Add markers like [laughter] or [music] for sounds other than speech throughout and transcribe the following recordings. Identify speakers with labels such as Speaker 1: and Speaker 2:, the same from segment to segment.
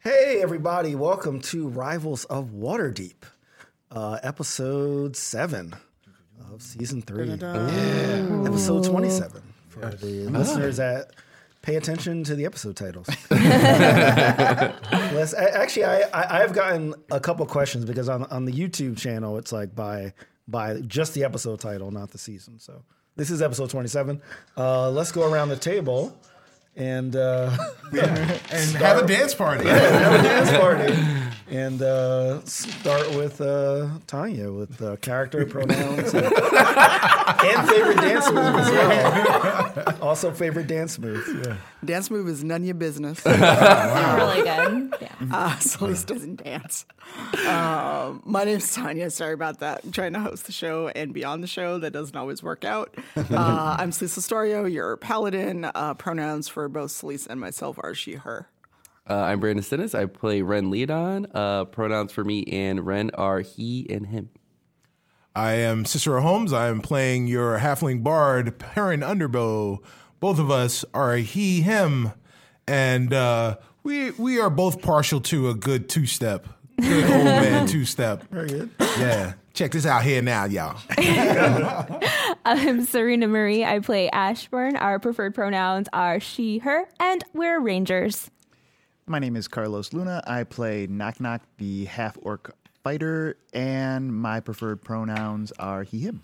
Speaker 1: Hey, everybody, welcome to Rivals of Waterdeep, uh, episode seven of season three. Yeah. Episode 27 for the listeners that pay attention to the episode titles. Yes, a- actually, I, I, I've gotten a couple questions because on, on the YouTube channel, it's like by, by just the episode title, not the season. So this is episode 27. Uh, let's go around the table. And uh,
Speaker 2: and have a dance party.
Speaker 1: have a dance party. [laughs] And uh, start with uh, Tanya with uh, character pronouns and, and favorite dance move as well. Also, favorite dance move.
Speaker 3: Dance move is none of your business.
Speaker 4: really good. Yeah.
Speaker 3: uh, Solis doesn't dance. Um, my name's Tanya. Sorry about that. I'm trying to host the show and be on the show. That doesn't always work out. Uh, I'm Solis Astorio, your paladin. Uh, pronouns for both Solis and myself are she, her.
Speaker 5: Uh, I'm Brandon Stennis. I play Ren Leadon. Uh, pronouns for me and Ren are he and him.
Speaker 2: I am Cicero Holmes. I am playing your halfling bard, Perrin Underbow. Both of us are a he, him, and uh, we we are both partial to a good two step, good old [laughs] man two step.
Speaker 1: Very good.
Speaker 2: Yeah, check this out here now, y'all.
Speaker 4: I'm Um, Serena Marie. I play Ashburn. Our preferred pronouns are she, her, and we're Rangers.
Speaker 6: My name is Carlos Luna. I play Knock Knock, the half orc fighter, and my preferred pronouns are he, him.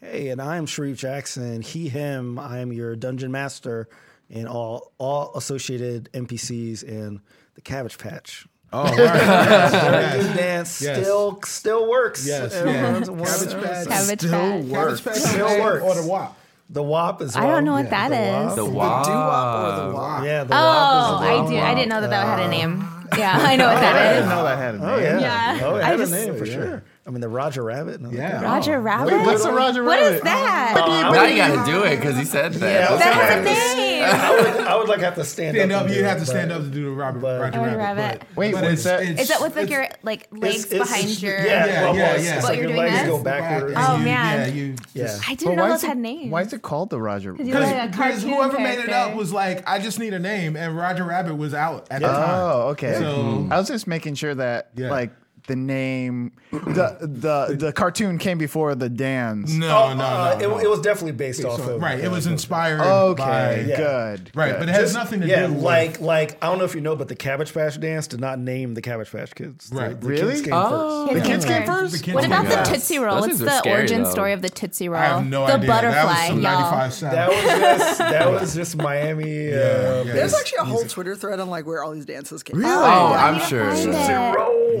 Speaker 1: Hey, and I am Sharif Jackson. He, him. I am your dungeon master and all all associated NPCs in the Cabbage Patch.
Speaker 2: Oh, all right.
Speaker 1: Very good dance.
Speaker 2: Yes.
Speaker 1: Still, still works.
Speaker 2: Yes,
Speaker 1: Everyone's-
Speaker 2: yeah.
Speaker 1: one's-
Speaker 2: Cabbage Patch.
Speaker 4: Cabbage
Speaker 6: Still
Speaker 4: Patch.
Speaker 6: works.
Speaker 1: Still works.
Speaker 2: Or the wop.
Speaker 1: The WAP as well.
Speaker 4: I don't know what
Speaker 1: that
Speaker 4: that
Speaker 1: is.
Speaker 4: is.
Speaker 1: The
Speaker 5: WAP.
Speaker 2: or the wop.
Speaker 1: Yeah, the
Speaker 4: Oh,
Speaker 1: WAP is the
Speaker 4: I do. I didn't know that that had a name. [laughs] Yeah, I know what that
Speaker 6: [laughs] didn't
Speaker 4: is.
Speaker 6: know that had a name.
Speaker 1: Oh yeah.
Speaker 4: Yeah.
Speaker 1: Oh, it
Speaker 4: I
Speaker 1: had
Speaker 4: just-
Speaker 1: a name for
Speaker 6: yeah.
Speaker 1: sure. I mean, the Roger Rabbit. and all that.
Speaker 4: [laughs] Roger Rabbit.
Speaker 6: What's a Roger
Speaker 4: What is
Speaker 6: Rabbit?
Speaker 4: that?
Speaker 5: now you got to do it because he said that.
Speaker 1: Yeah.
Speaker 4: That
Speaker 1: Sorry.
Speaker 4: has a name.
Speaker 1: I would, I would like have to stand,
Speaker 2: Stand
Speaker 1: up.
Speaker 2: up.
Speaker 1: and
Speaker 2: You'd
Speaker 1: do
Speaker 2: have
Speaker 1: it,
Speaker 2: to
Speaker 1: but-
Speaker 2: stand up to do the Robert,
Speaker 1: but-
Speaker 2: Roger
Speaker 4: Oh, Roger
Speaker 2: Rabbit.
Speaker 4: Rabbit.
Speaker 2: but-
Speaker 6: Wait,
Speaker 2: but it's-
Speaker 6: what's that?
Speaker 2: it's-
Speaker 4: Is that with like
Speaker 2: it's-
Speaker 4: your like legs
Speaker 1: It's- it's-
Speaker 4: behind your?
Speaker 1: Yeah,
Speaker 2: Yeah,
Speaker 1: well,
Speaker 2: yeah,
Speaker 1: well, it's
Speaker 2: yeah.
Speaker 1: just
Speaker 2: What,
Speaker 1: like
Speaker 4: you're
Speaker 1: your
Speaker 4: doing
Speaker 1: legs
Speaker 4: this?
Speaker 1: go backwards.
Speaker 2: and
Speaker 4: Oh,
Speaker 2: you-
Speaker 4: man.
Speaker 2: Yeah, you
Speaker 1: yeah.
Speaker 4: I
Speaker 6: But
Speaker 4: didn't know
Speaker 6: why
Speaker 4: those
Speaker 6: is it-
Speaker 4: had names.
Speaker 6: Why is it called the Roger?
Speaker 4: Because you
Speaker 6: Because-
Speaker 4: like a
Speaker 2: because
Speaker 4: cartoon
Speaker 2: whoever made it up
Speaker 4: character.
Speaker 2: was like, I just need a name, and Roger Rabbit was out at the time.
Speaker 6: Oh, okay.
Speaker 2: So-
Speaker 6: I was just making sure that
Speaker 2: Yeah.
Speaker 6: like the name, the the the cartoon came before the dance.
Speaker 2: No, no, no.
Speaker 1: Uh,
Speaker 2: no.
Speaker 1: It, it was definitely based off
Speaker 2: So-
Speaker 1: of
Speaker 2: right. It was inspired.
Speaker 6: Okay,
Speaker 2: by,
Speaker 6: good.
Speaker 2: Right,
Speaker 6: good.
Speaker 2: but it has nothing to
Speaker 1: Yeah,
Speaker 2: do with
Speaker 1: like like I don't know if you know, but the Cabbage Patch dance did not name the Cabbage Patch Kids. The-
Speaker 2: Right.
Speaker 1: the
Speaker 6: Really?
Speaker 1: Kids came
Speaker 5: Oh.
Speaker 6: the
Speaker 4: Kids
Speaker 6: kids came
Speaker 4: came first.
Speaker 6: first.
Speaker 2: kids
Speaker 4: What
Speaker 2: came
Speaker 4: about the
Speaker 2: first.
Speaker 4: Tootsie Roll?
Speaker 5: Those
Speaker 4: It's
Speaker 5: things are
Speaker 4: the
Speaker 5: scary,
Speaker 4: origin
Speaker 5: though.
Speaker 4: story of the Tootsie Roll.
Speaker 2: I have no
Speaker 4: the
Speaker 2: idea.
Speaker 4: butterfly,
Speaker 2: that was some
Speaker 4: y'all.
Speaker 2: 95 South.
Speaker 1: That was just that was just Miami. Uh,
Speaker 2: yeah.
Speaker 1: based-
Speaker 3: There's actually a whole Twitter thread on like where all these dances came
Speaker 6: Really?
Speaker 3: from.
Speaker 5: Oh,
Speaker 4: I
Speaker 5: I'm
Speaker 4: need to
Speaker 5: sure.
Speaker 4: find it.
Speaker 2: [laughs]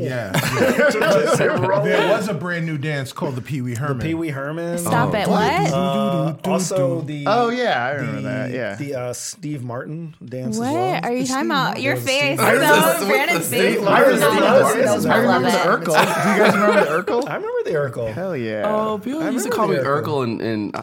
Speaker 1: [laughs]
Speaker 2: yeah. yeah. there was a brand new dance called the Pee Wee Herman.
Speaker 1: Pee Wee Herman.
Speaker 4: Stop it! What?
Speaker 1: Uh, also the
Speaker 6: Oh yeah, I remember
Speaker 1: the,
Speaker 6: that. Yeah.
Speaker 1: the uh, Steve Martin dance.
Speaker 4: What
Speaker 1: as well.
Speaker 4: are you talking about? Your face.
Speaker 5: I was just-
Speaker 4: So
Speaker 5: with
Speaker 4: Brandon's
Speaker 5: the
Speaker 4: face.
Speaker 5: state
Speaker 4: is
Speaker 1: line. I was
Speaker 4: not
Speaker 1: thinking
Speaker 4: what
Speaker 1: about
Speaker 4: it is.
Speaker 1: it.
Speaker 6: I
Speaker 4: I love
Speaker 6: remember the
Speaker 4: it.
Speaker 6: Urkel. Do you guys remember the Urkel?
Speaker 1: I remember the Urkel.
Speaker 6: Hell yeah.
Speaker 5: Oh, people used to call me Urkel in, in uh,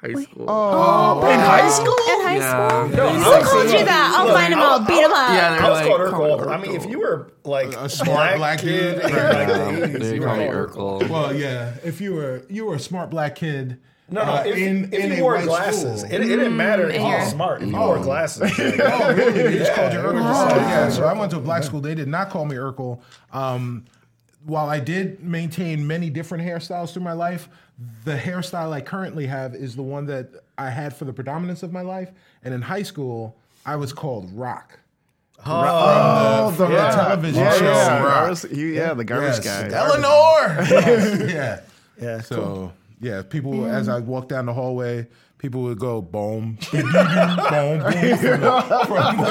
Speaker 5: high school.
Speaker 1: Oh.
Speaker 6: in high school?
Speaker 4: In high
Speaker 5: Yeah.
Speaker 4: school?
Speaker 5: No,
Speaker 4: Who
Speaker 5: I'm
Speaker 4: called
Speaker 1: saying-
Speaker 4: you that? I'll
Speaker 1: Look,
Speaker 4: find them
Speaker 1: I'll-
Speaker 4: all. Beat them up.
Speaker 5: yeah, they're
Speaker 1: I was
Speaker 5: like,
Speaker 1: called
Speaker 5: call
Speaker 1: Urkel.
Speaker 5: me
Speaker 1: I mean, if you were like
Speaker 2: A smart black dude.
Speaker 1: in, like, the 80s,
Speaker 5: they
Speaker 1: you
Speaker 5: call me
Speaker 1: were
Speaker 5: Urkel.
Speaker 2: Well, yeah. If you were you were a smart black kid.
Speaker 1: [laughs] No, no.
Speaker 2: uh,
Speaker 1: if
Speaker 2: in,
Speaker 1: if
Speaker 2: in
Speaker 1: you
Speaker 2: a
Speaker 1: wore
Speaker 2: white
Speaker 1: glasses, it,
Speaker 2: school.
Speaker 1: it didn't matter if you were
Speaker 4: Mm, Yeah.
Speaker 1: smart. If you wore glasses, like,
Speaker 2: [laughs] Oh, really? They just called you Urkel. Oh, yeah. So I went to a black school. They did not call me Urkel. Um, while I did maintain many different hairstyles through my life, the hairstyle I currently have is the one that I had for the predominance of my life. And in high school, I was called Rock.
Speaker 6: Oh, the
Speaker 2: yeah.
Speaker 6: rock.
Speaker 2: television
Speaker 6: yeah,
Speaker 2: show.
Speaker 6: Yeah,
Speaker 2: Rock.
Speaker 6: Garbage- he- yeah, the garbage guy.
Speaker 2: Eleanor. yeah.
Speaker 1: yeah.
Speaker 2: So yeah, people as I walked down the hallway, people would go boom, boom, boom, boom
Speaker 6: [laughs]
Speaker 2: from the, from the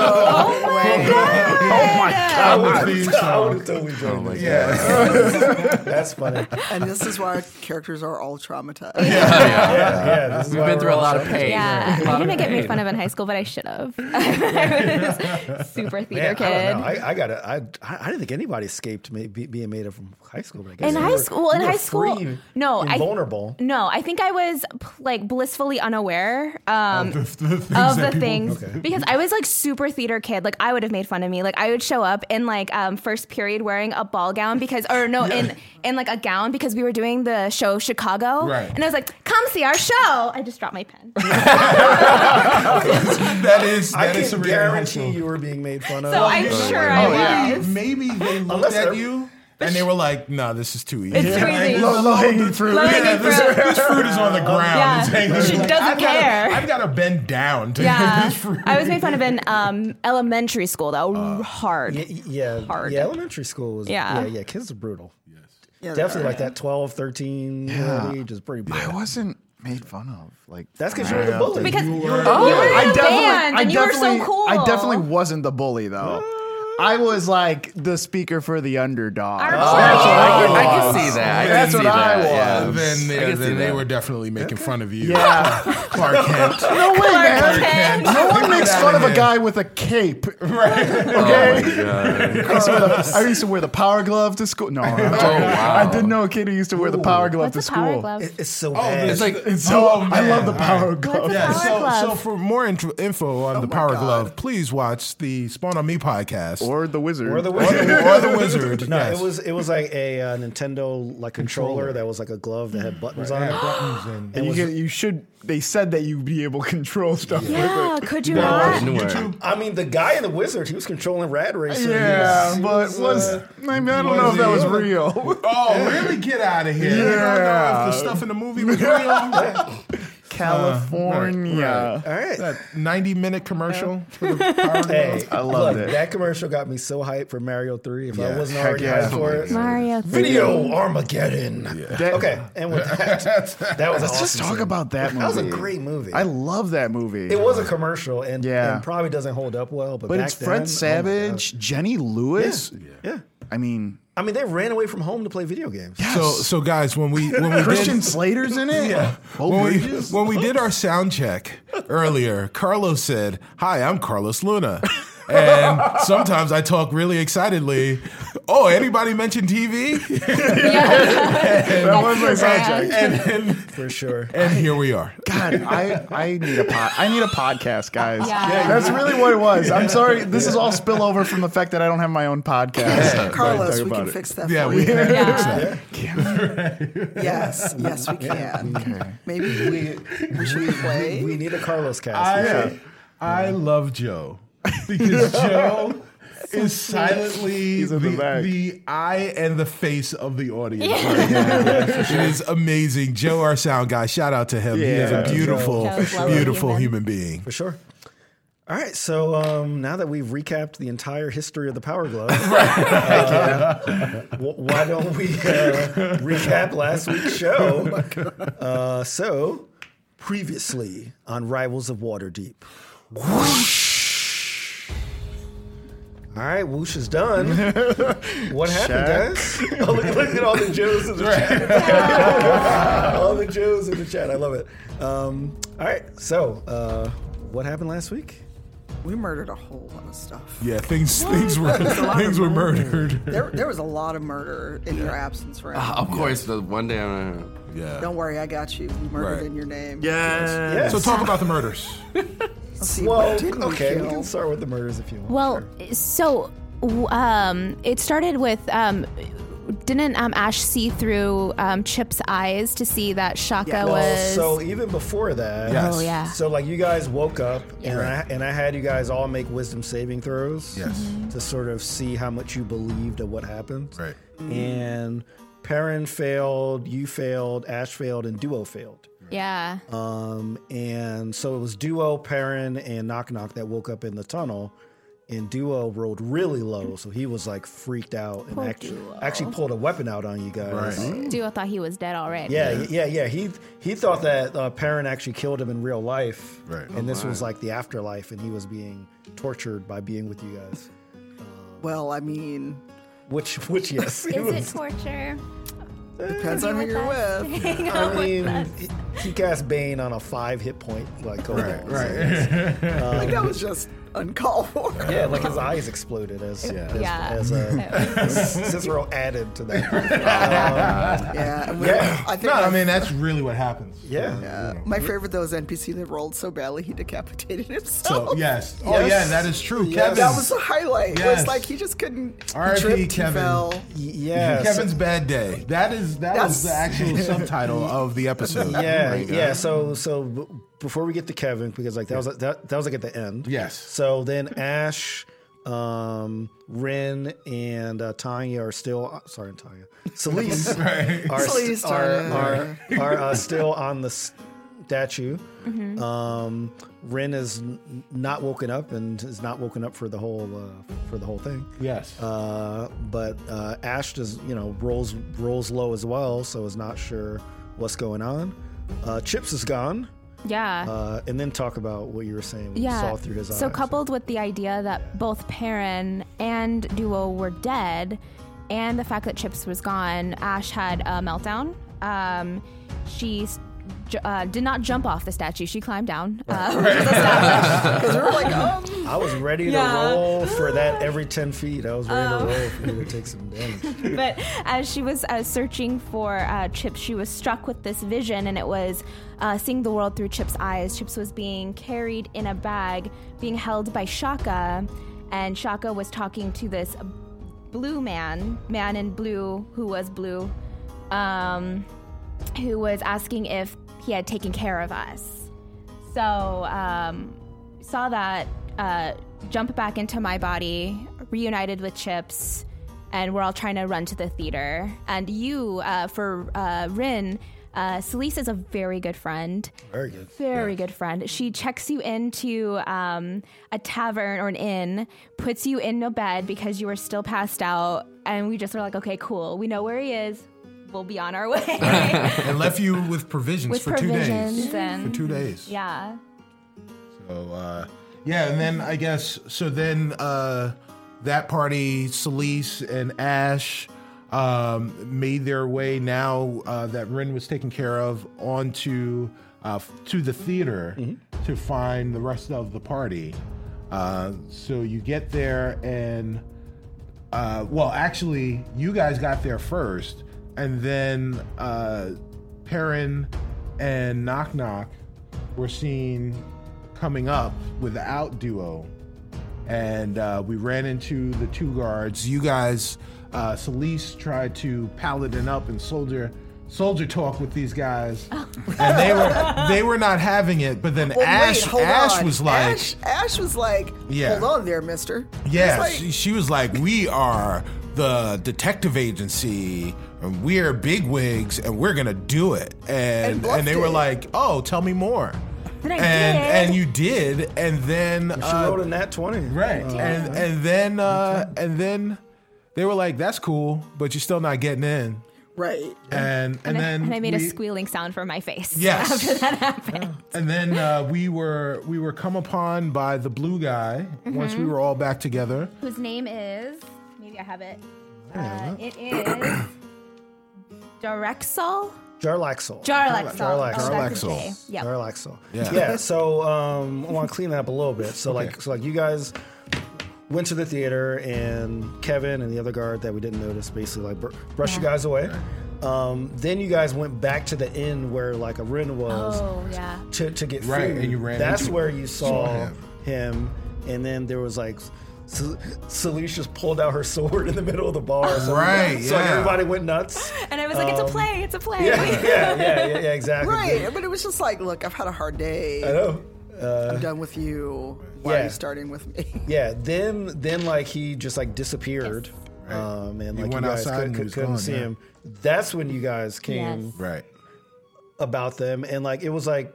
Speaker 1: I would
Speaker 2: I
Speaker 1: have
Speaker 2: would be Oh so-
Speaker 1: totally joined. that.
Speaker 2: Yeah.
Speaker 1: That's
Speaker 4: [laughs]
Speaker 1: funny. Yeah,
Speaker 3: And this is why our characters are all traumatized.
Speaker 1: yeah. this is
Speaker 5: We've
Speaker 1: why
Speaker 5: been
Speaker 1: we're
Speaker 5: through a
Speaker 1: all
Speaker 5: lot of
Speaker 1: shocked.
Speaker 5: pain.
Speaker 4: Yeah,
Speaker 5: A lot
Speaker 4: I
Speaker 5: of
Speaker 4: didn't get made
Speaker 5: pain.
Speaker 4: fun of in high school, but I should have. [laughs] I was super
Speaker 1: Man,
Speaker 4: theater
Speaker 1: I don't know.
Speaker 4: kid.
Speaker 1: I, I got I, I I didn't think anybody escaped me, be, being made up from high school. But I guess
Speaker 4: In
Speaker 1: you
Speaker 4: high
Speaker 1: were-
Speaker 4: school, in
Speaker 1: you were
Speaker 4: high school,
Speaker 1: free
Speaker 4: no,
Speaker 1: and
Speaker 4: I
Speaker 1: vulnerable.
Speaker 4: No, I think I was p- like blissfully unaware um,
Speaker 2: the things
Speaker 4: of the
Speaker 2: that people-
Speaker 4: things because I was like super theater kid. Like I would have made fun of me. Like I would show up up in like um, first period wearing a ball gown because, or no, in in like a gown because we were doing the show Chicago,
Speaker 2: Right.
Speaker 4: and I was like, "Come see our show." I just dropped my pen.
Speaker 2: that is
Speaker 1: I
Speaker 2: that
Speaker 1: can
Speaker 2: is Sabrina in high
Speaker 1: guarantee
Speaker 2: school.
Speaker 1: you were being made fun of.
Speaker 4: So I'm sure I
Speaker 5: Oh, yeah.
Speaker 4: was.
Speaker 2: Maybe they looked
Speaker 1: Unless
Speaker 2: at
Speaker 1: they're-
Speaker 2: you and they were like, "No, nah, this is too easy.
Speaker 4: It's too easy.
Speaker 1: low, low hanging fruit.
Speaker 4: Low hanging
Speaker 2: this,
Speaker 4: fruit.
Speaker 2: this fruit is on the ground.
Speaker 4: Yeah.
Speaker 2: It's hanging-
Speaker 4: She
Speaker 2: like,
Speaker 4: doesn't
Speaker 2: I've gotta-
Speaker 4: care.
Speaker 2: I've got to bend down to get
Speaker 4: Yeah,
Speaker 2: this fruit.
Speaker 4: I was made fun of in um, elementary school though, hard.
Speaker 1: Y- y- yeah,
Speaker 4: Hard.
Speaker 1: yeah, elementary school was,
Speaker 4: Yeah.
Speaker 1: yeah, yeah, kids are brutal.
Speaker 3: Yeah, they
Speaker 1: Definitely
Speaker 3: are.
Speaker 1: like that 12, 13,
Speaker 6: Yeah.
Speaker 1: yeah. just pretty
Speaker 6: I
Speaker 1: brutal.
Speaker 6: wasn't made fun of. Like
Speaker 1: That's 'cause you were the
Speaker 6: I-
Speaker 1: bully.
Speaker 4: Because
Speaker 1: You
Speaker 4: you
Speaker 1: were-
Speaker 4: were,
Speaker 1: Oh,
Speaker 4: in
Speaker 6: I
Speaker 4: a
Speaker 6: definitely-
Speaker 4: band
Speaker 6: I
Speaker 4: and you were so
Speaker 6: definitely-
Speaker 4: cool.
Speaker 6: I definitely wasn't the bully though. I was like the speaker for the underdog.
Speaker 4: Our
Speaker 5: I,
Speaker 4: cheerleader.
Speaker 5: can, I can see that. I can
Speaker 6: That's
Speaker 5: see
Speaker 6: what
Speaker 5: that.
Speaker 6: I
Speaker 5: yeah.
Speaker 2: then
Speaker 5: I
Speaker 6: was.
Speaker 2: they,
Speaker 5: can see
Speaker 2: then they
Speaker 5: that.
Speaker 2: were definitely making fun of you.
Speaker 6: Yeah.
Speaker 2: Clark Kent.
Speaker 6: No way,
Speaker 4: Clark
Speaker 6: man.
Speaker 4: Kent.
Speaker 6: [laughs] No one makes
Speaker 2: Outta
Speaker 6: fun of a
Speaker 2: here.
Speaker 6: guy with a cape.
Speaker 5: Oh my [laughs] god.
Speaker 6: I used, to wear the, I used to wear the power glove to school. No, I'm joking.
Speaker 5: wow.
Speaker 6: I did know a kid who used to wear the power glove
Speaker 4: What's a
Speaker 6: to
Speaker 4: power
Speaker 6: school.
Speaker 4: glove?
Speaker 1: It- it's so
Speaker 2: Oh,
Speaker 1: bad.
Speaker 2: it's
Speaker 5: like-
Speaker 6: It's so,
Speaker 2: Oh,
Speaker 6: I
Speaker 2: man.
Speaker 6: love the power
Speaker 2: All right.
Speaker 6: glove.
Speaker 4: What's a
Speaker 2: Yeah,
Speaker 4: Power
Speaker 2: so,
Speaker 4: glove.
Speaker 2: so for more intro, info on the Power Glove, please watch the Spawn on Me podcast
Speaker 6: Or the wizard. [laughs]
Speaker 1: Or the
Speaker 2: or,
Speaker 1: wizard.
Speaker 2: the- or the
Speaker 1: [laughs]
Speaker 2: Wizard.
Speaker 1: No,
Speaker 2: yes.
Speaker 1: it was it was like a uh, Nintendo like controller that was like a glove that had buttons on it.
Speaker 2: buttons and
Speaker 6: and you, get, you should. They said that you'd be able to control stuff.
Speaker 4: yeah, could you
Speaker 5: That
Speaker 4: not?
Speaker 5: didn't work.
Speaker 1: I mean, the guy in the wizard, he was controlling Rad Racer.
Speaker 6: Yeah,
Speaker 1: He
Speaker 6: but
Speaker 1: was- he
Speaker 6: was
Speaker 1: was,
Speaker 6: I, mean, I don't know if that was
Speaker 1: [laughs]
Speaker 6: real.
Speaker 2: Oh,
Speaker 6: [laughs]
Speaker 2: really? Get out of here. You don't know if the stuff in the movie was
Speaker 6: [laughs]
Speaker 2: real.
Speaker 6: California.
Speaker 1: uh, all right.
Speaker 2: that 90 minute commercial for the Power
Speaker 1: Hey,
Speaker 2: Glove.
Speaker 6: I loved
Speaker 1: look,
Speaker 6: it.
Speaker 1: That commercial got me so hyped for Mario Three. If
Speaker 2: Yeah.
Speaker 1: I wasn't
Speaker 2: Heck
Speaker 1: already
Speaker 2: yeah.
Speaker 1: hyped for it,
Speaker 4: Mario.
Speaker 1: Video Armageddon.
Speaker 6: That-
Speaker 1: Okay, and with
Speaker 6: [laughs]
Speaker 1: that, that was
Speaker 6: Let's just talk about that movie.
Speaker 1: That was a great movie.
Speaker 6: I love that movie.
Speaker 1: It was a commercial, and,
Speaker 6: Yeah.
Speaker 1: and probably doesn't hold up well. But
Speaker 6: but
Speaker 1: back
Speaker 6: it's
Speaker 1: then,
Speaker 6: Fred
Speaker 1: oh my
Speaker 6: Savage, Jenny Lewis.
Speaker 1: God. Yeah,
Speaker 6: I mean,
Speaker 1: I mean, they ran away from home to play video games.
Speaker 2: So, so guys, when we when we
Speaker 6: Christian
Speaker 2: did, [laughs]
Speaker 6: Slater's in it. Yeah,
Speaker 2: when we, when we did our sound check earlier, Carlos said, "Hi, I'm Carlos Luna." And sometimes I talk really excitedly. Oh, anybody mention TV?
Speaker 1: [laughs]
Speaker 6: that was my soundtrack.
Speaker 2: And, and,
Speaker 1: For
Speaker 6: [laughs]
Speaker 1: sure.
Speaker 2: and here we are.
Speaker 6: God, I, I need a pod, I need a podcast, guys.
Speaker 4: Yeah. Yeah, you
Speaker 6: That's really what it was. I'm sorry. This is all spillover from the fact that I don't have my own podcast. But
Speaker 3: Carlos,
Speaker 6: talk
Speaker 3: we
Speaker 6: about
Speaker 3: can
Speaker 6: it.
Speaker 3: fix that.
Speaker 2: Yeah,
Speaker 3: for
Speaker 2: we
Speaker 3: you.
Speaker 4: Yeah.
Speaker 3: Yes, yes, we can. Maybe we, we should play.
Speaker 1: We need a Carlos cast.
Speaker 2: I, I love Joe because Joe is silently
Speaker 6: He's in the
Speaker 2: the,
Speaker 6: back.
Speaker 2: the eye and the face of the audience. right now. it is amazing. Joe, our sound guy, shout out to him. he is
Speaker 6: Yeah.
Speaker 2: a
Speaker 6: Joe.
Speaker 2: beautiful,
Speaker 4: Joe's lovely
Speaker 2: beautiful human
Speaker 4: human.
Speaker 2: being.
Speaker 1: For sure. All right, so um, now that we've recapped the entire history of the Power Glove,
Speaker 6: [laughs]
Speaker 1: uh, [laughs] wh- why don't we uh, recap last week's
Speaker 6: [laughs] Oh
Speaker 1: show? uh, so, previously on Rivals of Waterdeep. Whoosh. All right, whoosh is done. What happened, guys? Oh, look, look at all the Joes in the chat. [laughs] all the Joes in the chat. I love it. Um, all right, so uh, what happened last week?
Speaker 3: We murdered a whole lot of stuff.
Speaker 2: Yeah, things things were things were murdered.
Speaker 3: There, there was a lot of murder in your absence, right?
Speaker 2: Ah, oh.
Speaker 5: Of course, the one day. I'm
Speaker 2: Yeah.
Speaker 3: Don't worry, I got you. We murdered
Speaker 2: Right.
Speaker 3: in your name.
Speaker 5: Yeah.
Speaker 1: Yes.
Speaker 2: So talk about the murders.
Speaker 3: Let's see,
Speaker 1: Well,
Speaker 3: what did we
Speaker 1: okay, we
Speaker 3: kill?
Speaker 1: can start with the murders if you want.
Speaker 4: Well, so w- um, it started with um, didn't um, Ash see through um, Chip's eyes to see that Shaka
Speaker 3: Yeah. Well,
Speaker 4: was?
Speaker 1: so even before that,
Speaker 2: Yes.
Speaker 4: oh yeah.
Speaker 1: so like you guys woke up and
Speaker 2: Right.
Speaker 1: I and I had you guys all make wisdom saving throws,
Speaker 2: Yes. Mm-hmm.
Speaker 1: to sort of see how much you believed of what happened,
Speaker 2: Right.
Speaker 1: And Perrin failed, you failed, Ash failed, and Duo failed.
Speaker 4: yeah.
Speaker 1: Um, and so it was Duo, Perrin, and Knock Knock that woke up in the tunnel. And Duo rolled really low, so he was like freaked out and
Speaker 4: Poor
Speaker 1: actually,
Speaker 4: Duo.
Speaker 1: actually pulled a weapon out on you guys.
Speaker 2: Right.
Speaker 4: Duo thought he was dead already.
Speaker 1: Um, Yeah, yeah, yeah. He he thought that uh, Perrin actually killed him in real life,
Speaker 2: Right.
Speaker 1: And this was like the afterlife, and he was being tortured by being with you guys.
Speaker 3: Well, I mean,
Speaker 1: Which, which, yes, he
Speaker 4: [laughs] Is
Speaker 1: was-
Speaker 4: it torture?
Speaker 3: depends on who you're with.
Speaker 4: [laughs]
Speaker 1: I mean, he, he cast Bane on a five hit point, like
Speaker 2: Right.
Speaker 3: Like that was just
Speaker 2: [laughs]
Speaker 3: uncalled for.
Speaker 1: Yeah, like his eyes exploded as as,
Speaker 4: Yeah.
Speaker 1: as, uh, as Cicero added to that.
Speaker 3: Yeah, and we-
Speaker 2: Yeah.
Speaker 3: I think
Speaker 2: no, I
Speaker 3: my-
Speaker 2: mean that's really what happens.
Speaker 1: Yeah.
Speaker 3: uh, my favorite though is NPC that rolled so badly he decapitated himself.
Speaker 2: So yes. Oh
Speaker 1: Yes.
Speaker 2: yeah, that is true.
Speaker 1: Yes.
Speaker 2: Kevin.
Speaker 3: That was the highlight. It
Speaker 2: Yes.
Speaker 3: was like he just couldn't. he
Speaker 2: R.I.P.
Speaker 3: tripped, he
Speaker 2: Kevin.
Speaker 3: fell.
Speaker 1: Yeah. so-
Speaker 2: Kevin's bad day. That is that was the
Speaker 3: That's-
Speaker 1: [laughs]
Speaker 2: actual subtitle of the episode.
Speaker 1: yeah,
Speaker 2: Like, uh,
Speaker 1: yeah. So, so b- before we get to Kevin, because like that was that, that was like at the end.
Speaker 2: Yes.
Speaker 1: So then Ash, um, Ren, and uh, Tanya are still uh, sorry, Tanya, Celeste are,
Speaker 3: Celeste,
Speaker 1: st- are,
Speaker 3: Tanya.
Speaker 1: are are uh, still on the statue. Um, Ren is n- not woken up and is not woken up for the whole uh, for the whole thing.
Speaker 2: Yes.
Speaker 1: Uh, but uh, Ash does, you know, rolls rolls low as well, so is not sure what's going on. Uh, Chips is gone,
Speaker 4: [laughs] Yeah.
Speaker 1: uh, and then talk about what you were saying. What
Speaker 4: yeah.
Speaker 1: you saw through his eyes.
Speaker 4: So coupled with the idea that both Perrin and Duo were dead, and the fact that Chips was gone, Ash had a meltdown. Um, she s- j- uh, did not jump off the statue; she climbed down. [laughs] Um, [laughs]
Speaker 3: Because we were like,
Speaker 4: oh,
Speaker 3: um,
Speaker 1: I was ready
Speaker 4: Yeah. Oh.
Speaker 1: to
Speaker 4: [laughs]
Speaker 1: roll for that every ten feet. I was ready to roll for you to take some damage.
Speaker 4: [laughs] but as she was uh, searching for uh, Chips, she was struck with this vision, and it was uh, seeing the world through Chips' eyes. Chips was being carried in a bag, being held by Shaka, and Shaka was talking to this blue man, man in blue, who was blue, um, who was asking if he had taken care of us. So um, saw that uh, jump back into my body, reunited with Chips, and we're all trying to run to the theater. And you, uh, for uh, Rin, uh, Celise is a very good friend.
Speaker 1: Very good.
Speaker 4: Very good friend. She checks you into um, a tavern or an inn, puts you in a bed because you were still passed out, and we just are like, okay, cool. We know where he is. We'll be on our
Speaker 2: [laughs]
Speaker 4: way
Speaker 2: and left you with provisions
Speaker 4: with
Speaker 2: for two
Speaker 4: provisions
Speaker 2: days. For
Speaker 4: and
Speaker 2: two days.
Speaker 4: yeah.
Speaker 2: So uh, yeah, and then I guess so. Then uh, that party, Celise and Ash, um, made their way now uh, that Ren was taken care of onto uh, f- to the theater
Speaker 1: Mm-hmm.
Speaker 2: to find the rest of the party. Uh, so you get there and. Uh, well, actually, you guys got there first, and then uh, Perrin and Knock Knock were seen coming up without Duo, and uh, we ran into the two guards. You guys, uh, Celise tried to paladin up and soldier soldier talk with these guys, and they
Speaker 3: [laughs]
Speaker 2: were they were not having it. But then
Speaker 3: Oh. well, wait,
Speaker 2: Ash
Speaker 3: hold
Speaker 2: Ash
Speaker 3: on.
Speaker 2: was like.
Speaker 3: Ash, Ash was like,
Speaker 2: Yeah.
Speaker 3: hold on there, Mister.
Speaker 2: Yeah,
Speaker 3: It's like-
Speaker 2: she, she was like, "We are the detective agency, and we're big wigs, and we're gonna do it." And
Speaker 3: And
Speaker 2: and,
Speaker 3: bluffed
Speaker 2: they were
Speaker 3: it.
Speaker 2: like, "Oh, tell me more."
Speaker 4: Then I
Speaker 2: and
Speaker 4: did.
Speaker 2: and you did, and then
Speaker 1: She
Speaker 2: uh,
Speaker 1: rolled a nat twenty.
Speaker 2: right, and and then uh, and then they were like, "That's cool, but you're still not getting in."
Speaker 3: right.
Speaker 2: And and,
Speaker 4: And, I,
Speaker 2: then
Speaker 4: and I made
Speaker 2: we-
Speaker 4: a squealing sound from my face.
Speaker 2: Yes.
Speaker 4: After that happened.
Speaker 3: [laughs]
Speaker 2: And then uh, we were we were come upon by the blue guy once
Speaker 4: Mm-hmm.
Speaker 2: we were all back together.
Speaker 4: Whose name is, maybe I have it. Uh, it is Jarexol?
Speaker 1: Jarlaxle.
Speaker 4: Jarlaxol.
Speaker 1: Jarlaxol.
Speaker 4: Oh, that's
Speaker 2: Jarlaxol.
Speaker 4: okay. Yeah.
Speaker 1: Jarlaxle.
Speaker 2: Yeah.
Speaker 1: Yeah. yeah. So um, I want to clean that up a little bit. So like, so like you guys went to the theater, and Kevin and the other guard that we didn't notice basically like br- brushed you guys away. Um, then you guys went back to the inn where like a Rin was
Speaker 4: Oh, yeah.
Speaker 1: to, to get
Speaker 2: Right,
Speaker 1: food.
Speaker 2: and you ran
Speaker 1: That's
Speaker 2: into
Speaker 1: where you saw
Speaker 2: him.
Speaker 1: him. and then there was like. Cel- Celeste just pulled out her sword in the middle of the bar. So,
Speaker 2: Right,
Speaker 1: So like,
Speaker 2: yeah.
Speaker 1: everybody went nuts.
Speaker 4: And I was like, it's a play, it's a play.
Speaker 1: Um, Yeah, yeah, yeah, yeah, yeah, exactly.
Speaker 3: Right, but it was just like, look, I've had a hard day.
Speaker 2: Uh,
Speaker 1: I know.
Speaker 3: I'm done with you. Why are
Speaker 1: Yeah.
Speaker 3: you starting with me?
Speaker 1: [laughs] Yeah, then then like he just like disappeared,
Speaker 2: Right.
Speaker 1: um, and
Speaker 2: He
Speaker 1: like
Speaker 2: went
Speaker 1: you guys
Speaker 2: outside
Speaker 1: could,
Speaker 2: and he
Speaker 1: could,
Speaker 2: was
Speaker 1: couldn't
Speaker 2: gone,
Speaker 1: see
Speaker 2: yeah.
Speaker 1: him. That's when you guys came
Speaker 4: Yes.
Speaker 2: Right.
Speaker 1: about them, and like it was like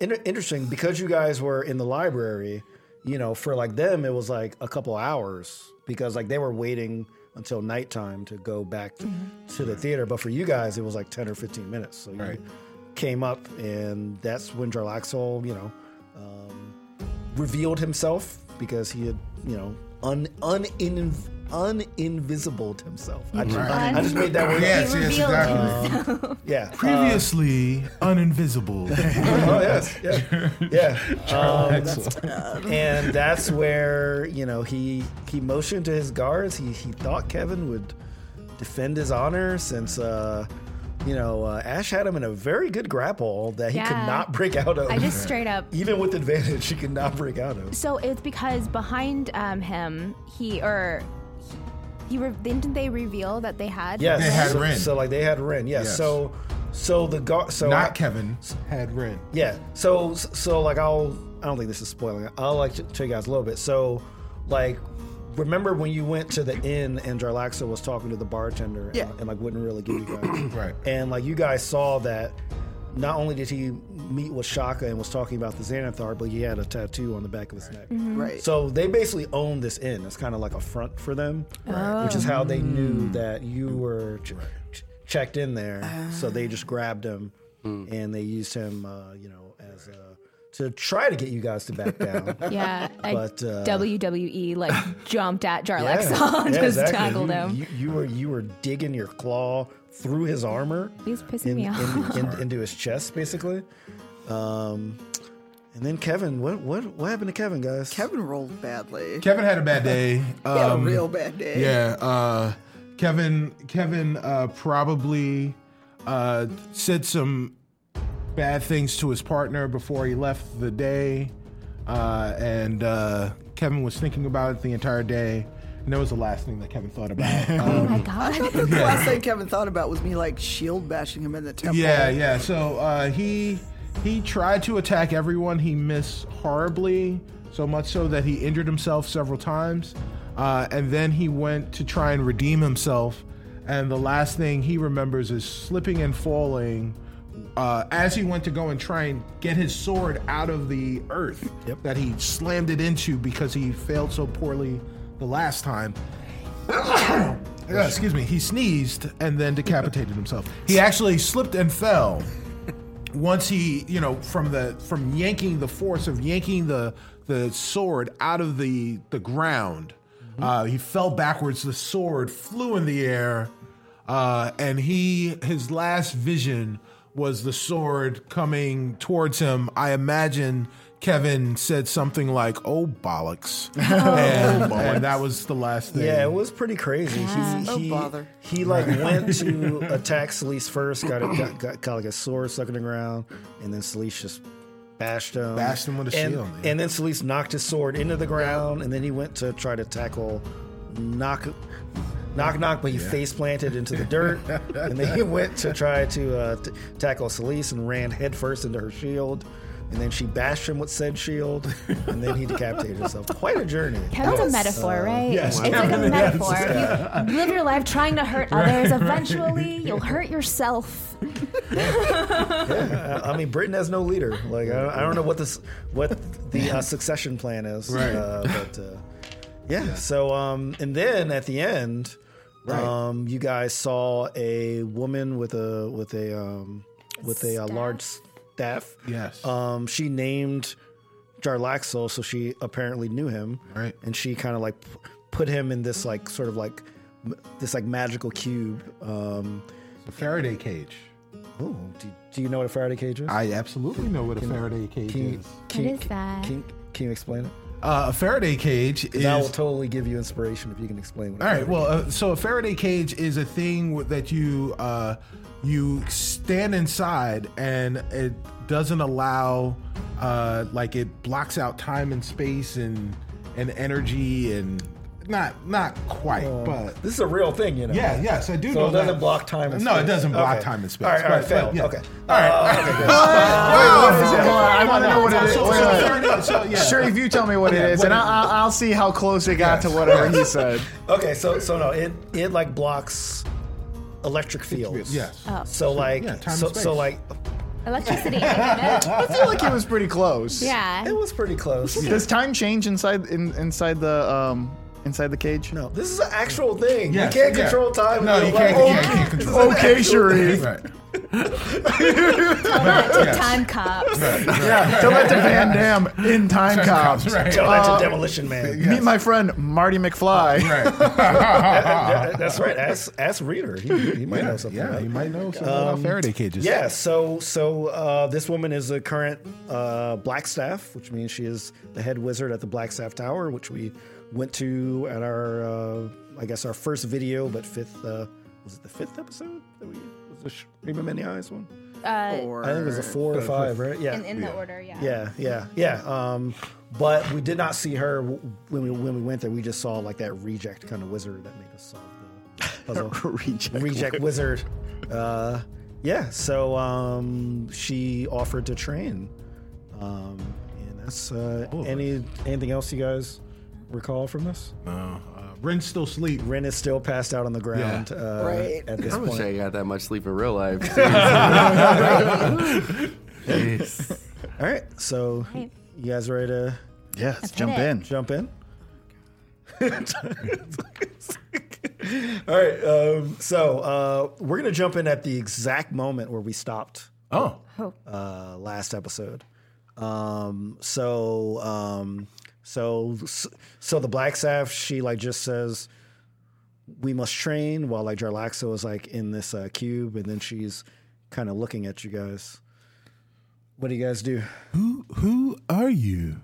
Speaker 1: in- interesting because you guys were in the library. You know, for like them, it was like a couple hours because like they were waiting until nighttime to go back to, to the theater. But for you guys, it was like ten or fifteen minutes. So you
Speaker 2: Right.
Speaker 1: came up, and that's when Jarlaxle, you know, um, revealed himself because he had, you know, un, un, uninvisibled himself. I just,
Speaker 2: Right.
Speaker 1: I just made that word.
Speaker 2: Yes,
Speaker 4: he
Speaker 2: yes,
Speaker 4: revealed
Speaker 2: exactly.
Speaker 4: himself.
Speaker 1: Yeah.
Speaker 7: Previously
Speaker 2: [laughs]
Speaker 7: uninvisible.
Speaker 1: oh yes, yeah, yeah. Um, and that's where you know he he motioned to his guards. He he thought Kevin would defend his honor since. Uh, you know, uh, Ash had him in a very good grapple that he
Speaker 4: Yeah.
Speaker 1: could not break out of.
Speaker 4: I just straight up
Speaker 1: [laughs] Even with advantage, he could not break out of.
Speaker 4: So it's because behind um, him, he or he, he re- didn't they reveal that they had?
Speaker 1: Yes,
Speaker 2: They had
Speaker 1: so,
Speaker 2: Ren.
Speaker 1: So like they had Ren. Yes.
Speaker 2: Yes.
Speaker 1: So, so the guard. So
Speaker 2: Not
Speaker 1: I-
Speaker 2: Kevin. Had Ren.
Speaker 1: Yeah. So so like I'll I don't think this is spoiling. it. I'll like show you guys a little bit. So like remember when you went to the inn and Jarlaxa was talking to the bartender
Speaker 3: Yeah.
Speaker 1: and, and like wouldn't really give you guys [clears throat]
Speaker 2: Right.
Speaker 1: And like you guys saw that not only did he meet with Shaka and was talking about the Xanathar, but he had a tattoo on the back of his neck.
Speaker 3: Right.
Speaker 1: So they basically own this inn. It's kind of like a front for them, which is how they
Speaker 4: Oh.
Speaker 1: knew that you were ch- ch- checked in there. so they just grabbed him and they used him, uh, you know, as a, to try to get you guys to back
Speaker 4: [laughs]
Speaker 1: down.
Speaker 4: Yeah. I-
Speaker 1: But, uh,
Speaker 4: WWE E, like jumped at
Speaker 1: Yeah.
Speaker 4: Jarlaxon,
Speaker 1: Yeah,
Speaker 4: [laughs] and just
Speaker 1: exactly.
Speaker 4: tackled
Speaker 1: you,
Speaker 4: him.
Speaker 1: You, you were you were digging your claw through his armor.
Speaker 4: He's pissing me off.
Speaker 1: in- in- into his chest, basically. Um, and then Kevin, what what what happened to Kevin, guys?
Speaker 3: Kevin rolled badly.
Speaker 2: Kevin had a bad day.
Speaker 3: He had a
Speaker 2: Um,
Speaker 3: real bad
Speaker 2: [laughs]
Speaker 3: day.
Speaker 2: Yeah, uh, Kevin. Kevin uh, probably uh, said some bad things to his partner before he left the day, uh, and uh, Kevin was thinking about it the entire day. And that was the last thing that Kevin thought [laughs] about.
Speaker 4: oh
Speaker 2: Um,
Speaker 4: my
Speaker 3: [laughs]
Speaker 4: god.
Speaker 3: The last thing Kevin thought about was me like shield bashing him in the temple.
Speaker 2: yeah, yeah. So uh, he he tried to attack everyone. He missed horribly, so much so that he injured himself several times. Uh, and then he went to try and redeem himself. And the last thing he remembers is slipping and falling uh, as he went to go and try and get his sword out of the earth that he slammed it into because he failed so poorly the last time. Yeah, excuse me. He sneezed and then decapitated himself. He actually slipped and fell. Once he, you know, from the from yanking the force of yanking the the sword out of the the ground, uh, he fell backwards. The sword flew in the air, uh, and he his last vision was the sword coming towards him. I imagine Kevin said something like, "Oh bollocks," and, and that was the last thing.
Speaker 1: Yeah, it was pretty crazy. He,
Speaker 3: Oh,
Speaker 1: he,
Speaker 3: bother.
Speaker 1: He like went
Speaker 2: [laughs]
Speaker 1: to attack Celise first, got, a, got, got, got like a sword stuck in the ground, and then Celise just bashed him.
Speaker 2: Bashed him with a
Speaker 1: and,
Speaker 2: shield, yeah.
Speaker 1: And then Celise knocked his sword into the ground, and then he went to try to tackle knock. Knock knock, but he face planted into the dirt, and then he went to try to uh, t- tackle Celise and ran headfirst into her shield, and then she bashed him with said shield, and then he decapitated himself. Quite a journey.
Speaker 4: Kevin's a metaphor, right?
Speaker 1: Uh, yes,
Speaker 4: it's like a metaphor. You live your life trying to hurt others. Eventually, you'll hurt yourself.
Speaker 1: I mean, Britain has no leader. Like, I, I don't know what this, what the
Speaker 2: [laughs]
Speaker 1: uh, succession plan is.
Speaker 2: Right.
Speaker 1: Uh, but uh, yeah. So, um, and then at the end,
Speaker 2: Right.
Speaker 1: um, you guys saw a woman with a with a um, with a, uh large staff.
Speaker 2: Yes.
Speaker 1: Um, she named Jarlaxle, so she apparently knew him.
Speaker 2: Right.
Speaker 1: And she kind of like p- put him in this like sort of like m- this like magical cube. Um,
Speaker 2: A Faraday cage.
Speaker 1: ooh, do, do you know what a Faraday cage is?
Speaker 2: I absolutely know what a Faraday cage
Speaker 1: Can you,
Speaker 2: is.
Speaker 1: can,
Speaker 4: What is that?
Speaker 1: Can, can you explain it?
Speaker 2: Uh, a Faraday cage is.
Speaker 1: That will totally give you inspiration if you can explain what
Speaker 2: All right. Well, uh, so a Faraday cage is a thing w- that you uh, you stand inside, and it doesn't allow uh, like it blocks out time and space and and energy and not not quite, but
Speaker 1: This is a real thing, you know.
Speaker 2: yeah, yes, I do
Speaker 1: So
Speaker 2: know
Speaker 1: it doesn't
Speaker 2: that.
Speaker 1: block time and
Speaker 2: no,
Speaker 1: space.
Speaker 2: it doesn't block
Speaker 1: Okay.
Speaker 2: time and space.
Speaker 1: All right, all right,
Speaker 2: but-
Speaker 1: fail.
Speaker 2: but, yeah.
Speaker 1: Okay.
Speaker 2: All right.
Speaker 6: I want to know what it is.
Speaker 2: So-
Speaker 6: Wait,
Speaker 2: so
Speaker 6: wait, wait.
Speaker 2: Faraday- so, yeah.
Speaker 6: Sure, if you tell me what it is, and I'll, I'll- I'll see how close it got to whatever he said.
Speaker 1: Okay, so so no, it it like blocks electric fields.
Speaker 2: Yes.
Speaker 4: Oh.
Speaker 1: So like
Speaker 2: Yeah, time
Speaker 1: so
Speaker 2: and space.
Speaker 1: so like
Speaker 4: Electricity. ain't
Speaker 6: I
Speaker 4: gonna-
Speaker 6: feel like it was pretty close.
Speaker 1: it
Speaker 4: yeah.
Speaker 1: was pretty
Speaker 4: [laughs]
Speaker 1: close.
Speaker 6: Does time change inside in, inside the um inside the cage?
Speaker 1: No, this is an actual thing.
Speaker 2: Yes,
Speaker 1: you can't
Speaker 2: yeah.
Speaker 1: control time. oh,
Speaker 2: No,
Speaker 1: with
Speaker 2: you
Speaker 1: a
Speaker 2: can't, you
Speaker 3: [laughs]
Speaker 1: weapon.
Speaker 2: can't, you can't control.
Speaker 6: Okay, Sharif.
Speaker 2: Right.
Speaker 4: Time cops. uh,
Speaker 6: Tell that to Van Dam in Time
Speaker 1: [laughs]
Speaker 6: Cops.
Speaker 2: right.
Speaker 1: Tell that to Demolition Man.
Speaker 6: Meet my friend Marty McFly.
Speaker 3: [laughs]
Speaker 1: That- That's right. Ask, ask Reader. He, he might know something.
Speaker 2: [laughs] Ah. Yeah,
Speaker 1: about
Speaker 2: you
Speaker 1: it.
Speaker 2: might know something
Speaker 3: Um,
Speaker 2: about Faraday cages.
Speaker 1: Yeah, so so uh, this woman is a current uh, Blackstaff, which means she is the head wizard at the Blackstaff Tower, which we went to at our, uh, I guess, our first video, but fifth, uh, was it the fifth episode? That we, was the Shreema Many Eyes one?
Speaker 4: Uh,
Speaker 1: I think it was a four or five, right? Yeah.
Speaker 4: in in the order, yeah.
Speaker 1: Yeah, yeah, yeah. Um, but we did not see her w- when we when we went there. We just saw like that reject kind of wizard that made us solve the puzzle.
Speaker 6: Reject
Speaker 1: reject wizard. Uh, yeah. So um, she offered to train, um, and that's uh, any anything else you guys recall from this?
Speaker 2: Uh, Ren's still asleep.
Speaker 1: Ren is still passed out on the ground. Uh,
Speaker 3: Right.
Speaker 1: At this
Speaker 5: I wish
Speaker 1: point.
Speaker 5: I got that much sleep in real life.
Speaker 1: [laughs]
Speaker 5: Jeez.
Speaker 1: All right. So
Speaker 4: Right.
Speaker 1: you guys ready to
Speaker 6: Yeah, let's jump
Speaker 4: it.
Speaker 6: in.
Speaker 1: jump [laughs] in. All right. Um, so uh, we're going to jump in at the exact moment where we stopped
Speaker 2: Oh,
Speaker 1: uh, last episode. Um, so, um, so, so the Black Staff, she like just says, we must train while like Jarlaxo is like in this uh, cube. And then she's kind of looking at you guys. What do you guys do?
Speaker 7: Who who are you?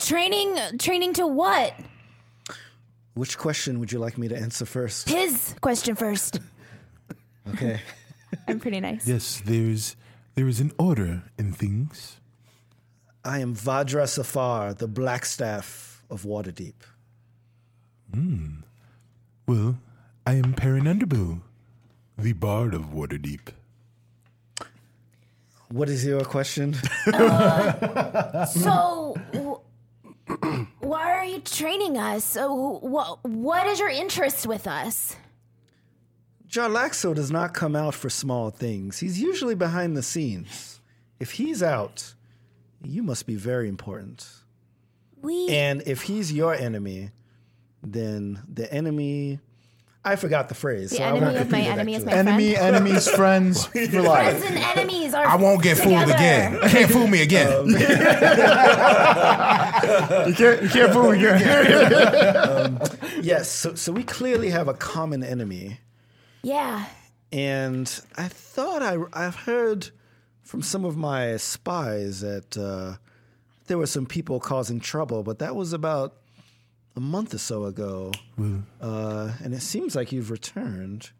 Speaker 4: Training, training to what?
Speaker 1: Which question would you like me to answer first?
Speaker 4: His question first.
Speaker 1: Okay.
Speaker 4: I'm pretty nice.
Speaker 7: Yes, there's there is an order in things.
Speaker 1: I am Vadra Safar, the Blackstaff of Waterdeep.
Speaker 7: Well, I am Perrin Underbow, the bard of Waterdeep.
Speaker 1: What is your question? [laughs]
Speaker 4: So, wh- why are you training us? So, wh- what is your interest with us?
Speaker 1: Jarlaxo does not come out for small things. He's usually behind the scenes. If he's out, you must be very important.
Speaker 4: We
Speaker 1: And if he's your enemy, then the enemy. I forgot the phrase.
Speaker 4: the
Speaker 1: so I won't
Speaker 4: enemy of my
Speaker 1: repeat it,
Speaker 4: enemy is my
Speaker 1: actually.
Speaker 6: Enemy,
Speaker 4: friend.
Speaker 6: enemies, friends for life.
Speaker 4: Friends and enemies are.
Speaker 7: I won't get fooled
Speaker 4: together.
Speaker 7: again. Can't fool me again.
Speaker 6: You can't, you can't fool me. you can't.
Speaker 1: Yes, so, so we clearly have a common enemy.
Speaker 4: Yeah.
Speaker 1: and I thought I I've heard from some of my spies that uh, there were some people causing trouble, but that was about a month or so ago, uh, and it seems like you've returned,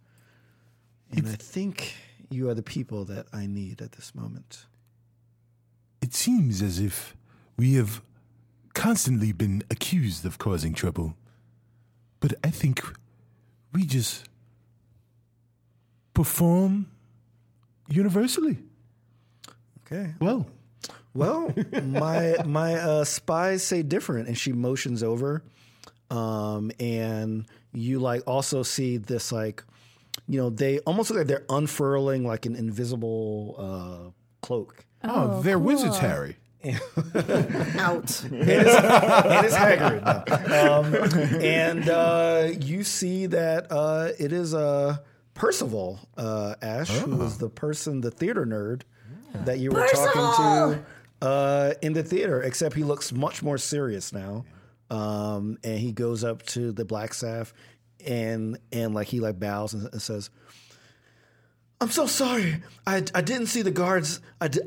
Speaker 1: and I think you are the people that I need at this moment.
Speaker 7: It seems as if we have constantly been accused of causing trouble. But I think we just perform universally.
Speaker 1: Okay.
Speaker 7: Well,
Speaker 1: Well, my my uh, spies say different, and she motions over, um, and you like also see this like, you know, they almost look like they're unfurling like an invisible uh, cloak.
Speaker 7: oh, they're wizards, Harry.
Speaker 1: [laughs]
Speaker 3: out.
Speaker 1: It is, it is Hagrid. No. Um, and uh, you see that uh, it is uh, Percival uh, Ash, who was the person, the theater nerd that you were talking
Speaker 4: Percival!
Speaker 1: to uh, in the theater, except he looks much more serious now. Um, and he goes up to the black staff and and like he like bows and, and says, I'm so sorry. I, I didn't see the guards. I, di-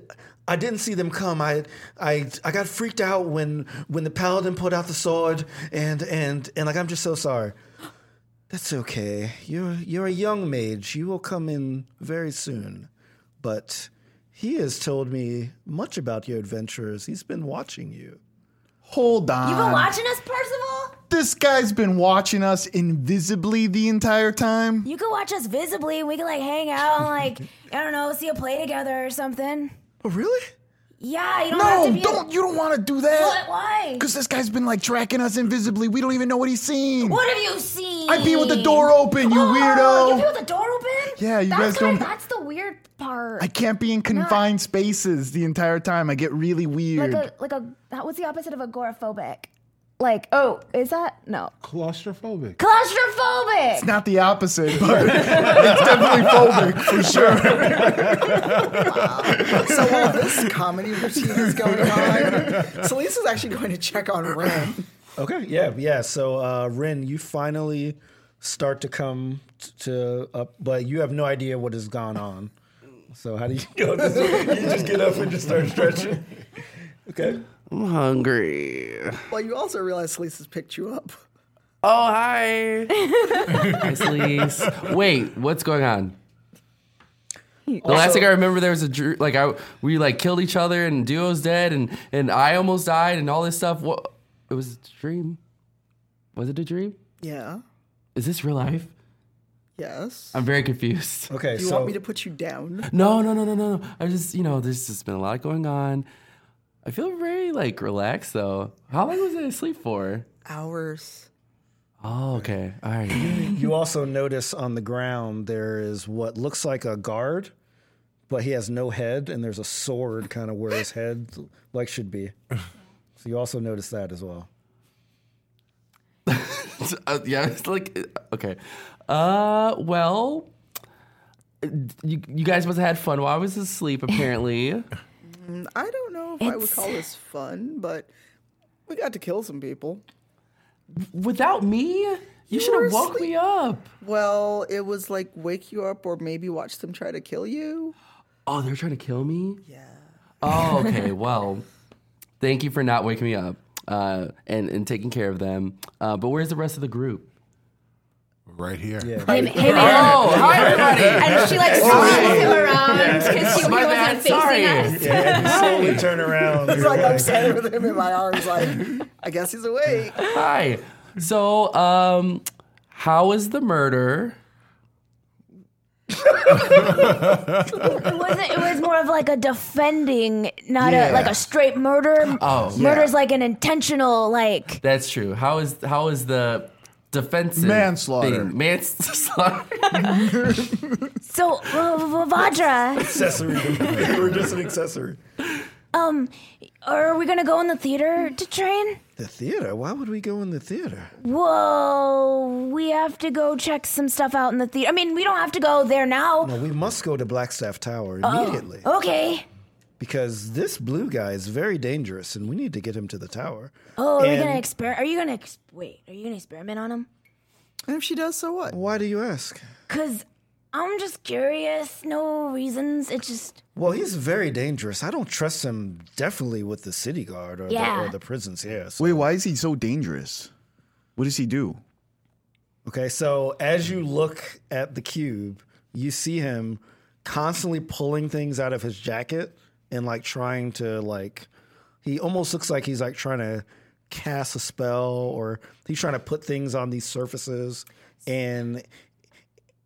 Speaker 1: I didn't see them come. I, I I got freaked out when when the paladin pulled out the sword and and and like I'm just so sorry. That's okay. You're you're a young mage. You will come in very soon. But he has told me much about your adventures. He's been watching you.
Speaker 6: Hold
Speaker 4: You've been
Speaker 6: on.
Speaker 4: watching us, Percival?
Speaker 6: This guy's been watching us invisibly the entire time.
Speaker 4: You could watch us visibly and we could, like, hang out and, like, [laughs] I don't know, see a play together or something.
Speaker 1: Oh, really?
Speaker 4: Yeah, you don't have to
Speaker 6: No,
Speaker 4: be.
Speaker 6: don't. You don't want to do that.
Speaker 4: What? Why?
Speaker 6: Because this guy's been like tracking us invisibly. We don't even know what he's seen.
Speaker 4: What have you seen?
Speaker 6: I pee with the door open, you
Speaker 4: Oh,
Speaker 6: weirdo.
Speaker 4: You pee with the door open?
Speaker 6: Yeah, you
Speaker 4: that's
Speaker 6: guys don't-
Speaker 4: kinda- That's the weird part.
Speaker 6: I can't be in confined spaces the entire time. I get really weird.
Speaker 4: like a like a that was the opposite of agoraphobic. like, oh, is that no
Speaker 2: Claustrophobic.
Speaker 4: claustrophobic?
Speaker 6: Not the
Speaker 4: [laughs]
Speaker 6: opposite, but [laughs] it's definitely phobic for sure.
Speaker 3: So while this comedy routine is
Speaker 1: [laughs]
Speaker 3: going on, Celise is actually going to check on Ren.
Speaker 1: Okay. Yeah. Yeah. So, uh, Rin, you finally start to come t- to up, but you have no idea what has gone on. So, how do you? [laughs] you just get up and just start stretching. [laughs] Okay.
Speaker 5: I'm hungry.
Speaker 3: Well, you also realize Celise has picked you up.
Speaker 5: Oh, hi. hi, Sleece. Wait, what's going on? The last thing I remember, there was a dr- like I we like killed each other and Duo's dead and and I almost died and all this stuff. What? It was a dream. Was it a dream?
Speaker 3: Yeah.
Speaker 5: Is this real life?
Speaker 3: Yes.
Speaker 5: I'm very confused.
Speaker 1: Okay.
Speaker 3: Do you
Speaker 1: Uh, so,
Speaker 3: want me to put you down?
Speaker 5: No, no, no, no, no, no. I just, you know, there's just been a lot going on. I feel very like relaxed though. How long was I asleep for?
Speaker 3: Hours.
Speaker 5: Oh, okay. All right.
Speaker 1: you also notice on the ground there is what looks like a guard, but he has no head, and there's a sword kind of where his head like should be. So you also notice that as well.
Speaker 5: [laughs] Uh, yeah, it's like uh, okay. Uh, well, you, you guys must have had fun while I was asleep. Apparently,
Speaker 3: Mm, I don't know if I would call this fun, but we got to kill some people.
Speaker 5: without me, you, should
Speaker 3: were
Speaker 5: have woke me up.
Speaker 3: Well, it was like wake you up or maybe watch them try to kill you.
Speaker 5: Oh, they're trying to kill me.
Speaker 3: Yeah.
Speaker 5: Oh, okay. well, thank you for not waking me up uh, and and taking care of them. Uh, but where's the rest of the group?
Speaker 7: Right here.
Speaker 4: Him, him and,
Speaker 5: Oh, hi everybody.
Speaker 4: and she like swings him around because he
Speaker 5: My bad,
Speaker 4: um, wasn't facing
Speaker 5: sorry.
Speaker 4: us.
Speaker 1: Yeah, slowly turn around.
Speaker 3: [laughs] It's like I'm standing with him in my arms, [laughs] like, I guess he's awake.
Speaker 5: Hi. So, um, how was the murder?
Speaker 4: It wasn't. It was more of like a defending, not a like a straight murder.
Speaker 5: Oh.
Speaker 4: murder's like an intentional like.
Speaker 5: That's true. How is how is the defensive
Speaker 6: Manslaughter.
Speaker 5: thing? Manslaughter.
Speaker 4: So, uh, Vajra,
Speaker 1: accessory. [laughs] We're just an accessory.
Speaker 4: um, are we gonna go in the theater to train?
Speaker 1: The theater? Why would we go in the theater?
Speaker 4: Whoa, we have to go check some stuff out in the theater. I mean, we don't have to go there now.
Speaker 1: No, we must go to Blackstaff Tower immediately
Speaker 4: Okay.
Speaker 1: because this blue guy is very dangerous, and we need to get him to the tower.
Speaker 4: Oh, are we
Speaker 1: And-
Speaker 4: gonna experiment? Are you gonna ex- wait? Are you gonna experiment on him?
Speaker 3: And if she does, so what?
Speaker 1: Why do you ask?
Speaker 4: Cause I'm just curious. No reasons. It's just
Speaker 1: Well, he's very dangerous. I don't trust him. Definitely with the city guard or, the,
Speaker 4: Yeah.
Speaker 1: or the prisons. Yeah. so-
Speaker 6: Wait, why is he so dangerous? What does he do?
Speaker 1: Okay, so as you look at the cube, you see him constantly pulling things out of his jacket and like trying to like he almost looks like he's like trying to cast a spell or he's trying to put things on these surfaces and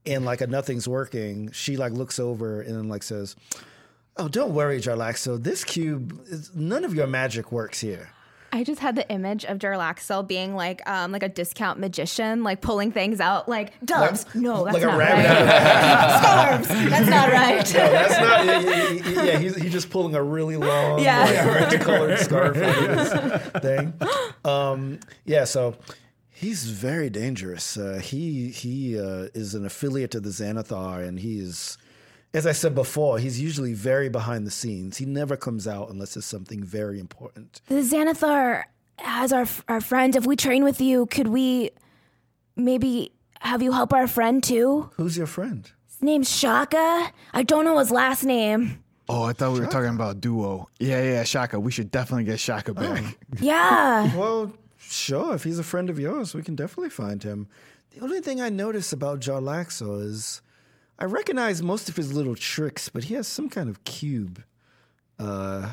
Speaker 1: and like a nothing's working. She like looks over and like says, "Oh, don't worry, Jarlaxo. This cube is none of your magic works here."
Speaker 4: I just had the image of Durlaxel being like um like a discount magician, like pulling things out like doves. no, Oh, that's
Speaker 1: like a
Speaker 4: not
Speaker 1: rabbit [laughs]
Speaker 4: right. Scarves. That's not
Speaker 1: Oh,
Speaker 4: right. [laughs]
Speaker 1: That's not. Yeah, yeah, yeah, yeah, yeah, he's, he's just pulling a really long,
Speaker 4: Yeah.
Speaker 1: like,
Speaker 4: [laughs]
Speaker 1: colored scarf over his thing. Um, yeah, so he's very dangerous. Uh, he he uh, is an affiliate of the Xanathar, and he's, as I said before, he's usually very behind the scenes. He never comes out unless it's something very important.
Speaker 4: The Xanathar has our our friend. If we train with you, could we maybe have you help our friend too?
Speaker 1: Who's your friend?
Speaker 4: His name's Shaka. I don't know his last name.
Speaker 6: Oh, I thought we were talking about duo. Yeah, yeah, Shaka. We should definitely get Shaka
Speaker 1: Oh.
Speaker 6: back.
Speaker 4: Yeah.
Speaker 1: Well, sure. If he's a friend of yours, we can definitely find him. The only thing I notice about Jarlaxo is I recognize most of his little tricks, but he has some kind of cube uh,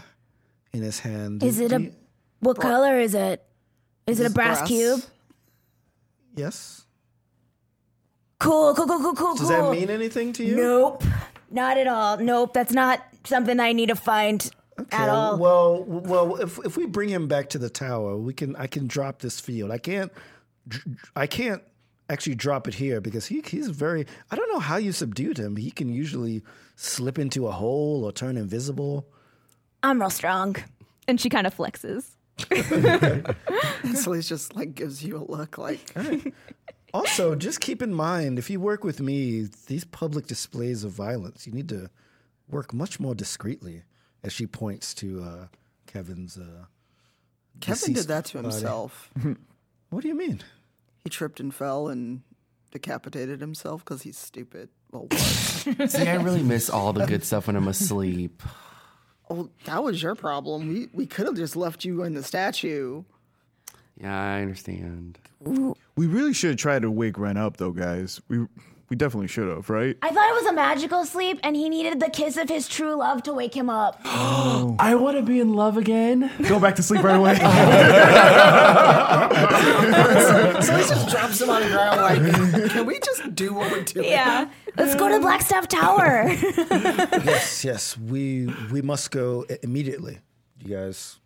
Speaker 1: in his hand.
Speaker 4: Is it a
Speaker 1: He-
Speaker 4: what color is it? Is it a brass, cube?
Speaker 1: yes?
Speaker 4: Cool, cool, cool, cool, cool,
Speaker 1: Does
Speaker 4: cool.
Speaker 1: that mean anything to you?
Speaker 4: Nope. Not at all. Nope. That's not something I need to find at
Speaker 1: Okay,
Speaker 4: all.
Speaker 1: Well, well, if if we bring him back to the tower, we can. I can drop this field. I can't. dr- I can't actually drop it here because he he's very. I don't know how you subdued him. He can usually slip into a hole or turn invisible.
Speaker 4: I'm real strong. And she kind of flexes.
Speaker 3: [laughs] So he's just like gives you a look like [laughs]
Speaker 1: Also, just keep in mind if you work with me, these public displays of violence, you need to work much more discreetly. As she points to uh, Kevin's, uh,
Speaker 3: Kevin did
Speaker 1: deceased
Speaker 3: that to
Speaker 1: body.
Speaker 3: himself.
Speaker 1: What do you mean?
Speaker 3: He tripped and fell and decapitated himself because he's stupid. Well, [laughs] was.
Speaker 5: [laughs] See, I really miss all the good stuff when I'm asleep.
Speaker 3: oh, that was your problem. We we could have just left you in the [laughs] statue.
Speaker 5: Yeah, I understand.
Speaker 6: We really should try to wake Ren up, though, guys. We we definitely should have, right?
Speaker 8: I thought it was a magical sleep, and he needed the kiss of his true love to wake him up.
Speaker 5: I want to be in love again.
Speaker 6: Go back to sleep
Speaker 1: [laughs]
Speaker 6: right away.
Speaker 2: [laughs]
Speaker 3: So he Um, just drops him on the ground like, can we just do what we're doing?
Speaker 4: [laughs] Yeah.
Speaker 8: Let's go to Blackstaff
Speaker 4: [laughs]
Speaker 8: Tower.
Speaker 1: yes, yes, we we must go i- immediately. You guys,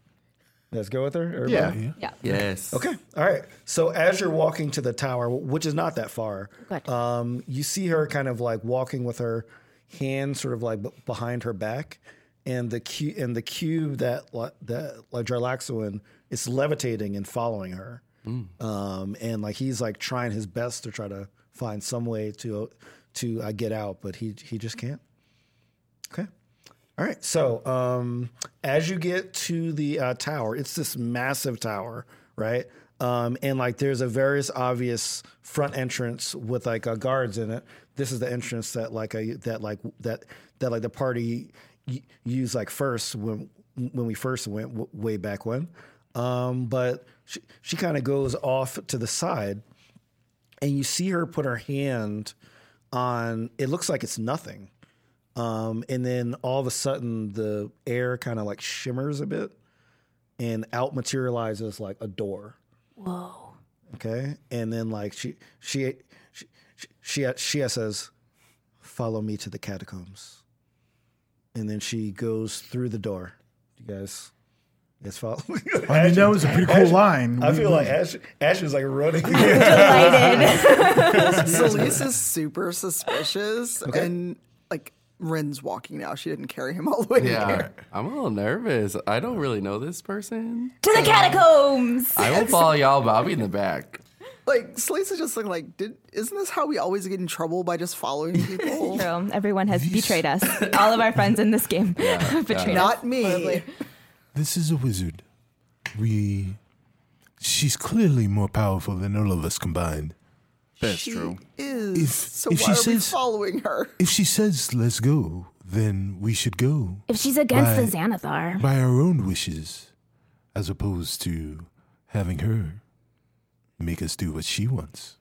Speaker 1: you guys go with her. Everybody?
Speaker 6: yeah.
Speaker 5: Yes.
Speaker 1: Okay. All right. So as you're walking to the tower, which is not that far,
Speaker 4: Good.
Speaker 1: um, you see her kind of like walking with her hand sort of like b- behind her back, and the cu- and the cube that li- that like Jarlaxoin is levitating and following her, um, and like he's like trying his best to try to find some way to to uh, get out, but he he just can't. Okay. All right. So um, as you get to the uh, tower, it's this massive tower, right? Um, and like there's a various obvious front entrance with like uh, guards in it. This is the entrance that like a, that like that that like the party y- used like first when when we first went w- way back when. Um, but she, she kind of goes off to the side and you see her put her hand on it looks like it's nothing um, and then all of a sudden the air kind of like shimmers a bit and out materializes like a door whoa okay and then like she she she she, she, she says follow me to the catacombs and then she goes through the door you guys you guys follow
Speaker 6: I mean, that was a pretty cool
Speaker 1: [laughs]
Speaker 6: line.
Speaker 1: i feel like ash ash is like running
Speaker 4: Delighted.
Speaker 3: Solis is super suspicious and like Ren's walking now. She didn't carry him all the way
Speaker 5: Yeah.
Speaker 3: there.
Speaker 5: I'm a little nervous. I don't really know this person.
Speaker 4: to the catacombs.
Speaker 5: I will follow y'all, but I'll be in the back.
Speaker 3: Like Solis is just looking like, did isn't this how we always get in trouble by just following people?
Speaker 4: True. Everyone has betrayed us. All of our friends in this game have betrayed us.
Speaker 3: Not me.
Speaker 7: This is a wizard. We. She's clearly more powerful than all of us combined.
Speaker 6: That's
Speaker 3: She
Speaker 6: true.
Speaker 3: Is
Speaker 7: If-
Speaker 3: so
Speaker 7: if
Speaker 3: why
Speaker 7: she
Speaker 3: are we
Speaker 7: says-
Speaker 3: following her?
Speaker 7: If she says, let's go, then we should go
Speaker 8: if she's against
Speaker 7: Right.
Speaker 8: the Xanathar,
Speaker 7: by our own wishes, as opposed to having her make us do what she wants.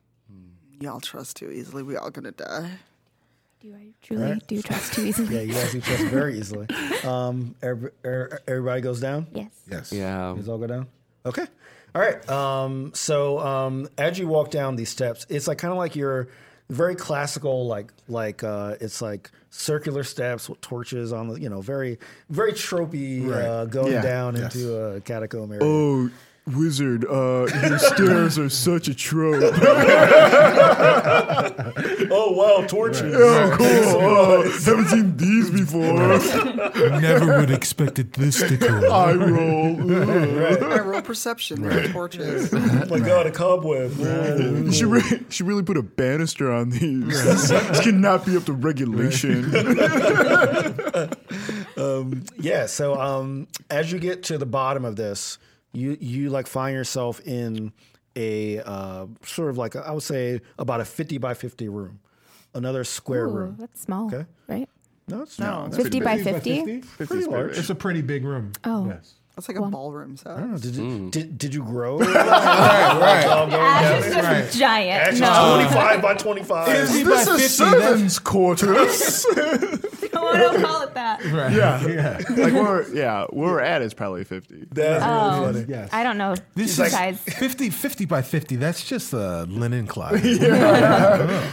Speaker 3: Y'all trust too easily. We all gonna die.
Speaker 4: Do I truly do trust too easily? [laughs]
Speaker 1: Yeah, you guys do chess very easily. Um, every, er, everybody goes down. You
Speaker 4: Yes.
Speaker 2: Yes.
Speaker 5: Yeah.
Speaker 1: guys all go down. Um, Okay. All right. Um, so um, as you walk down these steps, it's like kind of like your very classical, like like uh, it's like circular steps with torches on the, you know, very very tropey uh, going
Speaker 6: Yeah.
Speaker 1: down
Speaker 2: Yes.
Speaker 1: into a catacomb area.
Speaker 6: Oh, wizard,
Speaker 1: [laughs]
Speaker 6: uh, your stairs are such a trope.
Speaker 1: oh wow, torches!
Speaker 6: Oh, haven't seen these
Speaker 1: [laughs]
Speaker 6: before.
Speaker 7: Never would expected this to
Speaker 1: [laughs]
Speaker 7: come.
Speaker 6: roll.
Speaker 3: I roll perception. There are torches.
Speaker 1: my god, a cobweb!
Speaker 6: She, re- she really put a banister on these. This, [laughs] this cannot be up to regulation.
Speaker 1: Yeah. So um, as you get to the bottom of this, you you like find yourself in a uh, sort of like a, I would say about a fifty by fifty room, another square
Speaker 4: Ooh,
Speaker 1: room.
Speaker 4: that's small,
Speaker 1: Okay.
Speaker 4: right?
Speaker 1: No, it's not.
Speaker 4: 50 by 50?
Speaker 1: pretty large.
Speaker 2: It's a pretty big room.
Speaker 4: Oh.
Speaker 2: Yes.
Speaker 3: That's like a ballroom size.
Speaker 1: Did, you did, did you grow?
Speaker 4: Ash is just
Speaker 2: Right.
Speaker 1: Actually,
Speaker 4: giant. [laughs] no.
Speaker 1: twenty five by twenty
Speaker 6: [laughs]
Speaker 1: five.
Speaker 6: this is servants' quarters. [laughs]
Speaker 4: no, I don't call it that.
Speaker 2: Right.
Speaker 6: Yeah.
Speaker 2: Yeah.
Speaker 6: like we're yeah, where we're at is probably fifty.
Speaker 1: That's really funny.
Speaker 2: Yes.
Speaker 4: Um, I don't know.
Speaker 7: This
Speaker 4: you
Speaker 7: is
Speaker 4: guys.
Speaker 7: 50, 50 by 50. That's just a linen closet.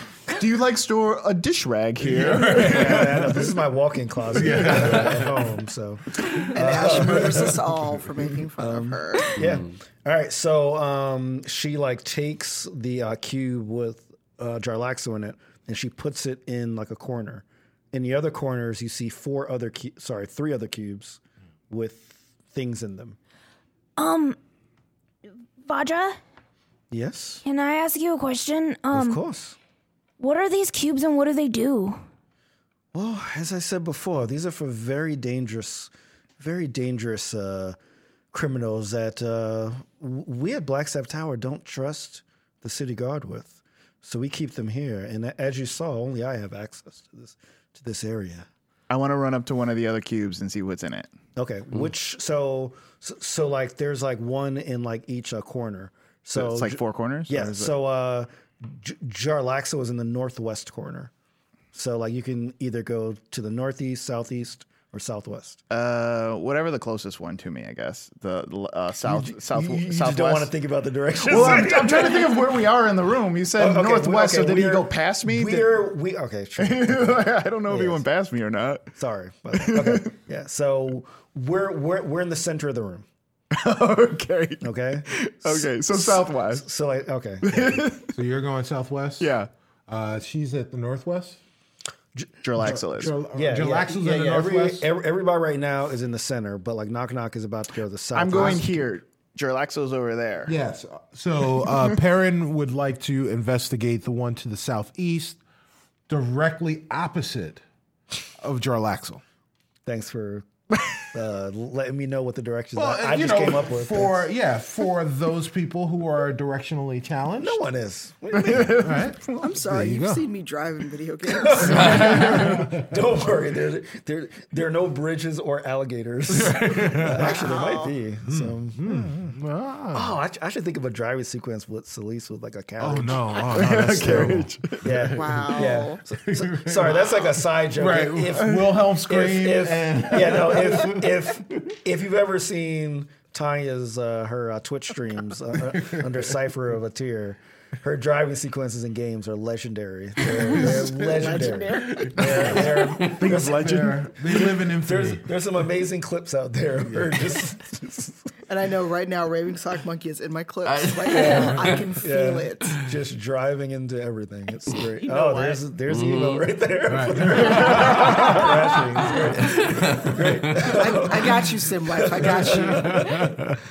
Speaker 3: [laughs]
Speaker 6: Do you like store a dish rag here?
Speaker 1: Yeah, I know. this is my walk-in closet [laughs] at home. So.
Speaker 3: And Ash murders us all for making fun of her.
Speaker 1: Yeah. All right. So um, she like takes the uh, cube with uh, Jarlaxo in it, and she puts it in like a corner. In the other corners, you see four other, cu- sorry, three other cubes with things in them.
Speaker 8: Vajra,
Speaker 1: Yes,
Speaker 8: can I ask you a question?
Speaker 1: of
Speaker 8: Um,
Speaker 1: course.
Speaker 8: what are these cubes and what do they do?
Speaker 1: Well, as I said before, these are for very dangerous, very dangerous uh, criminals that uh, w- we at Blackstaff Tower don't trust the city guard with. So we keep them here, and a- as you saw, only I have access to this to this area.
Speaker 6: I want to run up to one of the other cubes and see what's in it.
Speaker 1: Okay,
Speaker 6: Hmm.
Speaker 1: which so, so so like there's like one in like each uh, corner. So,
Speaker 6: So it's like
Speaker 1: J-
Speaker 6: four corners. Or
Speaker 1: Yeah.
Speaker 6: is it-
Speaker 1: So uh, J- Jarlaxa was in the northwest corner. So like you can either go to the northeast, southeast, or southwest.
Speaker 6: uh, whatever the closest one to me, I guess. The uh, south, south,
Speaker 1: you, you
Speaker 6: southwest.
Speaker 1: just don't want to think about the directions.
Speaker 6: Well, I'm, I'm trying to think of where we are in the room. You
Speaker 1: [laughs]
Speaker 6: said
Speaker 1: Oh, Okay, we-
Speaker 6: northwest,
Speaker 1: okay,
Speaker 6: so did he
Speaker 1: we're-
Speaker 6: go past me? Did-
Speaker 1: We're we okay. Sure.
Speaker 6: [laughs] I don't know if he
Speaker 1: Yes.
Speaker 6: went past me or not.
Speaker 1: Sorry. But, okay. Yeah. So we're we're we're in the center of the room.
Speaker 6: okay.
Speaker 1: [laughs] Okay.
Speaker 6: Okay. So southwest.
Speaker 1: So like
Speaker 6: [laughs]
Speaker 1: okay. yeah.
Speaker 2: So you're going southwest?
Speaker 6: Yeah.
Speaker 2: Uh, she's at the northwest?
Speaker 6: Drillaxel is.
Speaker 2: Jal-
Speaker 1: Yeah,
Speaker 2: Jalaxel's
Speaker 1: yeah,
Speaker 2: uh, in the
Speaker 1: yeah, every-
Speaker 2: northwest?
Speaker 1: every- everybody right now is in the center, but like Knock Knock is about to go to the south.
Speaker 6: I'm going here. Drillaxel's over there.
Speaker 2: Yes. So uh, [laughs] Perrin would like to investigate the one to the southeast, directly opposite of Jarlaxle.
Speaker 1: [laughs] Thanks for uh, letting me know what the directions I, I just came up with.
Speaker 2: for yeah, for those people who are directionally challenged.
Speaker 1: no one is.
Speaker 2: All right.
Speaker 3: I'm sorry,
Speaker 2: you
Speaker 3: you've
Speaker 2: go.
Speaker 3: seen me drive in video games.
Speaker 1: [laughs] Don't worry. There, there, there are no bridges or alligators. [laughs]
Speaker 2: [laughs]
Speaker 1: Uh, actually, there might be.
Speaker 2: Hmm.
Speaker 1: So, oh, I, sh- I should think of a driving sequence with Celise with like a
Speaker 2: [laughs] Ah. Oh
Speaker 1: carriage.
Speaker 2: no! Oh, no that's terrible. [laughs]
Speaker 1: Yeah.
Speaker 3: Wow.
Speaker 1: Yeah. So- so- sorry, that's like a side joke.
Speaker 2: Right.
Speaker 1: If,
Speaker 2: Wilhelm scream.
Speaker 1: if,
Speaker 2: and-
Speaker 1: if yeah,
Speaker 2: [laughs]
Speaker 1: no, if if if you've ever seen Tanya's uh, her uh, Twitch streams uh, uh, under Cipher of a Tear, her driving sequences in games are legendary.
Speaker 2: [laughs]
Speaker 1: They're, they're legendary. They're, they're, there's,
Speaker 2: They're- they live in infamy.
Speaker 1: there's some amazing clips out there. of her
Speaker 3: [laughs]
Speaker 1: just-
Speaker 3: and I know right now Raving Sock Monkey is in my clips. right now. I can feel
Speaker 1: Yeah.
Speaker 3: it.
Speaker 1: just driving into everything. It's great.
Speaker 3: know
Speaker 1: oh,
Speaker 3: what? Mm-hmm.
Speaker 1: there's there's Evo right there.
Speaker 3: I, I got you, Sim Life. I got you.
Speaker 1: [laughs]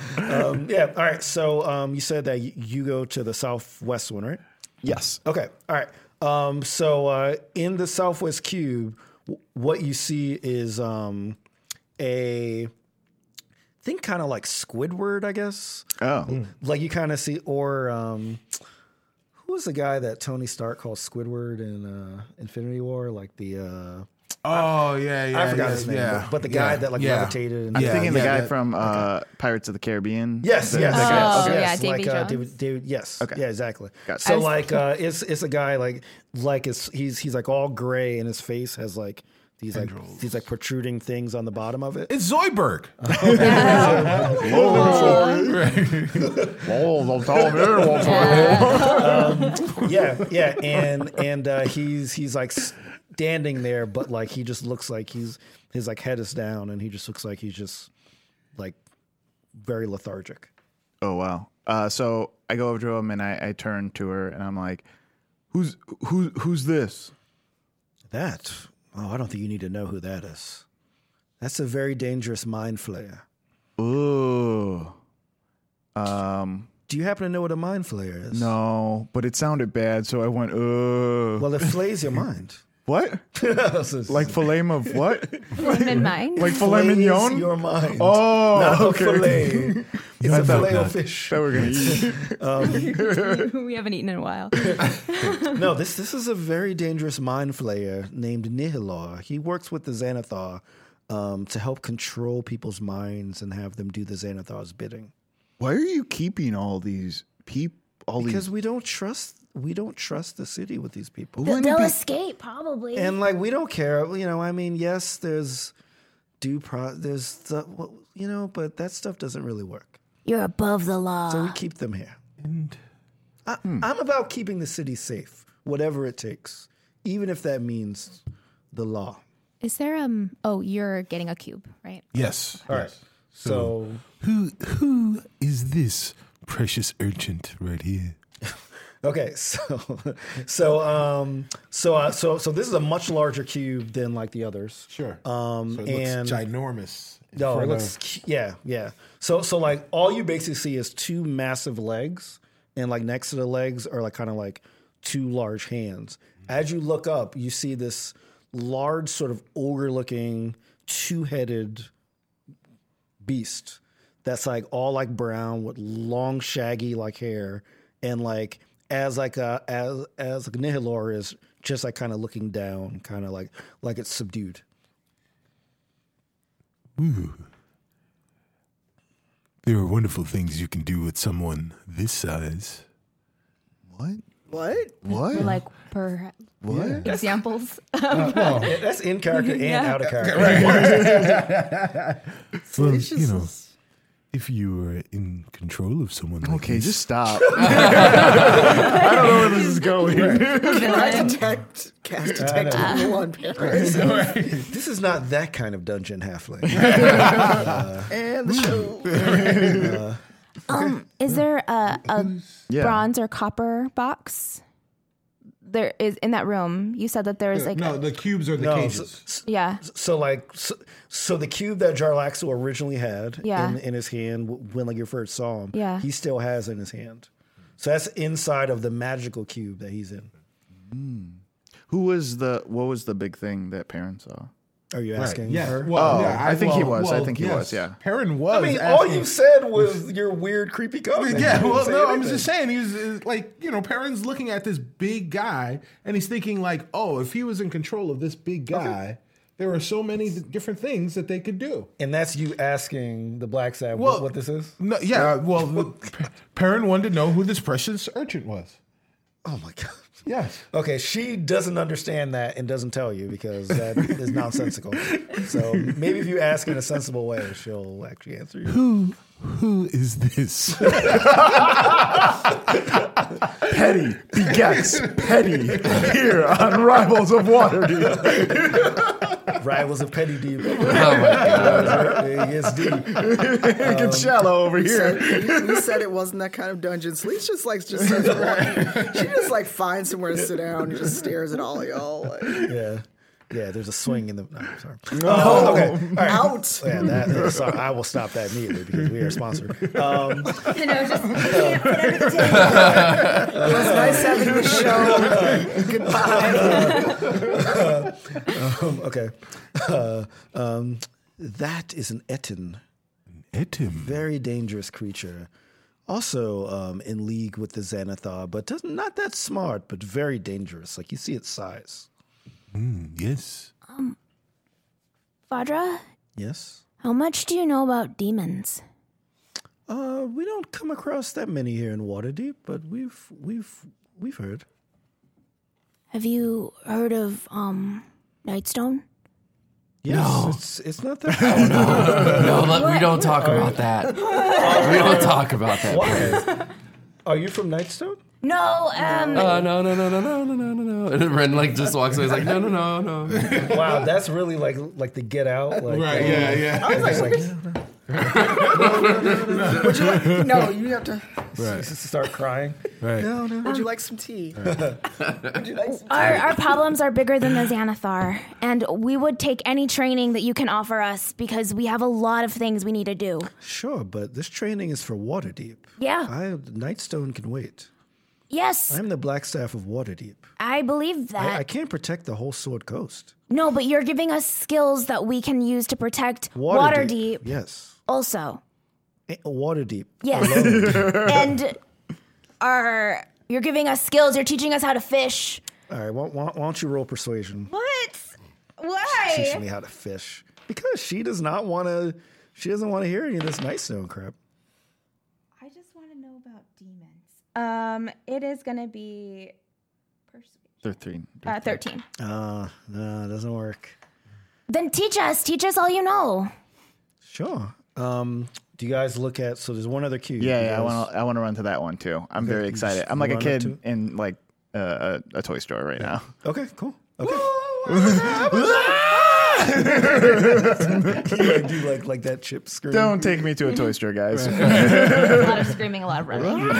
Speaker 1: Yeah. All right. So um, you said that y- you go to the southwest one, right?
Speaker 6: Yes.
Speaker 1: Okay. All right. Um, so uh, in the southwest cube, w- what you see is um, a think kind of like Squidward, I guess.
Speaker 6: Oh.
Speaker 1: Like you kind of see, or um, who was the guy that Tony Stark called Squidward in uh, Infinity War? Like the uh,
Speaker 2: Oh yeah, yeah.
Speaker 1: I forgot
Speaker 2: yeah,
Speaker 1: his name,
Speaker 2: yeah,
Speaker 1: but, but the guy
Speaker 2: yeah,
Speaker 1: that like
Speaker 2: yeah.
Speaker 1: levitated. And
Speaker 6: I'm
Speaker 2: Yeah,
Speaker 6: thinking the
Speaker 2: yeah,
Speaker 6: guy
Speaker 2: that-
Speaker 6: from uh, Pirates of the Caribbean.
Speaker 1: Yes,
Speaker 6: The-
Speaker 1: yes,
Speaker 6: the guy-
Speaker 1: yes,
Speaker 4: Oh,
Speaker 1: yes,
Speaker 4: yeah, Davy
Speaker 1: like, uh,
Speaker 4: Jones.
Speaker 1: David, David, yes,
Speaker 6: Okay.
Speaker 1: yeah, exactly.
Speaker 6: Got it.
Speaker 1: So
Speaker 6: I was-
Speaker 1: like, uh, it's it's a guy like like it's he's he's like all gray and his face has like these like these like protruding things on the bottom of it.
Speaker 2: It's Zoidberg.
Speaker 1: [laughs] yeah, yeah, and and uh, he's he's like standing there, but like he just looks like he's his like head is down and he just looks like he's just like very lethargic.
Speaker 6: Oh wow. Uh, so I go over to him and I, I turn to her and I'm like, "Who's who? Who's this?"
Speaker 1: That? Oh, I don't think you need to know who that is. That's a very dangerous mind flayer.
Speaker 6: Ooh. Um.
Speaker 1: Do you happen to know what a mind flayer is?
Speaker 6: No, "Oh, but it sounded bad, so I went, "Ooh."
Speaker 1: Well, it flays your mind.
Speaker 6: what? Like filet of what?
Speaker 4: Flame in mind.
Speaker 6: Like filet
Speaker 1: Flays
Speaker 6: mignon?
Speaker 1: your mind.
Speaker 6: oh,
Speaker 1: not
Speaker 6: okay.
Speaker 1: filet. [laughs] It's a
Speaker 6: thought
Speaker 1: filet
Speaker 6: that-
Speaker 1: of fish.
Speaker 6: [laughs] That we're gonna
Speaker 4: [laughs]
Speaker 6: eat.
Speaker 4: we haven't eaten in a while.
Speaker 1: No, this this is a very dangerous mind flayer named Nihilor. He works with the Xanathar um, to help control people's minds and have them do the Xanathar's bidding.
Speaker 6: Why are you keeping all these people? All
Speaker 1: Because
Speaker 6: these.
Speaker 1: we don't trust we don't trust the city with these people.
Speaker 8: Th-
Speaker 6: Wouldn't
Speaker 8: They'll
Speaker 6: be-
Speaker 8: escape, probably.
Speaker 1: and like we don't care you know i mean yes there's due pro there's the what- you know but that stuff doesn't really work
Speaker 8: You're above the law.
Speaker 1: so we keep them here I, i'm about keeping the city safe whatever it takes even if that means the law
Speaker 4: [laughs] Is there um? Oh, you're getting a cube, right?
Speaker 7: Yes.
Speaker 1: all right so
Speaker 7: Who who is this precious urgent right here?
Speaker 1: Okay, [laughs] so so um so uh, so so this is a much larger cube than like the others.
Speaker 2: Sure.
Speaker 1: Um
Speaker 2: so it looks
Speaker 1: and
Speaker 2: ginormous
Speaker 1: No, it looks cu- yeah, yeah. So so like all you basically see is two massive legs, and like next to the legs are like kind of like two large hands. As you look up, you see this large sort of ogre-looking two-headed beast that's like all like brown with long shaggy like hair and like as like a as as like Nihilor is just like kind of looking down, kind of like like it's subdued.
Speaker 7: There are wonderful things you can do with someone this size.
Speaker 6: What?
Speaker 3: What?
Speaker 6: What?
Speaker 4: Like perhaps [laughs]
Speaker 6: what?
Speaker 4: examples.
Speaker 1: Yeah, that's in character and
Speaker 4: Yeah.
Speaker 1: out of character.
Speaker 7: Well, you know, if you were in control of someone like
Speaker 6: Okay,
Speaker 7: this-
Speaker 6: just [laughs] stop. I don't know where this is going.
Speaker 3: Can I detect cast detect evil on Paris?
Speaker 1: This is not that kind of dungeon [laughs] halfling.
Speaker 3: and the show.
Speaker 4: [laughs] Um, is there a, a
Speaker 6: Yeah.
Speaker 4: bronze or copper box? There is in that room. You said that there was like
Speaker 2: no, the cubes are the
Speaker 1: No,
Speaker 2: cages.
Speaker 1: so,
Speaker 4: yeah.
Speaker 1: so like so, so the cube that Jarlaxle originally had
Speaker 4: Yeah.
Speaker 1: in, in his hand w- when like you first saw him,
Speaker 4: Yeah.
Speaker 1: he still has in his hand. So that's inside of the magical cube that he's in.
Speaker 6: Who was the? What was the big thing that Perrin saw?
Speaker 1: Are you asking?
Speaker 2: Yeah.
Speaker 1: her?
Speaker 2: Well,
Speaker 6: Oh,
Speaker 2: yeah,
Speaker 6: I think he was. I think he was, yeah.
Speaker 2: Perrin was.
Speaker 1: I mean,
Speaker 2: asking-
Speaker 1: all you [laughs] said was your weird, creepy comment. You
Speaker 2: Yeah,
Speaker 1: didn't
Speaker 2: well,
Speaker 1: say
Speaker 2: no, I'm
Speaker 1: anything.
Speaker 2: just saying he's is, like, you know, Perrin's looking at this big guy and he's thinking like, oh, if he was in control of this big guy, there are so many th- different things that they could do.
Speaker 1: And that's you asking the black side what, what this is. Uh,
Speaker 2: No, yeah,
Speaker 1: [laughs]
Speaker 2: well, P- Perrin wanted to know who this precious urchin was.
Speaker 1: Oh my god.
Speaker 2: Yes.
Speaker 1: Okay, she doesn't understand that and doesn't tell you because that is nonsensical. So maybe if you ask in a sensible way, she'll actually answer you.
Speaker 7: who, who is
Speaker 6: [laughs]
Speaker 7: this?
Speaker 6: Petty begets petty here on Rivals of Waterdeep.
Speaker 1: Rivals of Petty Deep.
Speaker 5: Oh my god.
Speaker 1: It's deep.
Speaker 6: It gets shallow over here.
Speaker 3: We said it wasn't that kind of dungeon. Slee's just like just starts walking. she just like finds somewhere to sit down and just stares at all y'all. Like,
Speaker 1: Yeah. Yeah, there's a swing in the. No, sorry. Oh, okay. All right.
Speaker 3: Out.
Speaker 1: Yeah, that, yeah, sorry, I will stop that immediately because we are sponsored. Um,
Speaker 8: You know, just you can't put under the table.
Speaker 3: It was nice having the show. Goodbye.
Speaker 1: um, okay. Uh, um, that is an Etin.
Speaker 7: Hit him.
Speaker 1: very dangerous creature. Also um, in league with the Xanathar, but does- not that smart, but very dangerous. Like you see its size.
Speaker 7: Yes.
Speaker 4: Vadra,
Speaker 1: Yes.
Speaker 4: how much do you know about demons?
Speaker 1: Uh, we don't come across that many here in Waterdeep, but we've we've we've heard.
Speaker 4: Have you heard of um Nightstone?
Speaker 1: Yes, it's it's not that. I [laughs]
Speaker 5: No, let, we don't talk about that. We don't talk about that.
Speaker 1: Are you from Nightstone?
Speaker 8: No, um,
Speaker 5: Oh no no no no no no no no no! And Ren like just walks away. He's like no no no no.
Speaker 1: Wow, that's really like like the Get Out. Like, um,
Speaker 2: Right, yeah, yeah.
Speaker 3: I was like, would you like, no, you have to.
Speaker 4: [laughs]
Speaker 7: Right.
Speaker 1: Start crying.
Speaker 7: Right.
Speaker 3: Would you like some tea? would you like some
Speaker 4: Our, our problems are bigger than the Xanathar, and we would take any training that you can offer us because we have a lot of things we need to do.
Speaker 1: Sure, but this training is for Waterdeep.
Speaker 4: Yeah.
Speaker 1: I Nightstone can wait.
Speaker 4: Yes,
Speaker 1: I'm the Blackstaff of Waterdeep.
Speaker 4: I believe that.
Speaker 1: I, I can't protect the whole Sword Coast.
Speaker 4: no, but you're giving us skills that we can use to protect Waterdeep.
Speaker 1: Waterdeep. Yes.
Speaker 4: Also,
Speaker 1: Eh, Waterdeep.
Speaker 4: yes, [laughs] and our you're giving us skills. You're teaching us how to fish.
Speaker 1: All right. Why, why, why don't you roll persuasion?
Speaker 4: What?
Speaker 1: Teaching
Speaker 4: Why?
Speaker 1: me how to fish because she does not want to. She doesn't want to hear any of this night stone crap.
Speaker 4: I just want to know about demons. Um, it is gonna be
Speaker 6: Thirteen.
Speaker 4: uh, thirteen.
Speaker 1: Uh, no, it doesn't work.
Speaker 4: Then teach us. Teach us all you know.
Speaker 1: Sure. Um, do you guys look at? So there's one other cube.
Speaker 6: Yeah,
Speaker 1: You
Speaker 6: yeah. I
Speaker 1: guys-
Speaker 6: want to. I want to run to that one too. I'm very excited. I'm like a
Speaker 1: run up
Speaker 6: kid
Speaker 1: to-
Speaker 6: in like uh, a, a toy store right now.
Speaker 1: Okay. Cool. Okay. [laughs] I do like like that chip screen.
Speaker 6: [laughs] Don't take me to a toy store, [laughs] guys.
Speaker 4: a lot of screaming, a lot of running. [laughs]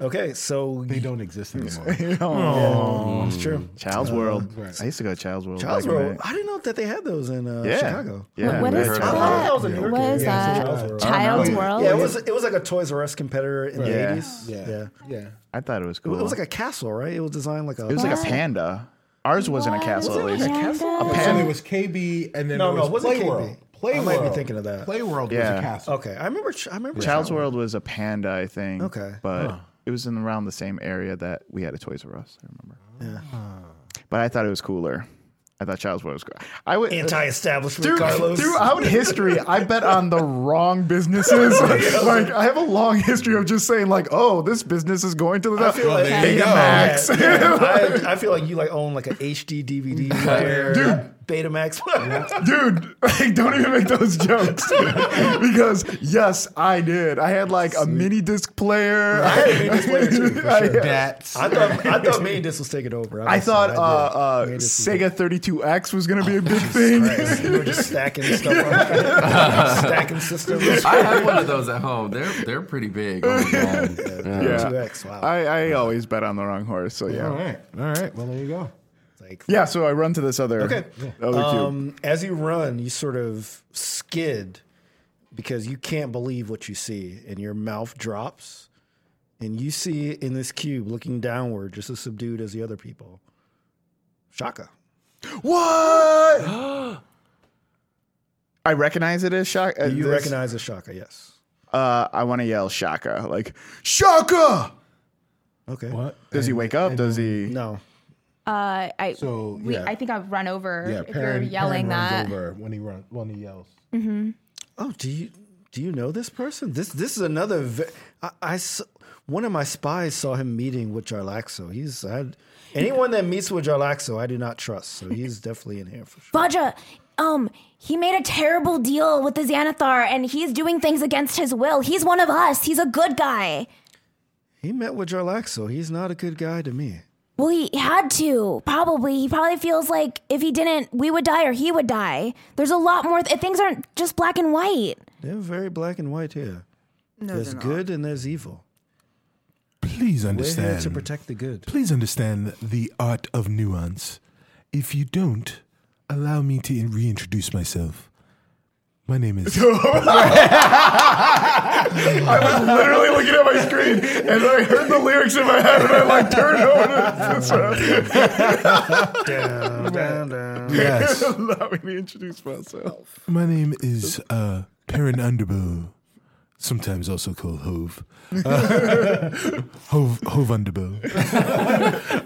Speaker 1: Okay, so
Speaker 2: They don't exist
Speaker 4: [laughs]
Speaker 2: anymore.
Speaker 6: Oh.
Speaker 1: it's true.
Speaker 6: Child's World. I used to go to Child's World.
Speaker 1: Child's
Speaker 6: back in the
Speaker 1: World.
Speaker 6: day.
Speaker 1: I didn't know that they had those in uh,
Speaker 6: Yeah.
Speaker 1: Chicago.
Speaker 6: Yeah.
Speaker 4: what is
Speaker 5: heard
Speaker 4: that?
Speaker 5: of that.
Speaker 1: That was a New York
Speaker 4: What
Speaker 1: game.
Speaker 4: is
Speaker 1: Yeah,
Speaker 4: that?
Speaker 1: it's a Child's
Speaker 4: Child's World?
Speaker 1: Oh, Yeah, it was it was like a Toys R Us competitor in the
Speaker 6: Yeah.
Speaker 1: eighties. Yeah.
Speaker 2: Yeah.
Speaker 6: I thought it was
Speaker 1: It
Speaker 6: cool.
Speaker 1: was like a castle, right? It was designed like a.
Speaker 6: It was like a panda. Ours wasn't a castle, at least.
Speaker 4: Panda?
Speaker 2: So there was KB, and then
Speaker 1: No,
Speaker 2: there
Speaker 1: no,
Speaker 2: was
Speaker 1: wasn't
Speaker 2: Play
Speaker 1: KB.
Speaker 2: World.
Speaker 1: I
Speaker 2: Play
Speaker 1: might be
Speaker 2: World.
Speaker 1: thinking of that.
Speaker 2: Play World was
Speaker 6: Yeah.
Speaker 2: a castle.
Speaker 1: Okay, I remember. Ch- I remember
Speaker 6: Child's
Speaker 1: that one.
Speaker 6: World was a panda, I think.
Speaker 1: Okay.
Speaker 6: But it was in around the same area that we had a Toys R Us, I remember. Yeah. But I thought it was cooler. I thought Child's World was cool. I would
Speaker 1: Anti-establishment,
Speaker 6: Through-
Speaker 1: Carlos.
Speaker 6: Throughout history, I bet on the
Speaker 1: [laughs]
Speaker 6: wrong businesses. like I have a long history of just saying, like, "Oh, this business is going to the."
Speaker 1: I feel like
Speaker 2: there you go.
Speaker 1: Betamax.
Speaker 6: [laughs]
Speaker 1: Yeah, I, I feel like you like own like an HD DVD player,
Speaker 6: Dude.
Speaker 1: Betamax. [laughs]
Speaker 6: dude like, don't even make those jokes
Speaker 1: [laughs]
Speaker 6: because yes i did i had like a mini disc player
Speaker 1: I had a mini disc player,
Speaker 6: [laughs]
Speaker 1: too, for sure.
Speaker 6: Bats.
Speaker 1: I thought I thought me and this was taking over.
Speaker 6: I thought uh,
Speaker 1: honestly.
Speaker 6: uh,
Speaker 1: did.
Speaker 6: Sega 32X was going to be a big thing.
Speaker 1: Oh,
Speaker 6: [laughs]
Speaker 1: Christ, we were just stacking stuff, on stacking systems.
Speaker 5: I have one of those at home. They're they're pretty big. Oh my God. Yeah.
Speaker 6: Yeah.
Speaker 1: 2X, wow.
Speaker 6: I, I always bet on the wrong horse. So, yeah.
Speaker 2: All right. All right. Well, there you go.
Speaker 1: Like,
Speaker 6: Yeah, so I run to this other.
Speaker 1: Okay.
Speaker 6: Other cube.
Speaker 1: Um, as you run, you sort of skid because you can't believe what you see, and your mouth drops. And you see in this cube, looking downward, just as subdued as the other people, Shaka. Um,
Speaker 6: What?
Speaker 1: [gasps]
Speaker 6: I recognize it as Shaka.
Speaker 1: You recognize as Shaka, yes.
Speaker 6: Uh, I want to yell Shaka. Like, Shaka!
Speaker 1: Okay.
Speaker 2: What?
Speaker 6: Does he wake up? Does he.
Speaker 1: No.
Speaker 4: Uh, I,
Speaker 2: So,
Speaker 4: we,
Speaker 2: yeah.
Speaker 4: I think I've run over
Speaker 2: Yeah.
Speaker 4: if
Speaker 2: Perrin,
Speaker 4: you're
Speaker 2: Perrin
Speaker 4: yelling that.
Speaker 2: runs over when he runs when he yells.
Speaker 1: Oh, do you do you know this person? This this is another. Ve- I, I s- one of my spies saw him meeting with Jarlaxo. He's I, anyone that meets with Jarlaxo, I do not trust. So
Speaker 2: [laughs]
Speaker 1: he's definitely in here for sure.
Speaker 8: Vajra, um, he made a terrible deal with the Xanathar and he's doing things against his will. He's one of us. He's a good guy.
Speaker 1: He met with Jarlaxo. He's not a good guy to me.
Speaker 8: Well, he had to, probably. He probably feels like if he didn't, we would die or he would die. There's a lot more. Th- things aren't just black and white.
Speaker 1: They're very black and white here.
Speaker 3: No,
Speaker 1: There's
Speaker 3: they're not.
Speaker 1: good and there's evil.
Speaker 7: Please
Speaker 1: We're here to
Speaker 7: understand.
Speaker 1: protect the good.
Speaker 7: Please understand the art of nuance. If you don't, allow me to reintroduce myself. My name is.
Speaker 2: [laughs]
Speaker 6: I was literally looking at my screen and I heard the lyrics in my head and I like turned over.
Speaker 1: Down, [laughs] down, down.
Speaker 7: yes.
Speaker 6: Allow me to introduce myself.
Speaker 7: My name is uh, Perrin Underbow, sometimes also called Hove. Uh, [laughs] Hove, Hove Underbow.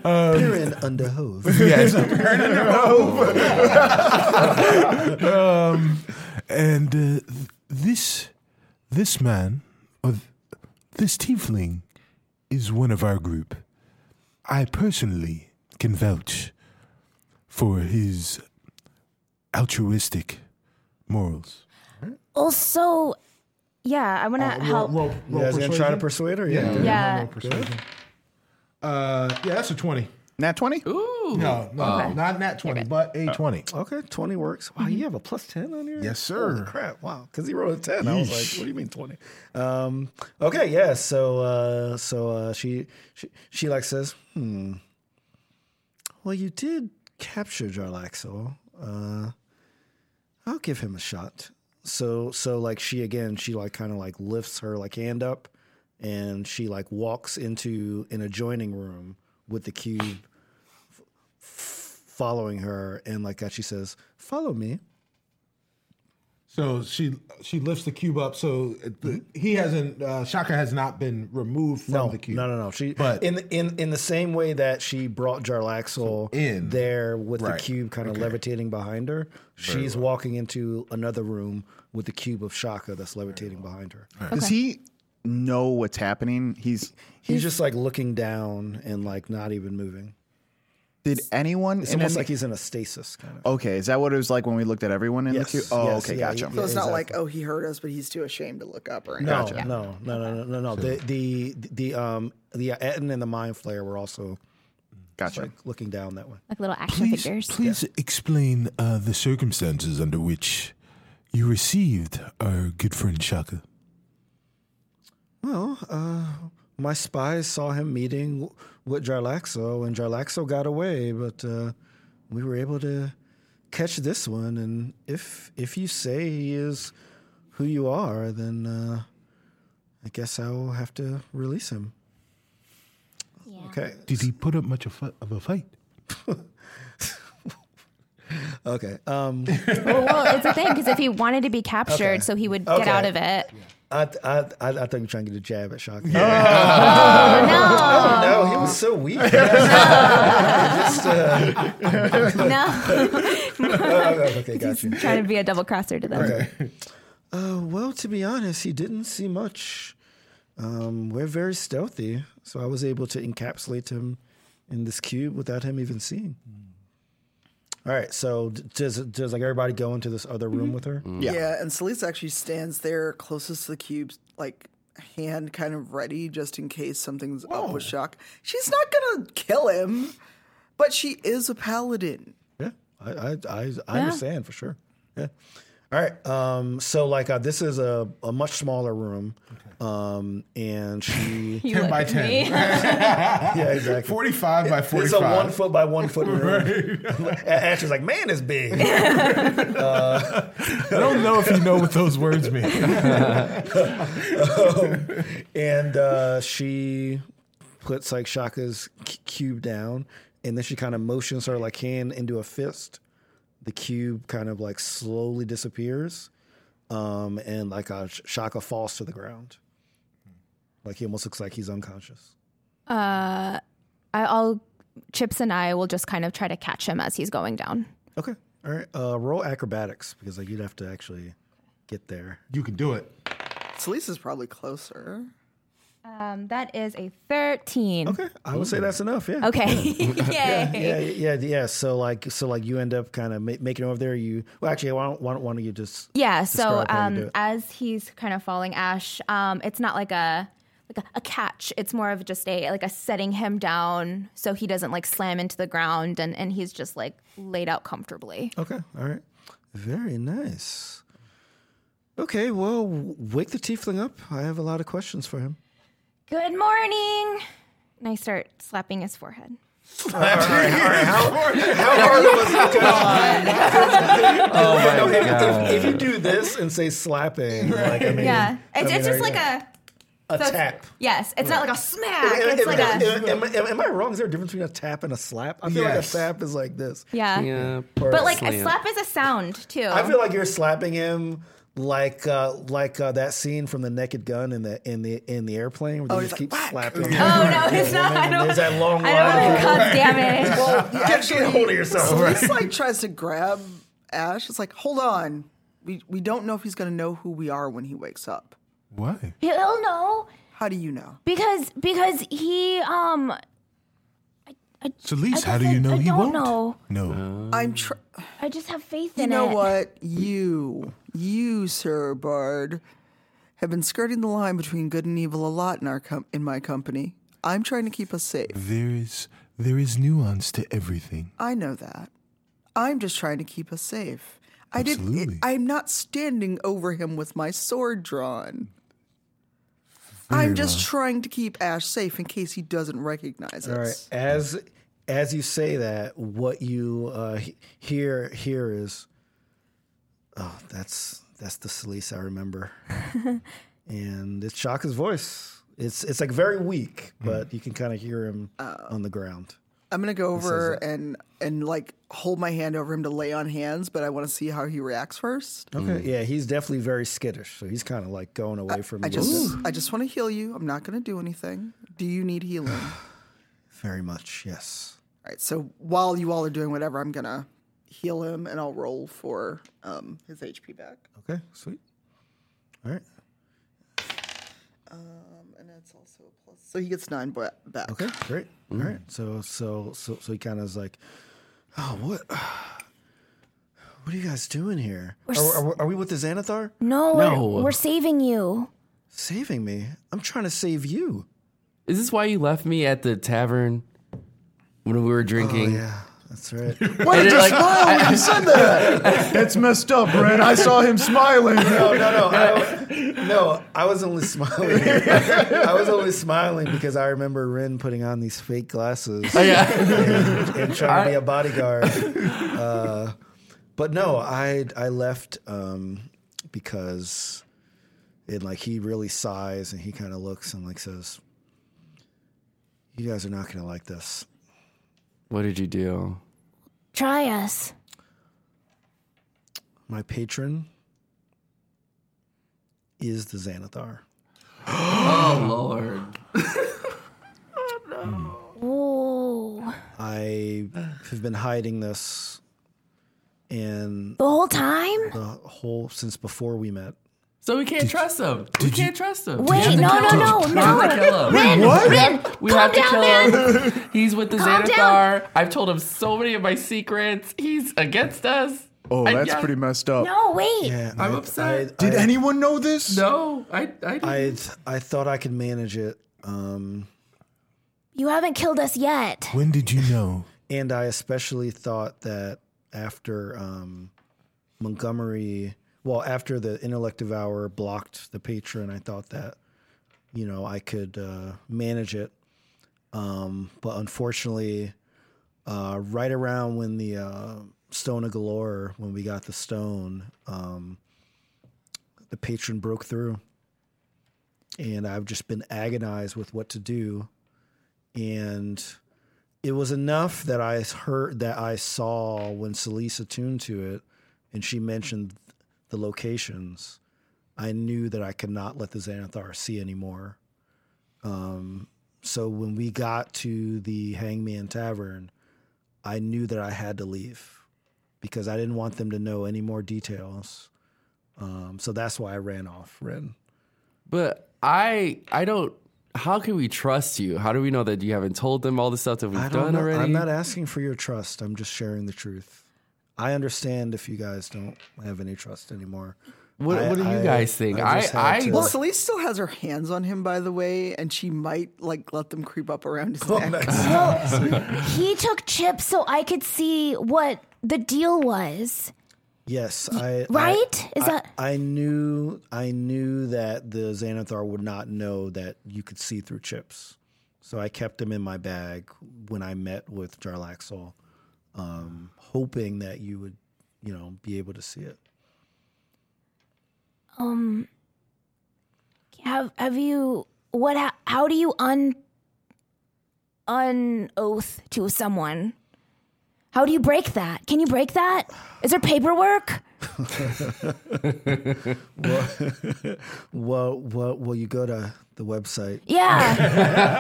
Speaker 7: Um,
Speaker 1: Piran under hove.
Speaker 7: Yes. Perrin Underbow. [laughs] um, and uh, th- this this man, or th- this tiefling, is one of our group. I personally can vouch for his altruistic morals.
Speaker 8: Also,
Speaker 4: Yeah, I want to help.
Speaker 2: Roll,
Speaker 1: You
Speaker 2: roll
Speaker 1: guys gonna try to
Speaker 2: persuasion?
Speaker 1: persuade her? Yeah.
Speaker 4: yeah.
Speaker 2: Uh, yeah, that's a twenty.
Speaker 6: Nat 20?
Speaker 5: Ooh.
Speaker 2: No, no, not nat twenty, but a twenty.
Speaker 1: Okay, 20 works. Wow, you have a plus 10 on here?
Speaker 2: Mm-hmm. Yes, sir.
Speaker 1: Holy crap. Wow. Because he rolled a 10. I was like, what do you mean 20? Um, okay, yeah. So uh, so uh, she, she, she like says, hmm. Well, you did capture Jarlaxo. Uh, I'll give him a shot. So so like she again, she like kind of like lifts her like hand up and she like walks into an adjoining room with the cube following her and like that she says follow me
Speaker 2: So she she lifts the cube up. So the, he hasn't. Uh, Shaka has not been removed from
Speaker 1: no,
Speaker 2: the cube.
Speaker 1: no no no she
Speaker 2: But-
Speaker 1: in the, in in the same way that she brought jarlaxle
Speaker 2: in.
Speaker 1: there with the
Speaker 2: Right.
Speaker 1: cube kind of levitating behind her she's walking into another room with the cube of shaka that's levitating behind her
Speaker 6: Does he know what's happening? He's.
Speaker 1: he's just like looking down and like not even moving
Speaker 6: Did anyone.
Speaker 1: it's
Speaker 6: in
Speaker 1: almost
Speaker 6: any-
Speaker 1: like he's in a stasis kind
Speaker 2: Oh,
Speaker 1: of
Speaker 6: Okay, is that what it was like when we looked at everyone in
Speaker 1: Yes,
Speaker 6: the queue? Oh,
Speaker 1: yes,
Speaker 6: okay,
Speaker 1: yeah,
Speaker 6: gotcha.
Speaker 1: yeah.
Speaker 3: So it's not like oh he heard us, but he's too ashamed to look up or anything.
Speaker 1: no, no, no, no, no, no, no. The the the um the Etten and the Mind Flayer were also
Speaker 6: Gotcha.
Speaker 1: Like looking down that way.
Speaker 4: like little action
Speaker 7: Please,
Speaker 4: figures.
Speaker 7: please explain uh, the circumstances under which you received our good friend Shaka.
Speaker 1: Well, uh, my spies saw him meeting with Jarlaxo, and Jarlaxo got away, but uh, we were able to catch this one. And if if you say he is who you are, then uh, I guess I will have to release him. Okay.
Speaker 7: Did he put up much of a, of a [laughs] fight?
Speaker 1: Okay. Um,
Speaker 4: Well, well, it's a thing because if he wanted to be captured, so he would get
Speaker 1: Okay.
Speaker 4: out of it.
Speaker 1: I, th- I, I, I thought you were trying to get a jab at Shock. [laughs]
Speaker 4: No,
Speaker 1: Oh, he was so weak. Just, uh,
Speaker 4: no.
Speaker 1: okay, okay, got you.
Speaker 4: He's [laughs] trying to be a double crosser to them.
Speaker 1: Uh, well, to be honest, he didn't see much. Um, we're very stealthy, so I was able to encapsulate him in this cube without him even seeing. All right, so d- does does like everybody go into this other room with her?
Speaker 6: Yeah.
Speaker 3: Yeah. and Celise actually stands there closest to the cubes, like hand kind of ready just in case something's up with Shock. She's not gonna kill him, but she is a paladin.
Speaker 1: Yeah, I I I, I understand for sure. Yeah. All right. Um, so like uh, this is a, a much smaller room, um, and she [laughs]
Speaker 4: You
Speaker 2: 10
Speaker 4: look
Speaker 2: by
Speaker 4: at
Speaker 2: 10.
Speaker 4: me.
Speaker 1: yeah exactly.
Speaker 2: 45 by
Speaker 1: It's a
Speaker 2: 45.
Speaker 1: one foot by one foot room. [laughs] And Ash is like, man, it's big.
Speaker 7: I don't know if you know what those words mean.
Speaker 1: [laughs] and uh, she puts like Shaka's c- cube down, and then she kind of motions her like hand into a fist. The cube kind of like slowly disappears, um, and like uh, Sh- Shaka falls to the ground. Like he almost looks like he's unconscious.
Speaker 4: I- I'll Chips and I will just kind of try to catch him as he's going down.
Speaker 1: Okay, all right. Uh, roll acrobatics because like you'd have to actually get there.
Speaker 2: You can do it.
Speaker 3: Celise is probably closer.
Speaker 4: Um, that is a thirteen.
Speaker 1: Okay, I would say that's enough. Yeah.
Speaker 4: Okay. [laughs] Yay.
Speaker 1: [laughs] yeah, yeah, yeah. So like, so like, you end up kind of ma- making it over there. You well, actually, why don't, why don't, why don't you just
Speaker 4: Yeah. So
Speaker 1: Describe how you do
Speaker 4: um,
Speaker 1: it.
Speaker 4: as he's kind of falling, Ash, um, it's not like a like a, a catch. It's more of just a like a setting him down so he doesn't like slam into the ground and and he's just like laid out comfortably.
Speaker 1: Okay. All right. Very nice. Okay. Well, w- wake the tiefling up. I have a lot of questions for him.
Speaker 4: Good morning. And I start slapping his forehead.
Speaker 5: [laughs] Oh
Speaker 1: [laughs]
Speaker 5: my god.
Speaker 1: If you do this and say slapping, like I mean,
Speaker 4: Yeah. It's,
Speaker 1: mean,
Speaker 4: it's
Speaker 1: I-
Speaker 4: just like a
Speaker 1: a
Speaker 4: so it's-
Speaker 1: tap.
Speaker 4: Yes, it's not like a smack.
Speaker 1: Am, [laughs]
Speaker 4: It's like
Speaker 1: am-
Speaker 4: a
Speaker 1: am- am- am I wrong? Is there a difference between a tap and a slap? I feel
Speaker 2: Yes.
Speaker 1: like a tap is like this.
Speaker 4: yeah.
Speaker 5: Yeah.
Speaker 4: But like a
Speaker 5: Slam.
Speaker 4: slap is a sound too.
Speaker 1: I feel like you're slapping him like uh, like uh, that scene from the Naked Gun in the in the in the airplane where they
Speaker 3: Oh,
Speaker 1: just
Speaker 3: it's
Speaker 1: keep
Speaker 3: like whack.
Speaker 1: slapping.
Speaker 4: [laughs]
Speaker 1: [laughs]
Speaker 4: Oh no, it's not. I don't,
Speaker 1: There's that long
Speaker 4: [laughs] I don't
Speaker 1: line.
Speaker 4: want to cause damage.
Speaker 3: [laughs]
Speaker 1: Get a hold of yourself.
Speaker 3: Celise like tries to grab Ash. It's like, hold on. We we don't know if he's gonna know who we are when he wakes up.
Speaker 7: [laughs] Why?
Speaker 8: He'll know
Speaker 3: How do you know?
Speaker 8: because because he um
Speaker 7: So, Lise,
Speaker 8: I
Speaker 7: how do
Speaker 8: guess
Speaker 7: you
Speaker 8: I-
Speaker 7: know
Speaker 8: I
Speaker 7: he won't?
Speaker 8: don't know.
Speaker 7: No.
Speaker 3: I'm trying.
Speaker 8: I just have faith
Speaker 3: You
Speaker 8: in
Speaker 3: know
Speaker 8: it.
Speaker 3: what? You, you, Sir Bard, have been skirting the line between good and evil a lot in our com- in my company. I'm trying to keep us safe.
Speaker 7: There is there is nuance to everything.
Speaker 3: I know that. I'm just trying to keep us safe. I
Speaker 7: Absolutely.
Speaker 3: didn't. I- I'm not standing over him with my sword drawn. I'm just trying to keep Ash safe in case he doesn't recognize
Speaker 1: All
Speaker 3: us.
Speaker 1: right. As as you say that, what you uh, he- hear here is, oh, that's that's the Celise I
Speaker 3: [laughs]
Speaker 1: remember, and it's Shaka's voice. It's it's like very weak,
Speaker 3: Hmm.
Speaker 1: but you can kind of hear him
Speaker 3: Oh.
Speaker 1: on the ground.
Speaker 3: I'm gonna go over and and like hold my hand over him to lay on hands, but I want to see how he reacts first.
Speaker 1: Okay. Yeah, he's definitely very skittish, so he's kind of like going away from.
Speaker 3: Hmm. I
Speaker 1: you a little
Speaker 3: just
Speaker 1: bit.
Speaker 3: I just want to heal you. I'm not going to do anything. Do you need healing? all
Speaker 1: very much yes.
Speaker 3: right. So while you all are doing whatever, I'm going to heal him and I'll roll for um, his HP back.
Speaker 1: Okay, sweet. All right.
Speaker 3: And that's also a plus. So he gets 9 ba- back.
Speaker 1: Okay, great. All right. So so so so he kind of is like, oh what. What are you guys doing here? Are, are- are we with the Xanathar?
Speaker 8: No, we're-
Speaker 5: No.
Speaker 8: We're, saving you.
Speaker 1: Saving me? I'm trying to save you.
Speaker 5: Is this why you left me at the tavern? when we were drinking.
Speaker 6: Oh,
Speaker 1: Yeah, that's [laughs] right.
Speaker 6: Why did you
Speaker 5: like-
Speaker 6: smile when you said [laughs] that? That's messed up, Brent. I saw him [laughs] smiling.
Speaker 1: Oh, No, no, no. I, no, I was only smiling. [laughs] I was only smiling because I remember Ren putting on these fake glasses
Speaker 5: Oh, [laughs] yeah.
Speaker 1: and trying to be a bodyguard. [laughs] Uh, but no, I I left um, because it like he really sighs and he kind of looks and like says, "You guys are not going to like this."
Speaker 5: what did you do?
Speaker 8: Try us.
Speaker 1: My patron is the Xanathar.
Speaker 5: Lord.
Speaker 8: Ooh.
Speaker 1: I have been hiding this and
Speaker 8: The whole time?
Speaker 1: the whole since before we met.
Speaker 5: So we can't trust him. We
Speaker 7: did you-
Speaker 5: can't trust him.
Speaker 8: Wait, no, no, no,
Speaker 5: We have to
Speaker 8: no.
Speaker 5: kill him.
Speaker 8: Rin,
Speaker 7: What?
Speaker 8: Rin,
Speaker 5: We
Speaker 8: calm
Speaker 5: have to
Speaker 8: down,
Speaker 5: kill
Speaker 8: man.
Speaker 5: him. [laughs] He's with the
Speaker 8: Calm
Speaker 5: Xanathar. I've told him so many of my secrets. He's against us.
Speaker 6: Oh,
Speaker 5: I-
Speaker 6: that's
Speaker 5: yeah.
Speaker 6: pretty messed up.
Speaker 8: No, wait.
Speaker 1: Yeah,
Speaker 5: I'm
Speaker 1: I-
Speaker 5: upset.
Speaker 1: I,
Speaker 6: Did
Speaker 1: I,
Speaker 6: anyone know this?
Speaker 5: No, I, I,
Speaker 1: I I thought I could manage it, um,
Speaker 8: You haven't killed us yet.
Speaker 7: When did you know?
Speaker 1: and I especially thought that after um, Montgomery, well, after the intellective hour blocked the patron, I thought that you know I could uh, manage it, um, but unfortunately, uh, right around when the uh, Stone of Galore, when we got the stone, um, the patron broke through. And I've just been agonized with what to do. And it was enough that I heard that I saw when Celise attuned to it and she mentioned the locations. I knew that I could not let the Xanathar see anymore. Um, so when we got to the Hangman Tavern, I knew that I had to leave because I didn't want them to know any more details. Um, so that's why I ran off, Ren.
Speaker 5: But I I don't. How can we trust you? How do we know that you haven't told them all the stuff that we've
Speaker 1: I
Speaker 5: done
Speaker 1: don't know.
Speaker 5: already?
Speaker 1: I'm not asking for your trust. I'm just sharing the truth. I understand if you guys don't have any trust anymore.
Speaker 5: What-
Speaker 1: I-
Speaker 5: what do you
Speaker 1: I-
Speaker 5: guys think?
Speaker 1: I just
Speaker 5: I-
Speaker 1: had
Speaker 5: I-
Speaker 1: to-
Speaker 5: Well,
Speaker 3: Well, Celeste still has her hands on him, by the way, and she might like let them creep up around his neck.
Speaker 8: He took chips so I could see what the deal was.
Speaker 1: yes, I I-
Speaker 8: Right? Is
Speaker 1: I,
Speaker 8: that
Speaker 1: I knew I knew that the Xanathar would not know that you could see through chips, so I kept them in my bag when I met with Jarlaxle, um, hoping that you would, you know, be able to see it.
Speaker 8: um have have you what ha- how do you un un oath to someone? How do you break that? Can you break that? Is there paperwork?
Speaker 1: Well, well, well, you go to the website.
Speaker 8: Yeah.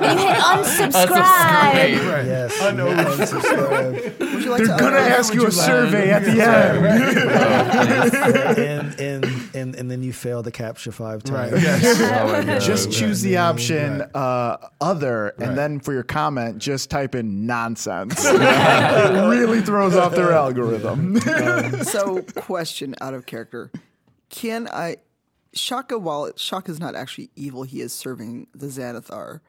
Speaker 8: and you hit unsubscribe.
Speaker 5: Unsubscribe.
Speaker 1: Yes, I know. Unsubscribe.
Speaker 3: Would you like to
Speaker 6: Gonna ask you a survey at the end.
Speaker 1: and, and and and then you fail the capture five times.
Speaker 6: [laughs] Just choose the option uh, other, and then for your comment, just type in [laughs] nonsense. it really throws off their [laughs] algorithm.
Speaker 3: so question out of character can i shaka while shaka's not actually evil he is serving the xanathar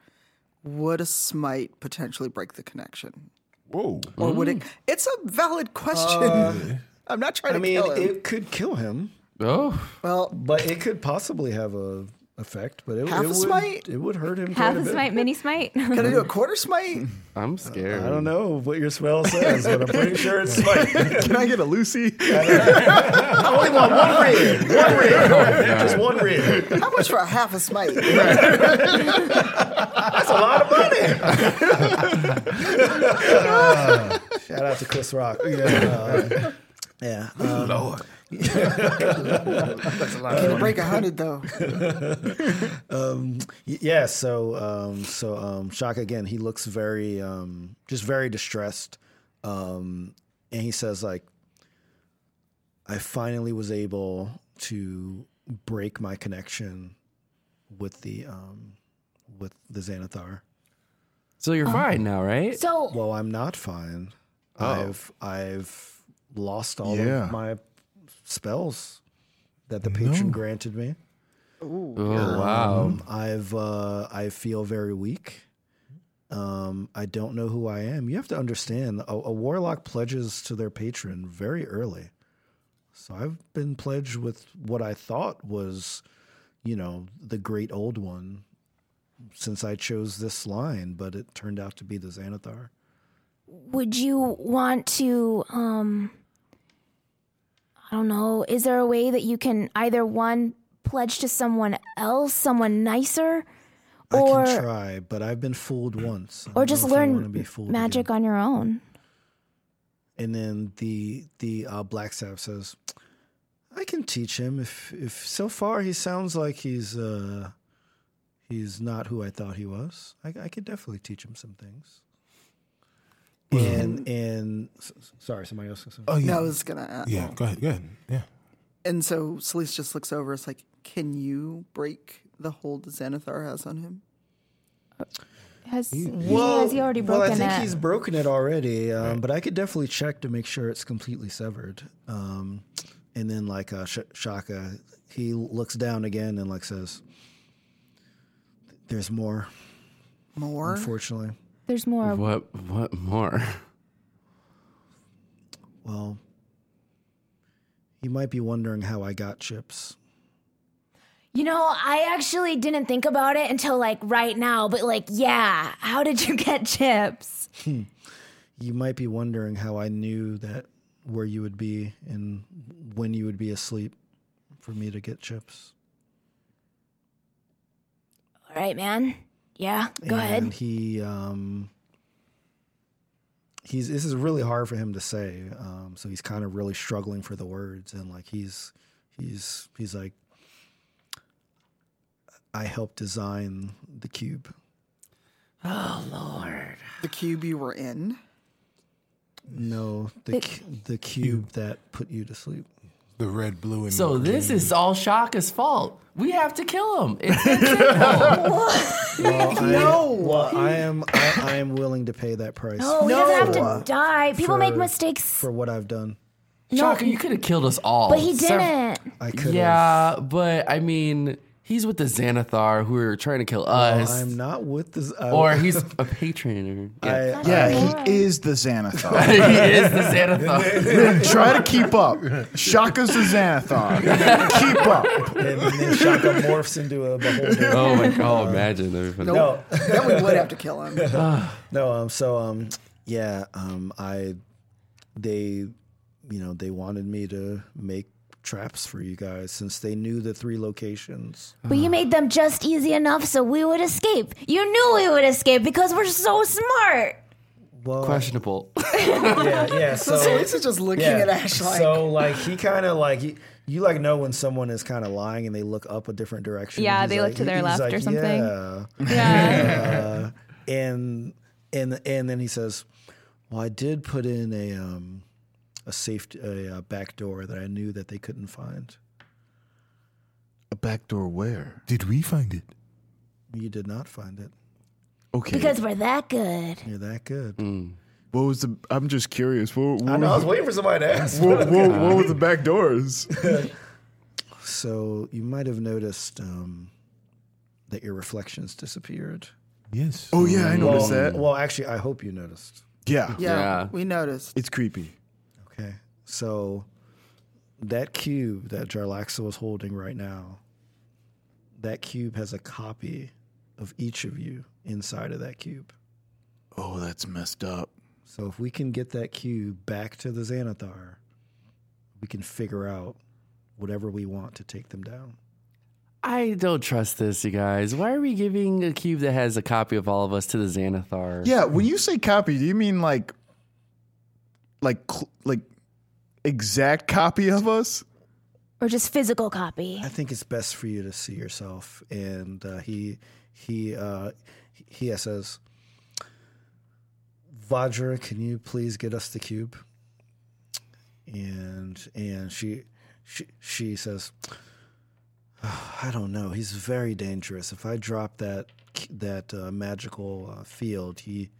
Speaker 3: would a smite potentially break the connection
Speaker 2: Whoa.
Speaker 3: or would it it's a valid question [laughs] i'm not trying
Speaker 1: Mm. I
Speaker 3: to
Speaker 1: mean,
Speaker 3: kill him
Speaker 1: it could kill him,
Speaker 5: Oh,
Speaker 3: well
Speaker 1: but it could possibly have a effect. But it,
Speaker 3: Half
Speaker 1: it
Speaker 3: a
Speaker 1: would
Speaker 3: smite?
Speaker 1: it would hurt him.
Speaker 4: Half
Speaker 1: quite a
Speaker 4: a
Speaker 1: bit.
Speaker 4: smite, mini [laughs] smite.
Speaker 3: can i do a quarter smite
Speaker 5: I'm scared.
Speaker 1: I don't know what your spell says, but I'm pretty sure [laughs] it's smite.
Speaker 6: Can I get a Lucy?
Speaker 1: I only want Oh, one ring, one [laughs] ring, just one ring. That's
Speaker 3: how much for a half a smite
Speaker 1: a lot of money. [laughs] shout out to Chris Rock. Yeah, uh, [laughs] yeah. um,
Speaker 2: Lord.
Speaker 3: can it break a hundred though
Speaker 1: Y- Yeah, so um, so um, Shaka again. He looks very um, just very distressed, um, and he says like, "I finally was able to break my connection with the um, with the Xanathar.
Speaker 5: So you're fine now, right?
Speaker 8: So
Speaker 1: Well, I'm not fine. I've I've lost all
Speaker 6: Yeah.
Speaker 1: of my spells that the patron granted me.
Speaker 5: oh wow.
Speaker 1: Um, I've uh, I feel very weak. Um, I don't know who I am. You have to understand a, a warlock pledges to their patron very early. So I've been pledged with what I thought was, you know, the great old one since I chose this line, but it turned out to be the Xanathar.
Speaker 8: Would you want to um I don't know, is there a way that you can either one pledge to someone else, someone nicer
Speaker 1: I
Speaker 8: or
Speaker 1: can try, but I've been fooled once. I
Speaker 8: or
Speaker 1: don't
Speaker 8: just
Speaker 1: know if I wanna
Speaker 8: learn
Speaker 1: be fooled
Speaker 8: magic
Speaker 1: again.
Speaker 8: on your own?
Speaker 1: And then the the uh, black staff says, "I can teach him if if so far he sounds like he's uh he's not who I thought he was. I, I could definitely teach him some things." And and s- s- sorry, somebody else.
Speaker 7: Oh yeah,
Speaker 3: I was gonna. uh,
Speaker 7: yeah. Go ahead, go ahead. Yeah.
Speaker 3: And so Celeste just looks over. It's like, can you break the hold Xanathar has on him?
Speaker 4: Has, has he already broken
Speaker 1: well, I think
Speaker 4: it?
Speaker 1: he's broken it already, um, but I could definitely check to make sure it's completely severed. Um, and then, like uh, Sh- Shaka, he looks down again and like says, "There's more,
Speaker 3: More.
Speaker 1: unfortunately."
Speaker 4: There's more.
Speaker 5: What? What more?
Speaker 1: Well, you might be wondering how I got chips.
Speaker 8: You know, I actually didn't think about it until like right now, but like yeah, how did you [laughs] get chips?
Speaker 1: You might be wondering how I knew that where you would be and when you would be asleep for me to get chips.
Speaker 8: All right, man. Yeah, go
Speaker 1: and [laughs]
Speaker 8: ahead.
Speaker 1: he um he's this is really hard for him to say um so he's kind of really struggling for the words and like he's he's he's like i helped design the cube
Speaker 3: The cube you were in.
Speaker 1: no the cu- the cube that put you to sleep
Speaker 7: The red, blue, and
Speaker 5: So this is all Shaka's fault. We have to kill him. It's [laughs] insane.
Speaker 1: well, no I, well, I am I, I am willing to pay that price
Speaker 8: Oh, he doesn't have to die. People make
Speaker 1: For-
Speaker 8: mistakes.
Speaker 1: for what i've done
Speaker 5: Shaka, you could have killed us all.
Speaker 8: But he
Speaker 5: Sev-
Speaker 8: didn't.
Speaker 1: i could
Speaker 5: yeah, but I mean, he's with the Xanathar who are trying to kill us,
Speaker 1: i'm not with this I-
Speaker 5: or he's a patron. Or,
Speaker 1: [laughs]
Speaker 5: yeah. [laughs]
Speaker 1: I,
Speaker 6: Yeah, he is the Xanathar.
Speaker 5: he is the Xanathar.
Speaker 1: [laughs]
Speaker 6: [laughs] Try to keep up. Shaka's the [laughs] Xanathar. keep up.
Speaker 1: and then Shaka morphs into a beholder
Speaker 5: [laughs] oh my god! Imagine everything.
Speaker 1: no
Speaker 3: Then we would have to kill him.
Speaker 1: [laughs] No, um, so um, yeah, um, I, they, you know, they wanted me to make traps for you guys since they knew the three locations.
Speaker 8: But you made them just easy enough so we would escape. You knew we would escape because we're so smart.
Speaker 1: Well,
Speaker 5: Questionable.
Speaker 1: yeah,
Speaker 5: [laughs]
Speaker 1: yeah. So
Speaker 3: Celeste is just [laughs] looking at Ash like,
Speaker 1: so like he kind of like he, you like know when someone is kind of lying and they look up a different direction.
Speaker 4: Yeah,
Speaker 1: He's
Speaker 4: they look to their
Speaker 1: he's
Speaker 4: left or something.
Speaker 1: Yeah.
Speaker 4: yeah.
Speaker 1: [laughs] uh, and and and then he says, "Well, I did put in a um, a safe a, uh back door that I knew that they couldn't find.
Speaker 6: A backdoor where?
Speaker 7: Did we find it?
Speaker 1: You did not find it.
Speaker 6: Okay.
Speaker 8: Because we're that good.
Speaker 1: You're that good."
Speaker 6: Hmm. what was the? I'm just curious. What, what,
Speaker 1: I know. I
Speaker 6: was
Speaker 1: was waiting for somebody to ask.
Speaker 6: the- what, what, what were the back doors?
Speaker 1: So you might have noticed um, that your reflections disappeared.
Speaker 7: Yes.
Speaker 6: Oh yeah, I noticed that.
Speaker 1: Well, actually, I hope you noticed.
Speaker 6: yeah,
Speaker 3: yeah,
Speaker 5: Yeah.
Speaker 3: we noticed.
Speaker 6: it's creepy.
Speaker 1: Okay, so that cube that Jarlaxa was holding right now, that cube has a copy of each of you inside of that cube.
Speaker 6: Oh, that's messed up.
Speaker 1: So if we can get that cube back to the Xanathar, we can figure out whatever we want to take them down.
Speaker 5: I don't trust this, you guys. Why are we giving a cube that has a copy of all of us to the Xanathar?
Speaker 6: Yeah, when you say copy, do you mean like, like, cl- like, exact copy of us?
Speaker 8: Or just physical copy.
Speaker 1: I think it's best for you to see yourself. And uh, he he uh, he says, Vajra, can you please get us the cube? And and she she she says, "Ah, I don't know. He's very dangerous. If I drop that that uh, magical uh, field, he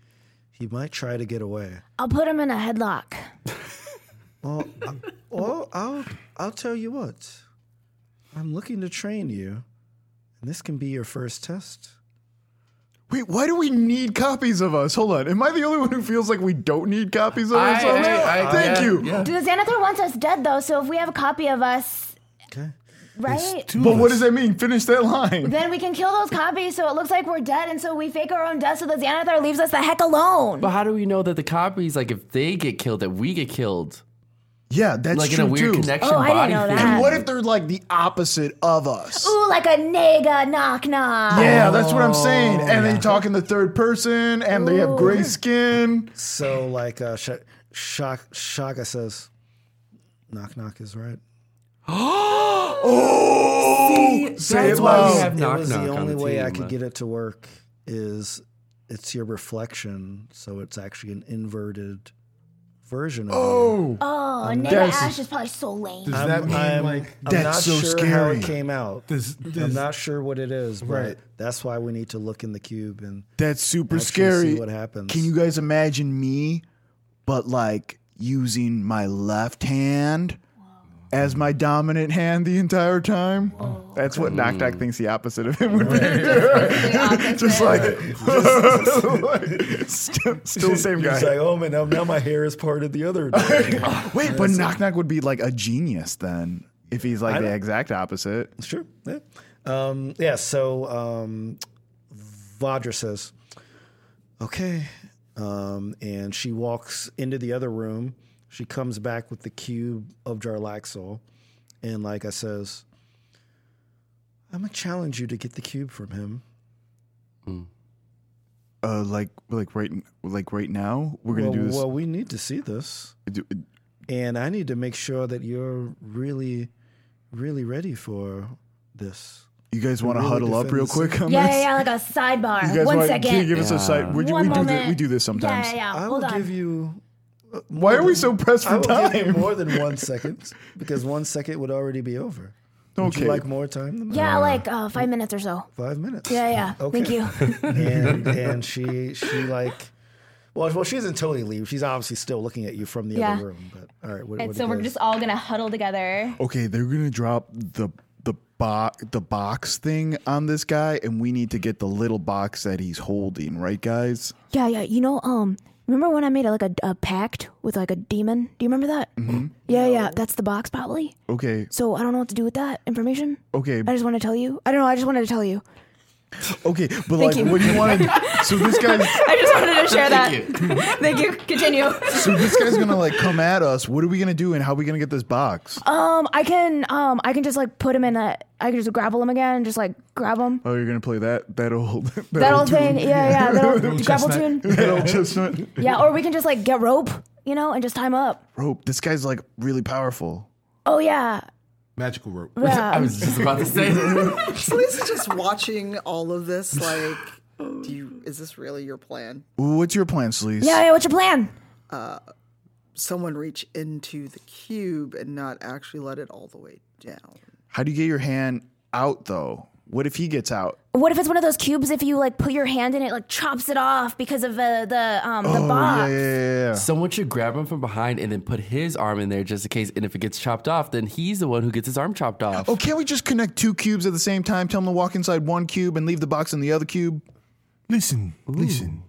Speaker 1: he might try to get away.
Speaker 8: I'll put him in a headlock.
Speaker 1: Well, I, well, I'll I'll tell you what. I'm looking to train you, and this can be your first test.
Speaker 6: Wait, why do we need copies of us? Hold on. Am I the only one who feels like we don't need copies of
Speaker 5: I-
Speaker 6: ourselves?
Speaker 5: I- I-
Speaker 6: Thank
Speaker 5: yeah,
Speaker 6: you.
Speaker 5: yeah.
Speaker 8: The Xanathar wants us dead, though, so if we have a copy of us,
Speaker 1: Okay.
Speaker 8: right?
Speaker 6: But what does that mean? Finish
Speaker 5: [laughs]
Speaker 6: that line.
Speaker 8: Then we can kill those copies so it looks like we're dead, and so we fake our own death so the Xanathar leaves us the heck alone.
Speaker 5: But how do we know that the copies, like if they get killed, that we get killed?
Speaker 6: Yeah, that's
Speaker 5: Like in
Speaker 6: true
Speaker 5: a weird
Speaker 6: too.
Speaker 5: connection
Speaker 8: Oh, I didn't
Speaker 5: body
Speaker 8: know
Speaker 5: thing.
Speaker 8: that.
Speaker 6: And what if they're like the opposite of us?
Speaker 8: Ooh, like a nega knock knock.
Speaker 6: Yeah, that's what I'm saying. And
Speaker 5: Oh.
Speaker 6: they talk in the third person, and they have gray skin.
Speaker 1: So like uh, Sh- Shaka, Shaka says, knock knock is right.
Speaker 5: See, that's why we Oh, have knock
Speaker 1: Oh, it was
Speaker 5: knock
Speaker 1: the
Speaker 5: on
Speaker 1: only
Speaker 5: the
Speaker 1: way I
Speaker 5: team. uh,
Speaker 1: could get it to work is it's your reflection, so it's actually an inverted version of you.
Speaker 8: Oh, nega
Speaker 6: That's-
Speaker 8: Ash is probably so lame.
Speaker 2: Does that mean like
Speaker 1: I'm
Speaker 6: That's
Speaker 1: not
Speaker 6: so
Speaker 1: sure how
Speaker 6: scary.
Speaker 1: it came out.
Speaker 2: does,
Speaker 1: I'm
Speaker 2: does
Speaker 1: not sure what it is, but
Speaker 2: Right.
Speaker 1: that's why we need to look in the cube and
Speaker 6: That's super
Speaker 1: actually
Speaker 6: scary.
Speaker 1: see what happens.
Speaker 6: Can you guys imagine me, but like using my left hand as my dominant hand the entire time? That's
Speaker 1: Hmm.
Speaker 6: what Knock Knock thinks the opposite of him [laughs] would be. Just like, [laughs] still, still the
Speaker 1: [laughs]
Speaker 6: same
Speaker 1: He's
Speaker 6: guy.
Speaker 1: like, oh man, now, now my hair is part of the
Speaker 6: [laughs]
Speaker 1: other.
Speaker 6: Oh Wait, but Knock Knock would be like a genius then if he's like the exact opposite.
Speaker 1: Sure. Yeah. Um, yeah. So um, Vajra says, okay. Um, and she walks into the other room. She comes back with the cube of Jarlaxle. And like I says, I'm going to challenge you to get the cube from him.
Speaker 6: Uh, like like right like right now we're gonna
Speaker 1: well,
Speaker 6: do this.
Speaker 1: well, we need to see this.
Speaker 6: do-
Speaker 1: And I need to make sure that you're really, really ready for this.
Speaker 6: you guys want to
Speaker 1: really
Speaker 6: huddle up real
Speaker 1: defends it.
Speaker 6: [laughs] quick on
Speaker 8: Yeah,
Speaker 6: this?
Speaker 8: yeah, yeah, like a sidebar.
Speaker 6: You guys
Speaker 8: One
Speaker 6: want,
Speaker 8: second.
Speaker 6: Can you give us a side? We,
Speaker 8: Uh, One
Speaker 6: we, do
Speaker 8: moment.
Speaker 6: this, we do this sometimes.
Speaker 8: Yeah, yeah, yeah.
Speaker 1: I
Speaker 8: Hold
Speaker 1: will
Speaker 8: on.
Speaker 1: give you
Speaker 6: Why are we so pressed
Speaker 1: I
Speaker 6: for
Speaker 1: will give you
Speaker 6: time?
Speaker 1: more than one second because one second would already be over. Would
Speaker 6: Okay.
Speaker 1: you like more time than that?
Speaker 8: yeah, like uh, five minutes or so.
Speaker 1: five minutes?
Speaker 8: Yeah, yeah.
Speaker 1: Okay.
Speaker 8: Thank
Speaker 1: [laughs]
Speaker 8: you.
Speaker 1: And and she she like, well, well, she doesn't totally leave. She's obviously still looking at you from the
Speaker 4: Yeah.
Speaker 1: other room. But all right, what,
Speaker 4: And
Speaker 1: what
Speaker 4: so
Speaker 1: it
Speaker 4: we're
Speaker 1: is.
Speaker 4: just all gonna huddle together.
Speaker 6: okay, they're gonna drop the the box the box thing on this guy, and we need to get the little box that he's holding, right, guys?
Speaker 8: Yeah, yeah. You know, um, remember when I made like a, a pact with like a demon? Do you remember that? Mm-hmm. Yeah, yeah. That's the box, probably.
Speaker 6: Okay,
Speaker 8: So I don't know what to do with that information.
Speaker 6: okay,
Speaker 8: I just want to tell you. I don't know. I just wanted to tell you.
Speaker 6: okay. But like,
Speaker 8: you.
Speaker 6: what do you want?
Speaker 8: [laughs]
Speaker 6: to So this guy's
Speaker 4: I just wanted to share that.
Speaker 5: Thank
Speaker 4: Thank you. Continue.
Speaker 6: so this guy's gonna like come at us. What are we gonna do, and how are we gonna get this box?
Speaker 8: Um, I can, um, I can just like put him in a. I can just grapple him again. Just like grab him.
Speaker 6: Oh, you're gonna play that that old [laughs] that,
Speaker 8: That old thing.
Speaker 6: tune.
Speaker 8: Yeah, yeah. That old grapple
Speaker 2: chestnut.
Speaker 8: tune.
Speaker 6: that
Speaker 8: [laughs]
Speaker 6: old chestnut
Speaker 8: Yeah, or we can just like get rope, you know, and just tie him up.
Speaker 6: rope. This guy's like really powerful.
Speaker 8: Oh yeah,
Speaker 2: magical rope?
Speaker 5: I
Speaker 8: yeah.
Speaker 5: was just about to say
Speaker 1: [laughs]
Speaker 5: [laughs]
Speaker 3: Please just watching all of this, like, do you, is this really your plan?
Speaker 6: What's your plan, Sleece?
Speaker 8: yeah, yeah. What's your plan?
Speaker 3: Someone reach into the cube and not actually let it all the way down.
Speaker 6: How do you get your hand out though? What if he gets out?
Speaker 8: What if it's one of those cubes? If you like put your hand in it, like chops it off because of uh, the um the box.
Speaker 6: yeah,
Speaker 5: Someone should grab him from behind and then put his arm in there just in case. And if it gets chopped off, then he's the one who gets his arm chopped off.
Speaker 6: Oh, can't we just connect two cubes at the same time? Tell him to walk inside one cube and leave the box in the other cube.
Speaker 7: Listen, listen.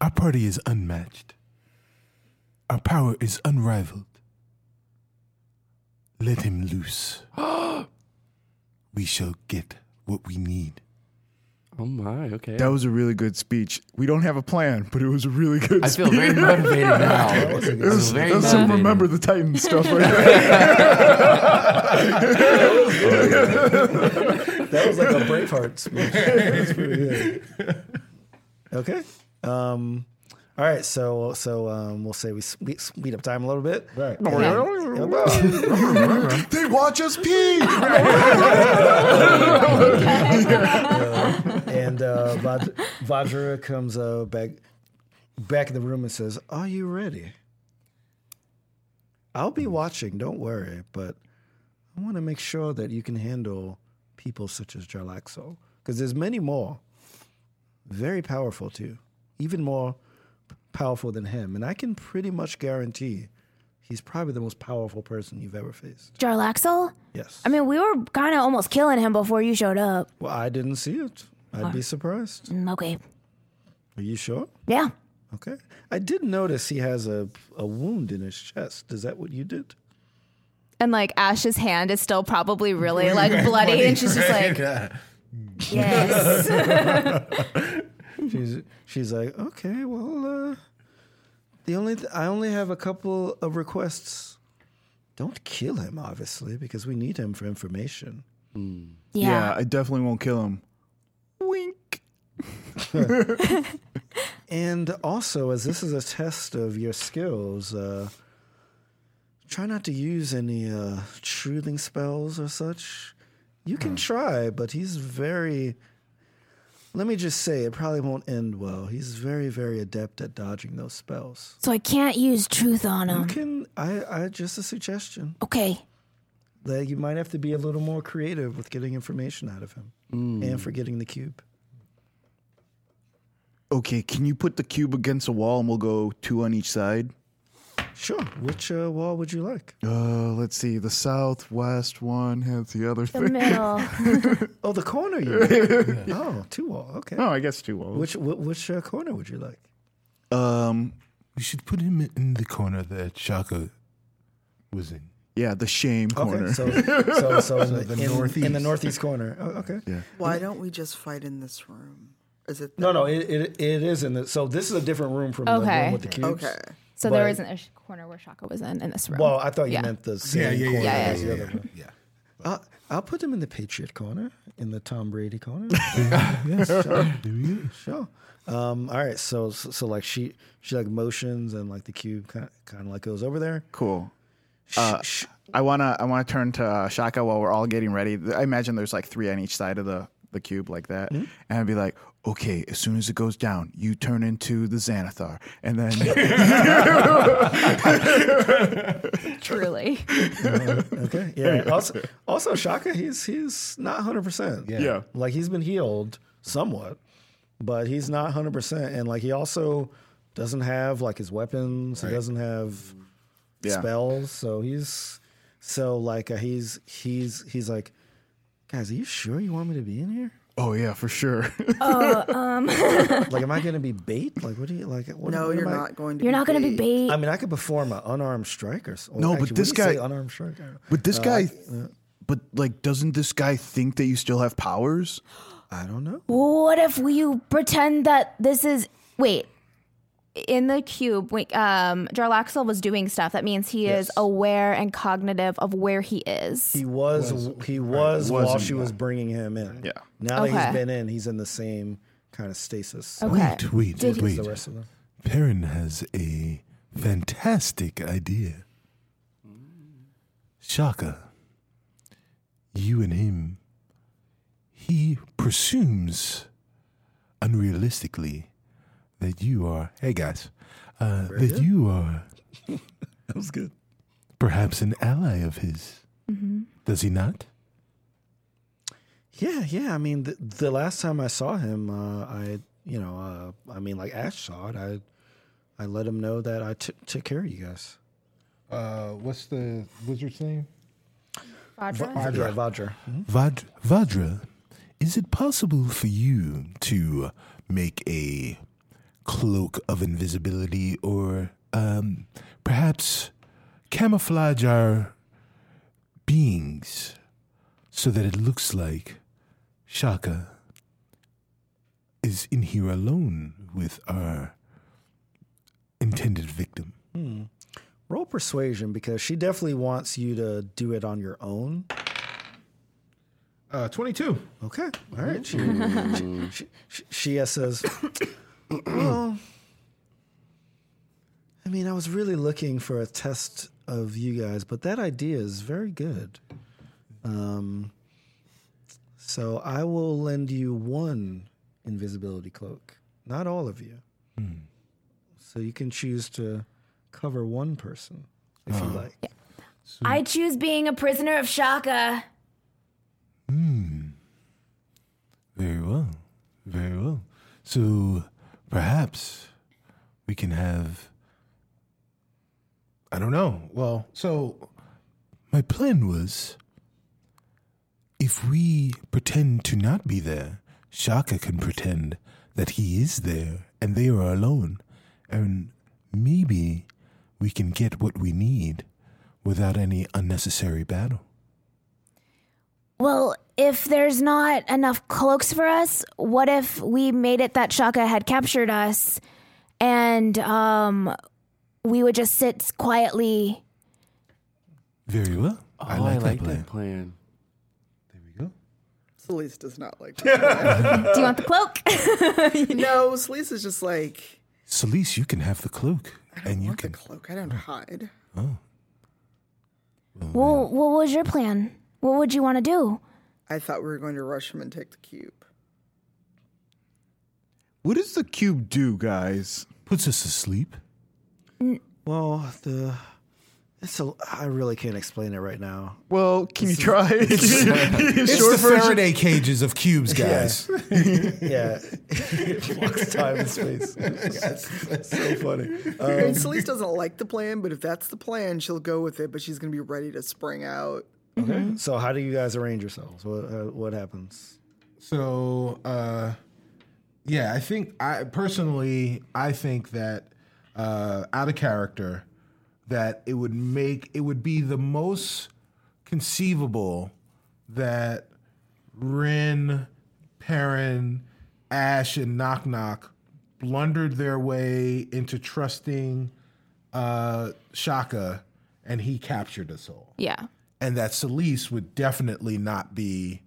Speaker 7: Our party is unmatched. Our power is unrivaled. Let him
Speaker 4: [gasps]
Speaker 7: loose. we shall get what we need.
Speaker 5: Oh my, okay.
Speaker 6: That was a really good speech. We don't have a plan, but it was a really good.
Speaker 5: I feel
Speaker 6: [laughs]
Speaker 5: very [laughs] motivated now. It
Speaker 6: That
Speaker 5: was
Speaker 6: was,
Speaker 5: very
Speaker 6: that was some
Speaker 5: motivating.
Speaker 6: remember the
Speaker 5: [laughs]
Speaker 6: Titan stuff right there.
Speaker 1: that was like a Braveheart speech. [laughs] That's pretty good. Okay. Um, all right. So so um, we'll say we speed, speed up time a little bit. Right. [laughs]
Speaker 6: they watch us pee.
Speaker 1: And uh, Vad- Vajra comes uh, back back in the room and says, "Are you ready? I'll be watching. Don't worry, but I want to make sure that you can handle people such as Jarlaxo, because there's many more, very powerful too, even more p- powerful than him. And I can pretty much guarantee." He's probably the most powerful person you've ever faced.
Speaker 8: Jarlaxle.
Speaker 1: Yes.
Speaker 8: I mean, we were kind of almost killing him before you showed up.
Speaker 1: well, I didn't see it. I'd be surprised.
Speaker 8: Mm, Okay.
Speaker 1: Are you sure?
Speaker 8: Yeah.
Speaker 1: Okay. I did notice he has a, a wound in his chest. Is that what you did?
Speaker 4: And like Ash's hand is still probably really like bloody, and she's just like, [laughs]
Speaker 8: Yes.
Speaker 1: She's she's like, okay, well, uh, the only th- I only have a couple of requests. Don't kill him, obviously, because we need him for information.
Speaker 6: Yeah.
Speaker 8: yeah.
Speaker 6: I definitely won't kill him. Wink.
Speaker 1: And also, as this is a test of your skills, uh, try not to use any uh, truthing spells or such. You can try, but he's very. Let me just say, it probably won't end well. He's very, very adept at dodging those spells.
Speaker 8: So I can't use truth on
Speaker 1: You
Speaker 8: him.
Speaker 1: can, I, I just a suggestion.
Speaker 8: Okay.
Speaker 1: that you might have to be a little more creative with getting information out of him and for getting the cube.
Speaker 6: Okay, can you put the cube against a wall and we'll go two on each side?
Speaker 1: Sure. Which uh, wall would you like?
Speaker 6: Uh, let's see. The southwest one has the other
Speaker 8: The
Speaker 6: thing. [laughs]
Speaker 8: middle.
Speaker 1: Oh, the corner you like. Oh, two wall. Okay.
Speaker 6: Oh, I guess two walls.
Speaker 1: Which wh- which uh, corner would you like?
Speaker 6: um,
Speaker 7: We should put him in the corner that Shaka was in.
Speaker 6: yeah, the shame corner.
Speaker 1: Okay. [laughs] So so, so in,
Speaker 2: the
Speaker 1: the in, northeast. in the
Speaker 2: northeast.
Speaker 1: northeast corner. Oh, okay.
Speaker 9: Why don't we just fight in this room? Is it
Speaker 1: No, no, it, it it is in the so this is a different room from the
Speaker 4: Okay.
Speaker 1: room with the cubes.
Speaker 9: okay?
Speaker 4: so there
Speaker 1: But-
Speaker 4: isn't a sh- corner where Shaka was in in this room.
Speaker 1: Well, I thought you
Speaker 4: Yeah.
Speaker 1: meant the same corner
Speaker 4: yeah,
Speaker 1: as the other one.
Speaker 7: yeah.
Speaker 1: I'll, I'll put him in the Patriot corner, in the Tom Brady [laughs] corner.
Speaker 7: There we go.
Speaker 1: Sure. Um, all right. So, so so like she she like motions and like the cube kind of, kind of like goes over there.
Speaker 6: Cool.
Speaker 1: Sh- sh-
Speaker 6: I wanna I wanna turn to uh, Shaka while we're all getting ready. I imagine there's like three on each side of the the cube like that, and I'd be like, okay, as soon as it goes down, you turn into the Xanathar, and then [laughs]
Speaker 4: [laughs] Truly.
Speaker 1: okay. Yeah. Also, also Shaka, he's he's not hundred percent.
Speaker 6: Yeah.
Speaker 1: Like he's been healed somewhat, but he's not hundred percent. And like he also doesn't have like his weapons. He doesn't have
Speaker 6: Yeah.
Speaker 1: spells. So he's so like uh, he's he's he's like, guys, are you sure you want me to be in here?
Speaker 6: oh yeah, for sure. [laughs]
Speaker 1: Like, am I going to be bait? Like, what do you like? What,
Speaker 9: No,
Speaker 1: what
Speaker 9: you're
Speaker 1: am I-
Speaker 9: not going to.
Speaker 8: You're not
Speaker 3: [laughs]
Speaker 8: going to be
Speaker 9: bait.
Speaker 8: bait.
Speaker 1: I mean, I could perform an unarmed strike or something.
Speaker 6: No, but this guy-
Speaker 1: unarmed strike.
Speaker 6: but
Speaker 4: Uh,
Speaker 6: this guy, but like, doesn't this guy think that you still have powers?
Speaker 1: I don't know.
Speaker 8: What if you pretend that this is. Wait.
Speaker 4: in the cube, we, um, Jarlaxle was doing stuff. That means he is aware and cognitive of where he is.
Speaker 1: He was, he was while
Speaker 6: wasn't
Speaker 1: she was bringing him in.
Speaker 6: Yeah.
Speaker 1: Now that
Speaker 4: Okay.
Speaker 1: he's been in, he's in the same kind of stasis
Speaker 4: okay.
Speaker 7: Wait, wait,
Speaker 4: Did-
Speaker 7: wait.
Speaker 1: as the rest of them.
Speaker 7: Perrin has a fantastic idea. Shaka, you and him, he presumes unrealistically that you are, hey guys, uh, that
Speaker 2: [laughs]
Speaker 7: you are
Speaker 1: That was good.
Speaker 7: perhaps an ally of his. Does he not?
Speaker 1: Yeah, yeah. I mean, the, the last time I saw him, uh, I, you know, uh, I mean, like Ash saw it. I, I let him know that I t- took care of you guys.
Speaker 2: Uh, what's the wizard's name?
Speaker 1: Vajra, Vajra.
Speaker 7: Vad- Vadra, is it possible for you to make a cloak of invisibility or um, perhaps camouflage our beings so that it looks like Shaka is in here alone with our intended victim?
Speaker 1: Roll persuasion because she definitely wants you to do it on your own.
Speaker 2: Uh, twenty-two.
Speaker 1: Okay. All right. She, she, she, she, she, uh, says, Well, I mean, I was really looking for a test of you guys, but that idea is very good. Um, so I will lend you one invisibility cloak, not all of you. So you can choose to cover one person if you like.
Speaker 8: I choose being a prisoner of Shaka.
Speaker 7: Very well. Very well. So perhaps we can have. I don't know.
Speaker 2: Well, so
Speaker 7: My plan was if we pretend to not be there, Shaka can pretend that he is there and they are alone, and maybe we can get what we need without any unnecessary battle.
Speaker 8: Well, if there's not enough cloaks for us, what if we made it that Shaka had captured us and um, we would just sit quietly?
Speaker 7: Very well.
Speaker 5: Oh, I like, that, plan.
Speaker 7: There we go.
Speaker 3: Celise does not
Speaker 7: [laughs]
Speaker 3: like that.
Speaker 4: Do you want the cloak?
Speaker 3: no, Celise is just like,
Speaker 7: Celise, you can have the cloak, and you
Speaker 3: want the
Speaker 7: can.
Speaker 3: cloak. I don't hide.
Speaker 8: Well, what was your plan? What would you want to do?
Speaker 3: I thought we were going to rush him and take the
Speaker 7: [laughs]
Speaker 3: cube.
Speaker 6: What does the cube do, guys?
Speaker 7: puts us to sleep.
Speaker 1: Well, the it's a, I really can't explain it right now.
Speaker 6: Well, can you [laughs] try? [laughs]
Speaker 7: It's
Speaker 6: Short
Speaker 7: the
Speaker 6: version.
Speaker 7: Faraday cages
Speaker 3: [laughs]
Speaker 7: of cubes, guys.
Speaker 2: [laughs]
Speaker 1: Yeah, Flux time and space. that's so funny. Um,
Speaker 3: and Celise doesn't like the plan, but if that's the plan, she'll go with it. But she's going to be ready to spring out.
Speaker 1: So, how do you guys arrange yourselves? What uh, what happens?
Speaker 2: So, uh, yeah, I think I personally, I think that uh, out of character, that it would make it would be the most conceivable that Rin, Perrin, Ash, and Knock Knock blundered their way into trusting uh, Shaka, and he captured us all
Speaker 4: yeah.
Speaker 2: and that Celise would definitely not be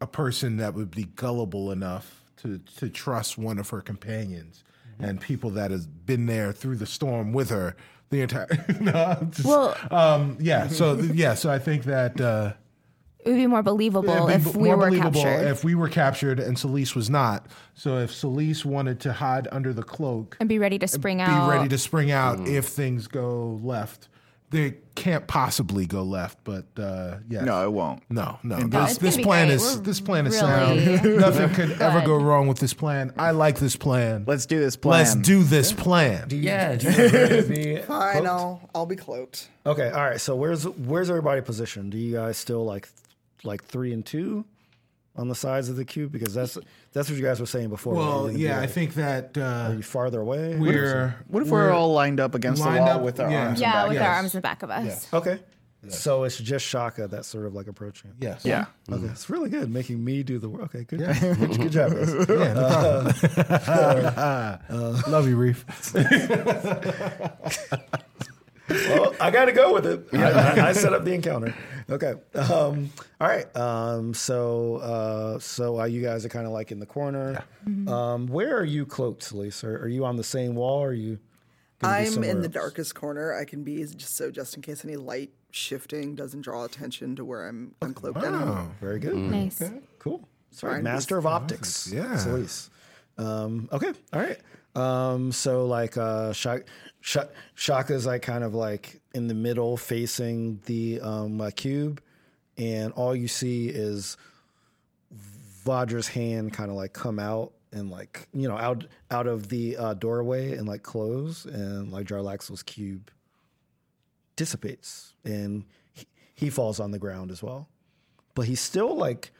Speaker 2: a person that would be gullible enough to to trust one of her companions
Speaker 4: Mm-hmm.
Speaker 2: and people that has been there through the storm with her the entire. [laughs] no, I'm just-
Speaker 4: Well-
Speaker 2: um,
Speaker 4: Mm-hmm.
Speaker 2: yeah. So yeah. So I think that uh,
Speaker 4: It would be more believable
Speaker 2: it'd be
Speaker 4: if
Speaker 2: b-
Speaker 4: we
Speaker 2: more
Speaker 4: were
Speaker 2: believable
Speaker 4: captured
Speaker 2: if we were captured and Celise was not. So if Celise wanted to hide under the cloak,
Speaker 4: and be ready to spring
Speaker 2: be
Speaker 4: out.
Speaker 2: ready to spring out
Speaker 4: Mm.
Speaker 2: if things go left. They can't possibly go left, but uh, yes.
Speaker 6: no, it won't.
Speaker 2: No, no.
Speaker 4: No,
Speaker 2: This,
Speaker 4: it's
Speaker 2: this
Speaker 4: gonna be
Speaker 2: plan
Speaker 4: great.
Speaker 2: is
Speaker 4: We're
Speaker 2: this plan is [laughs]
Speaker 4: really-
Speaker 2: sound. Nothing could ever
Speaker 4: Good.
Speaker 2: go wrong with this plan. I like this plan.
Speaker 6: Let's do this plan.
Speaker 2: Let's do this plan.
Speaker 5: Yeah.
Speaker 3: Fine, I'll, I'll be cloaked.
Speaker 1: Okay, all right. So where's where's everybody positioned? Do you guys still like like three and two on the sides of the cube? Because that's that's what you guys were saying before. right? You're
Speaker 2: Well,
Speaker 1: gonna be,
Speaker 2: yeah, I
Speaker 1: like,
Speaker 2: think that uh,
Speaker 1: you farther away.
Speaker 2: we're.
Speaker 6: What if we're, all lined up against the
Speaker 2: lined
Speaker 6: wall
Speaker 2: up-
Speaker 6: with our
Speaker 2: yeah.
Speaker 6: arms?
Speaker 4: yeah,
Speaker 6: and
Speaker 4: with
Speaker 6: back?
Speaker 4: our arms in the back of us.
Speaker 1: Okay. So it's just Shaka that's sort of like approaching.
Speaker 2: Yes.
Speaker 6: Yeah.
Speaker 1: Okay, it's really good making me do the work. Okay, good,
Speaker 2: [laughs]
Speaker 1: good job. guys.
Speaker 2: Yeah, no [laughs]
Speaker 1: Uh,
Speaker 2: problem. Love you, Reef.
Speaker 1: well, I got to go with it. I, I- I set up the encounter. Okay. Um, all right. Um, so, uh, so uh, you guys are kind of like in the corner.
Speaker 3: Mm-hmm.
Speaker 1: Um, where are you cloaked, Celise? Are, are you on the same wall? Or are you? gonna be
Speaker 3: I'm
Speaker 1: somewhere
Speaker 3: in the
Speaker 1: else?
Speaker 3: darkest corner I can be, just so just in case any light shifting doesn't draw attention to where I'm, I'm
Speaker 2: Oh.
Speaker 3: cloaked in.
Speaker 1: Very good.
Speaker 2: Mm.
Speaker 4: Nice.
Speaker 1: Cool. Sorry, master of optics. Yeah, Celise. Um, okay. All right. Um, so like uh, Shaka, Shaka's like kind of like in the middle, facing the um, uh, cube, and all you see is Vajra's hand kind of like come out and like you know out out of the uh, doorway and like close, and like Jarlaxle's cube dissipates, and he, he falls on the ground as well but he's still like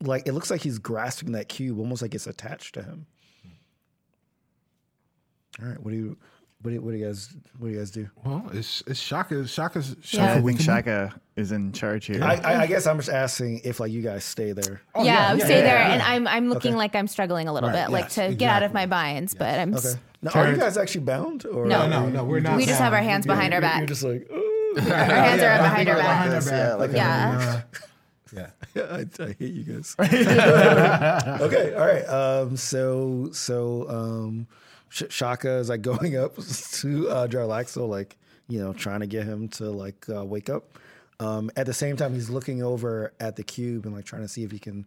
Speaker 1: like it looks like he's grasping that cube almost like it's attached to him all right what do you what do you, what do you guys what do you guys do
Speaker 2: Well, it's it's Shaka. Shaka's Shaka.
Speaker 6: I think Shaka is in charge here.
Speaker 1: I, I, I guess i'm just asking if like you guys stay there
Speaker 4: Oh, yeah, I would stay there, and I'm I'm looking like I'm struggling a little bit, like to get out of my binds, but I'm s-
Speaker 1: now, are you guys actually bound or
Speaker 4: No.
Speaker 2: No, no, we're not.
Speaker 4: we just have our hands behind our
Speaker 1: you're
Speaker 4: back.
Speaker 1: just
Speaker 4: [laughs]
Speaker 1: like "Oh."
Speaker 4: Our hands are up behind our back.
Speaker 2: behind our back.
Speaker 6: like
Speaker 4: Yeah.
Speaker 1: [laughs] I, I hate you guys okay all right um so so um Sh- shaka is like [laughs] going up to uh jarlaxle like you know trying to get him to like uh, wake up um at the same time he's looking over at the cube and like trying to see if he can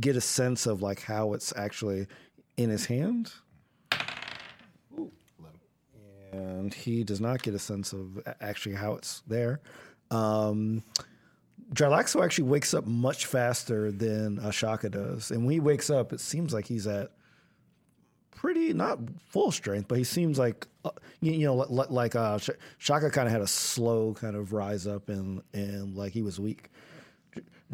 Speaker 1: get a sense of like how it's actually in his hand and he does not get a sense of a- actually how it's there um Jarlaxo actually wakes up much faster than Ashaka does. And when he wakes up, it seems like he's at pretty, not full strength, but he seems like, uh, you, you know, li- li- like uh, Sh- Shaka kind of had a slow kind of rise up and, and like he was weak.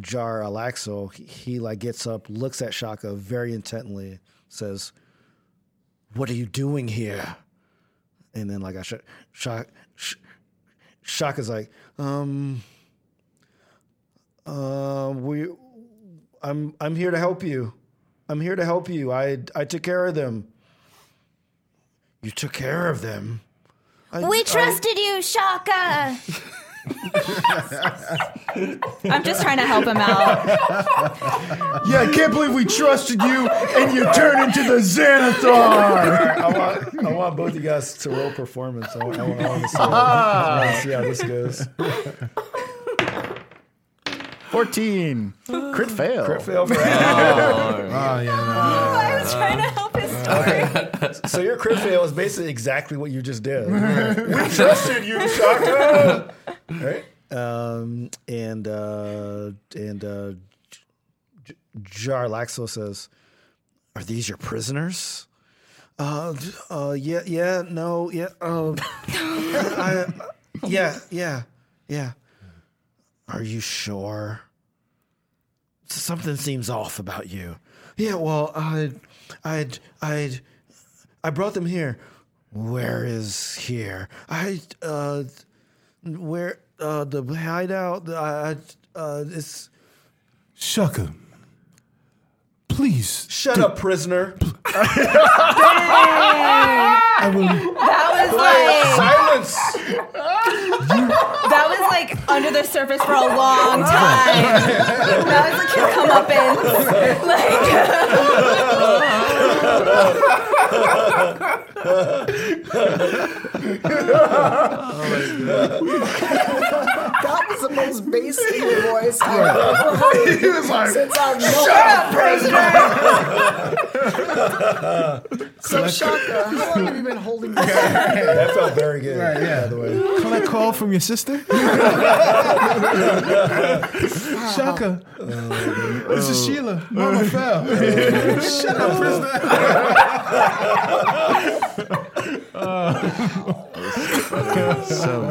Speaker 1: Jar Alaxo, he, he like gets up, looks at Shaka very intently, says, "What are you doing here?" And then like I should, Shaka, Sh- Shaka's like, um, uh, we, I'm, I'm here to help you. I'm here to help you. I, I took care of them. You took care of them. I-
Speaker 8: We
Speaker 1: I-
Speaker 8: trusted you, Shaka.
Speaker 4: I'm just trying to help him [laughs] out.
Speaker 6: Yeah, I can't believe we trusted you and you turn into the Xanathar.
Speaker 1: I want, I want both you guys to roll performance. I want, I want, I
Speaker 6: [laughs]
Speaker 1: want to see, I want to see how this goes.
Speaker 6: 14. Crit fail.
Speaker 1: Crit fail for Adam.
Speaker 2: Oh yeah,
Speaker 4: I was trying to help his story.
Speaker 1: So your crit fail is basically exactly what you just did. we trusted you, Shaka. right? Um, and uh, and uh, J- Jar Laxo says, "Are these your prisoners?" Uh, d- uh, yeah, yeah, no, yeah, um, [laughs] I, yeah, yeah, yeah. Are you sure? Something seems off about you. Yeah, well, I, I, I, I brought them here. Where is here? I, uh, where, uh, the hideout, uh, uh, it's,
Speaker 7: Shaka, please,
Speaker 1: shut up, prisoner.
Speaker 7: I
Speaker 2: [laughs]
Speaker 7: will
Speaker 4: That was like
Speaker 1: Silence!
Speaker 4: that was like under the surface for a long time. That was like his comeuppance. Like
Speaker 9: That was the most basic
Speaker 2: [laughs]
Speaker 9: voice I've
Speaker 2: he was like,
Speaker 9: since I've known. Shut up, so Shaka, how long have you been holding this?
Speaker 1: [laughs] that felt very good,
Speaker 2: Right, yeah.
Speaker 1: by the way.
Speaker 7: Can I call from
Speaker 2: [laughs]
Speaker 7: your sister? Shaka.
Speaker 2: "This is Sheila. Mama fell. Shut up, prisoner."
Speaker 6: So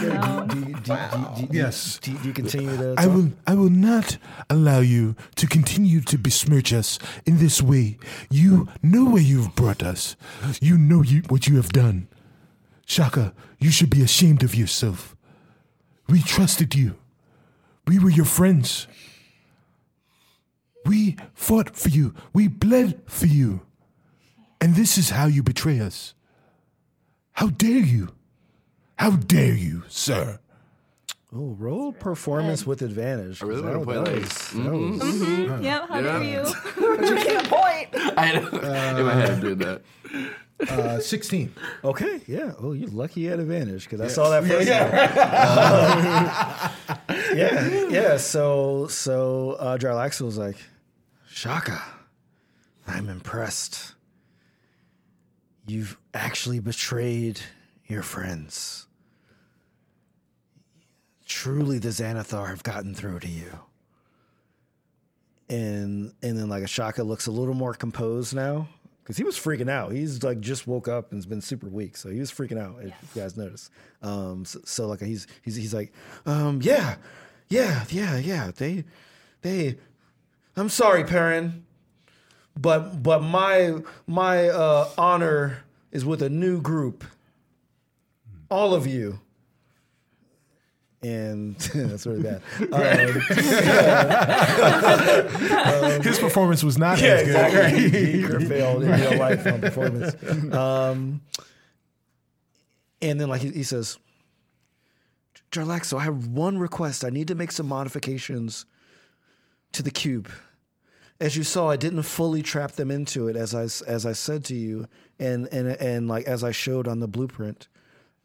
Speaker 1: Do you, do, do, do, do,
Speaker 2: Yes.
Speaker 1: do, do you continue to
Speaker 7: I will I will not allow you to continue to besmirch us in this way. You know where you've brought us. You know you, what you have done. Shaka, you should be ashamed of yourself. We trusted you. We were your friends. We fought for you. We bled for you. And this is how you betray us. How dare you? How dare you, sir?
Speaker 1: Oh, roll performance with advantage. I
Speaker 5: really wanna play
Speaker 1: that
Speaker 5: like-
Speaker 1: was, that was-
Speaker 4: [laughs] Yep, how dare you?
Speaker 5: I don't, in my head, I'm doing that.
Speaker 2: Uh, Sixteen.
Speaker 1: Okay, yeah. Oh, you're lucky you had advantage because I saw that first. [laughs] Yeah, [laughs] yeah. yeah, So, so uh, Jarlaxle was like, Shaka, I'm impressed. You've actually betrayed your friends. Truly, the Xanathar have gotten through to you. And and then like Shaka looks a little more composed now because he was freaking out. He's like just woke up and's been super weak, so he was freaking out. If you guys notice, um, so, so like he's he's he's like, um, yeah, yeah, yeah, yeah. They they I'm sorry, Perrin, but but my my uh, honor is with a new group. All of you. And [laughs] that's really bad. Um,
Speaker 7: His performance was not
Speaker 1: yeah,
Speaker 7: as good.
Speaker 1: exactly. [laughs] He could've failed in real life [laughs] on performance. Um, and then, like he, he says, Jarlaxo, I have one request. I need to make some modifications to the cube. As you saw, I didn't fully trap them into it, as I s- as I said to you, and and and like as I showed on the blueprint.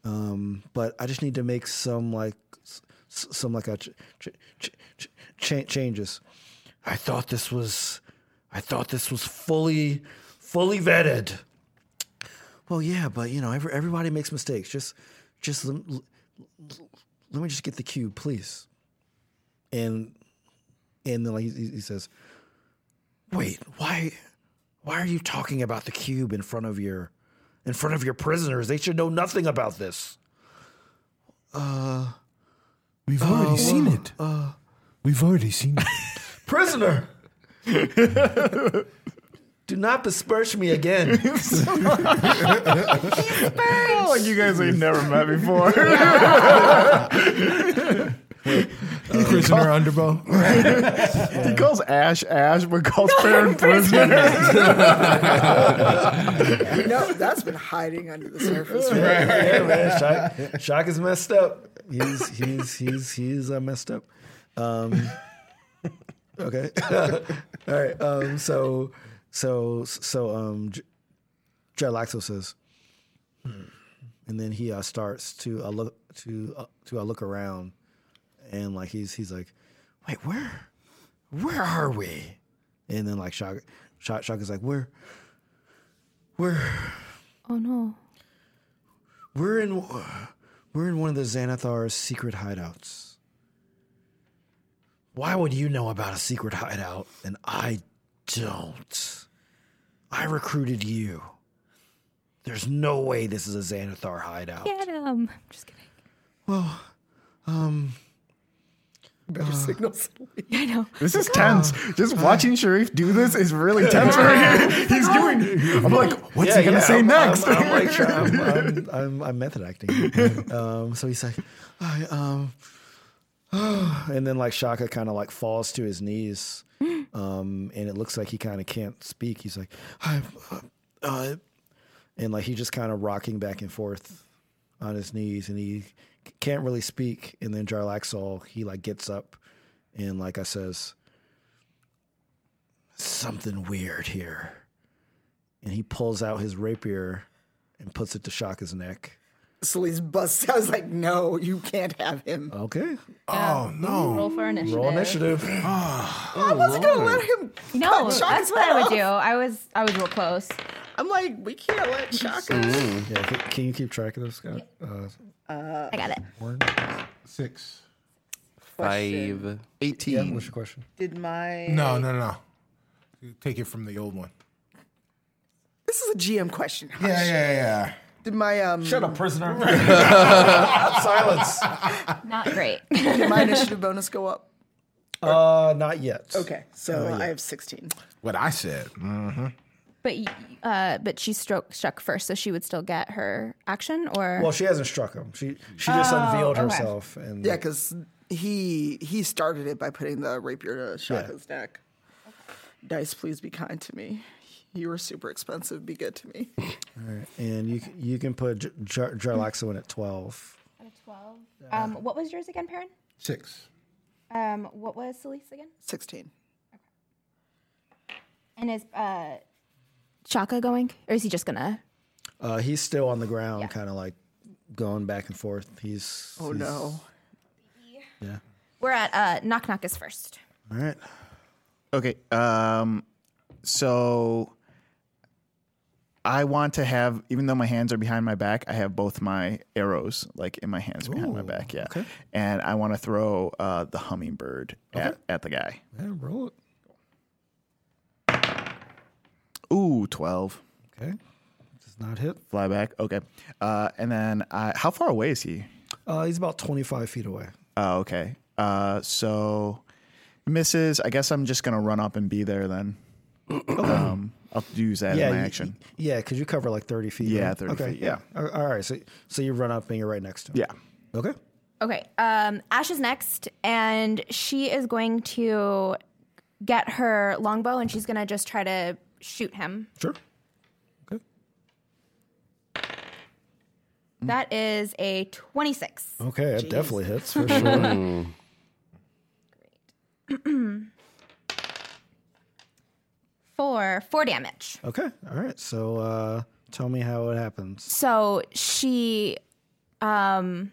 Speaker 1: Um, but I just need to make some like s- s- some like a ch- ch- ch- ch- cha- changes. I thought this was I thought this was fully fully vetted. Well, yeah, but you know, every, everybody makes mistakes. Just just lem- l- l- let me just get the cube, please. And and then like he, he he says, "Wait, why why are you talking about the cube in front of your in front of your prisoners? They should know nothing about this."
Speaker 2: Uh,
Speaker 7: We've already seen it. We've already seen
Speaker 2: [laughs]
Speaker 7: it.
Speaker 1: Prisoner! Do not besmirch me again.
Speaker 6: [laughs] Oh, you guys ain't never met [laughs] before.
Speaker 2: Uh,
Speaker 7: Prisoner Underbow.
Speaker 6: he calls Ash Ash, but calls Baron prisoner.
Speaker 9: You know, that's been hiding under the surface.
Speaker 3: [laughs]
Speaker 9: for [laughs]
Speaker 1: yeah, man. Shock, Shock is messed up. He's he's he's he's uh, messed up. Um, okay. [laughs] All right. Um, so so so um, J- Dreadlaxo says, "Hmm." and then he uh, starts to uh, look to uh, to uh, look around, and like he's he's like, wait, where where are we? And then like Shock Shock, Shock is like, where where
Speaker 4: Oh no.
Speaker 1: we're in we're in one of the Xanathar's secret hideouts. Why would you know about a secret hideout and I don't? I recruited you. There's no way this is a Xanathar hideout.
Speaker 4: Get him. Just kidding.
Speaker 9: Better signals.
Speaker 4: I know.
Speaker 6: This is tense. Just watching Sharif do this is really [laughs] tense right here. He's doing. I'm like, what's he gonna say
Speaker 1: I'm-
Speaker 6: next?
Speaker 1: I'm, I'm, like,
Speaker 6: [laughs]
Speaker 1: try- I'm, I'm- I'm- I'm method acting. [laughs] um, so he's like, I, um, [sighs] and then like Shaka kind of like falls to his
Speaker 6: [gasps]
Speaker 1: knees, um, and it looks like he kind of can't speak. He's like, I, uh, and like he just kind of rocking back and forth on his knees, and he c- can't really speak. And then Jarlaxle, he like gets up, and like I says, something weird here and he pulls out his rapier and puts it to Shaka's neck.
Speaker 9: Celeste busts. I was like, no, you can't have him.
Speaker 1: Okay.
Speaker 4: Oh no. Roll for initiative.
Speaker 1: Roll initiative.
Speaker 9: I wasn't gonna let him.
Speaker 4: No,
Speaker 9: cut
Speaker 4: that's
Speaker 9: Shaka's
Speaker 4: what I would
Speaker 9: head
Speaker 4: do.
Speaker 9: off.
Speaker 4: I was I was real close.
Speaker 9: I'm like, we can't let Shaka.
Speaker 1: Yeah, can, can you keep track of this, Scott? Uh,
Speaker 4: I got it.
Speaker 2: Six.
Speaker 5: Five.
Speaker 1: 18. What's your question?
Speaker 3: Did my
Speaker 2: No, no, no. Take it from the old one.
Speaker 9: This is a GM question.
Speaker 2: Yeah, yeah, yeah.
Speaker 9: Did my um
Speaker 1: Shut up, prisoner. [laughs]
Speaker 9: [laughs]
Speaker 1: Silence.
Speaker 4: Not great. [laughs]
Speaker 9: did my initiative bonus go up? Oh,
Speaker 1: Uh, not yet.
Speaker 9: Okay, so I have 16.
Speaker 2: What I said.
Speaker 4: but y- uh, but she struck struck first, so she would still get her action or
Speaker 1: Well, she hasn't struck him. She she just unveiled herself. And
Speaker 9: Oh, Yeah, because he he started it by putting the rapier to Shaka's neck. Dice, please be kind to me. You were super expensive. Be good to
Speaker 1: [laughs]
Speaker 9: me.
Speaker 1: and you c- you can put J- Jar- Jarlaxo in at twelve.
Speaker 4: twelve. Um, what was yours again, Perrin?
Speaker 2: Six.
Speaker 4: Um, what was Celise again?
Speaker 9: 16.
Speaker 4: And is uh, Shaka going, or is he just gonna?
Speaker 1: Uh, he's still on the ground, kind of like going back and forth. He's
Speaker 9: Oh,
Speaker 1: he's-
Speaker 9: no.
Speaker 1: Yeah.
Speaker 4: We're at uh, knock knock is first.
Speaker 1: All right.
Speaker 6: Okay. Um, so I want to have, even though my hands are behind my back, I have both my arrows like in my hands behind my back. Yeah. And I want to throw uh, the hummingbird at, at the guy.
Speaker 1: Yeah, roll it.
Speaker 6: Ooh, 12.
Speaker 1: Okay. Does not hit.
Speaker 6: Fly back. Okay. Uh, and then I, how far away is he?
Speaker 1: Uh, he's about twenty five feet away.
Speaker 6: Oh, okay. Uh, so misses. I guess I'm just going to run up and be there
Speaker 1: [clears throat]
Speaker 6: then. um, I'll use that in my
Speaker 1: you-
Speaker 6: action.
Speaker 1: Yeah, because you cover like thirty feet.
Speaker 6: Yeah,
Speaker 1: right?
Speaker 6: 30
Speaker 1: okay,
Speaker 6: feet,
Speaker 1: Yeah. All- all right. So so you run up and you're right next to him.
Speaker 6: Yeah.
Speaker 1: Okay.
Speaker 4: Okay. Um, Ash is next, and she is going to get her longbow, and she's gonna just try to shoot him.
Speaker 1: Sure.
Speaker 4: That is a twenty-six.
Speaker 1: Okay, that definitely hits for
Speaker 5: [laughs]
Speaker 1: sure.
Speaker 5: Mm.
Speaker 4: for four damage.
Speaker 1: okay. All right. So uh, tell me how it happens.
Speaker 4: So she um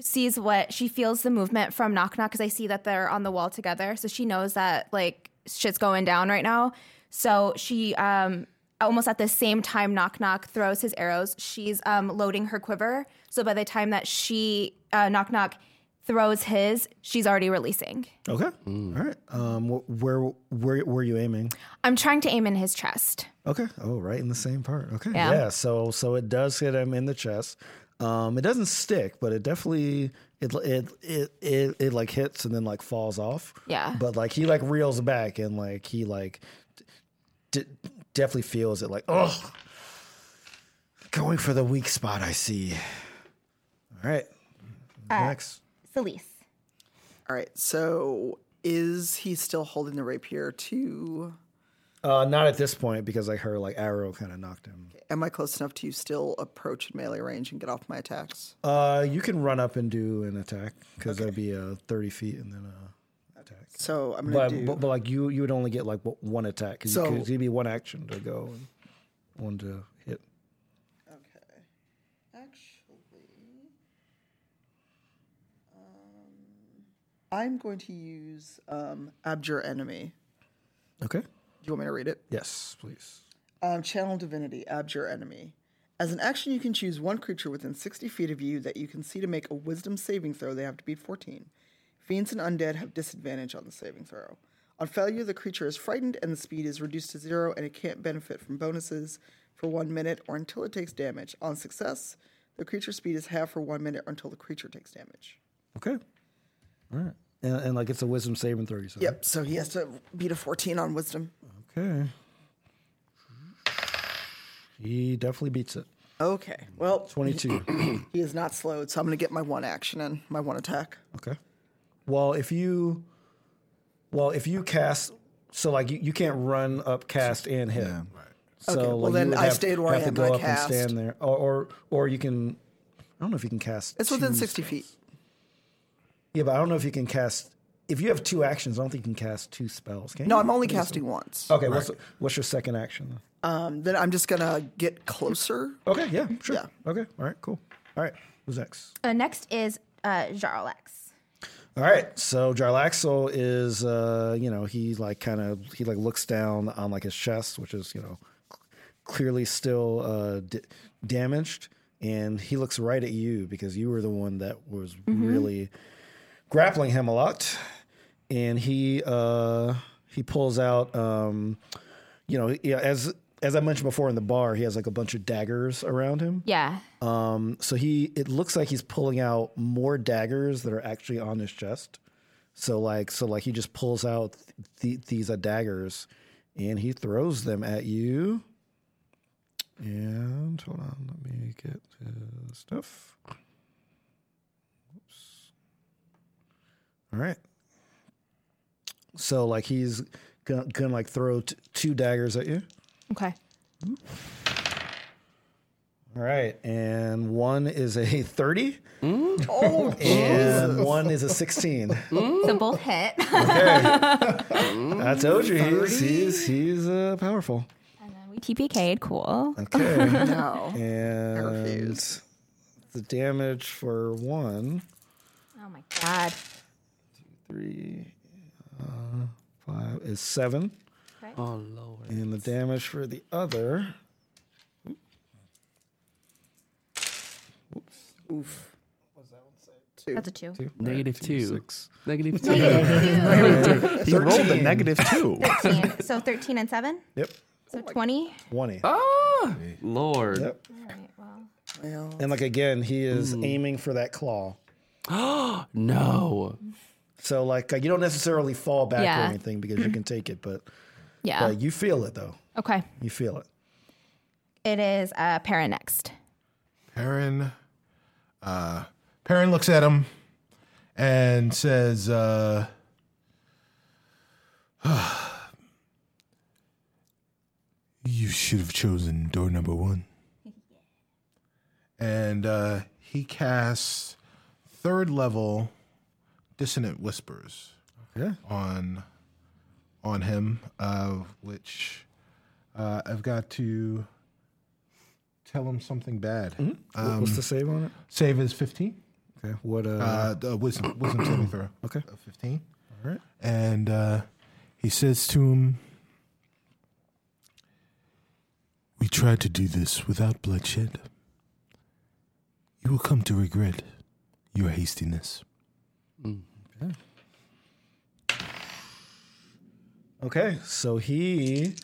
Speaker 4: sees what she feels the movement from Knock Knock because I see that they're on the wall together. So she knows that like shit's going down right now. So she um almost at the same time Knock Knock throws his arrows. She's um loading her quiver. So by the time that she uh, Knock Knock throws his, she's already releasing.
Speaker 1: Okay. All right. Um, wh- where where were you aiming?
Speaker 4: I'm trying to aim in his chest.
Speaker 1: Okay. Oh, right in the same part. Okay.
Speaker 4: Yeah.
Speaker 1: Yeah. So so it does hit him in the chest. Um, it doesn't stick, but it definitely it it it it, it like hits and then like falls off.
Speaker 4: Yeah.
Speaker 1: But like he like reels back and like he like d- definitely feels it like oh, going for the weak spot. I see. All right. Next.
Speaker 4: Celise.
Speaker 3: All right. So is he still holding the rapier to?
Speaker 1: Uh, not at this point because like her like arrow kind of knocked him.
Speaker 3: Am I close enough to still approach in melee range and get off my attacks?
Speaker 1: Uh, you can run up and do an attack because that'd be uh thirty feet and then uh attack.
Speaker 3: So I'm gonna
Speaker 1: But,
Speaker 3: do.
Speaker 1: but but like you you would only get like w- one attack because
Speaker 3: So-
Speaker 1: you could it'd be one action to go and one to hit.
Speaker 3: Okay. Actually, um, I'm going to use um, Abjure Enemy.
Speaker 1: Okay.
Speaker 3: Do you want me to read it?
Speaker 1: Yes, please.
Speaker 3: Um, Channel Divinity, Abjure Enemy. As an action, you can choose one creature within 60 feet of you that you can see to make a wisdom saving throw. They have to beat 14. Fiends and undead have disadvantage on the saving throw. On failure, the creature is frightened and the speed is reduced to zero, and it can't benefit from bonuses for one minute or until it takes damage. On success, the creature's speed is half for one minute or until the creature takes damage.
Speaker 1: Okay. All right. And, and like it's a wisdom saving throw. You said.
Speaker 3: Yep, so he has to beat a 14 on wisdom.
Speaker 1: Okay. He definitely beats it.
Speaker 3: Okay, well,
Speaker 1: Twenty
Speaker 3: [clears throat]
Speaker 1: two.
Speaker 3: he is not slowed, so I'm going to get my one action in, my one attack.
Speaker 1: Okay. Well, if you, well, if you cast, so like you, you can't run up, cast and hit. Right. So
Speaker 3: Okay, well,
Speaker 1: like, you
Speaker 3: then
Speaker 1: would
Speaker 3: I stayed where I
Speaker 1: have to
Speaker 3: am,
Speaker 1: go
Speaker 3: I
Speaker 1: up
Speaker 3: cast.
Speaker 1: and stand there, or, or or you can. I don't know if you can cast.
Speaker 3: It's within
Speaker 1: two-
Speaker 3: 60 feet.
Speaker 1: Yeah, but I don't know if you can cast. If you have two actions, I don't think you can cast two spells. Can
Speaker 3: No,
Speaker 1: you?
Speaker 3: I'm only casting once.
Speaker 1: Okay. What's what's your second action? Then?
Speaker 3: Um, then I'm just gonna get closer.
Speaker 1: Okay. Yeah. Sure.
Speaker 3: Yeah.
Speaker 1: Okay. All right. Cool. All right. Who's next?
Speaker 4: Uh, next is uh, Jarlax.
Speaker 1: All right, so Jarlaxle is, uh, you know, he like kind of he like looks down on like his chest, which is you know c- clearly still uh, d- damaged, and he looks right at you because you were the one that was really grappling him a lot, and he uh, he pulls out, um, you know, yeah, as as I mentioned before in the bar, he has like a bunch of daggers around him.
Speaker 4: Yeah.
Speaker 1: Um, so he it looks like he's pulling out more daggers that are actually on his chest. So like so like he just pulls out th- these uh, daggers and he throws them at you. And hold on, let me get his stuff. Oops. All right. So like he's gonna, gonna like throw t- two daggers at you.
Speaker 4: Okay.
Speaker 1: All right, and one is a [laughs] 30
Speaker 4: Mm.
Speaker 3: Oh,
Speaker 1: and one is a 16.
Speaker 4: So both hit. [laughs]
Speaker 1: I told you he's he's he's uh, powerful.
Speaker 4: we TPK'd. Cool.
Speaker 1: Okay,
Speaker 3: no.
Speaker 1: and
Speaker 3: refuse.
Speaker 1: the damage for one,
Speaker 4: Oh my god.
Speaker 1: three, uh, five is seven,
Speaker 5: Oh lord.
Speaker 1: and the damage for the other
Speaker 3: Oof.
Speaker 4: That's a two. [laughs]
Speaker 5: Negative two.
Speaker 1: six.
Speaker 5: [laughs] Negative two.
Speaker 6: He rolled a negative two.
Speaker 4: 13. so 13 and 7?
Speaker 1: Yep,
Speaker 4: So 20?
Speaker 1: twenty.
Speaker 5: Ah, lord.
Speaker 1: Yep.
Speaker 4: Alright, well.
Speaker 3: Well,
Speaker 1: And like again, he is
Speaker 4: Hmm.
Speaker 1: aiming for that claw.
Speaker 5: No.
Speaker 1: So like uh, you don't necessarily fall back or
Speaker 4: Yeah.
Speaker 1: anything because you can take it, but
Speaker 4: Yeah.
Speaker 1: but you feel it though.
Speaker 4: Okay.
Speaker 1: You feel it.
Speaker 4: It is uh, Para next.
Speaker 7: Perrin, uh, Perrin looks at him and says, uh, [sighs]
Speaker 10: You should have chosen door number one.
Speaker 7: and uh, he casts third level dissonant whispers
Speaker 1: Yeah.
Speaker 7: on on him, uh, which uh, I've got to tell him something bad.
Speaker 1: What- What's the save on it?
Speaker 7: Save is fifteen.
Speaker 1: Okay. What uh,
Speaker 7: Uh, the wisdom, wisdom
Speaker 2: [clears throat]
Speaker 7: saving throw.
Speaker 1: Okay.
Speaker 7: of fifteen.
Speaker 1: All right.
Speaker 10: And uh, he says to him, We tried to do this without bloodshed. You will come to regret your hastiness.
Speaker 1: Okay, so he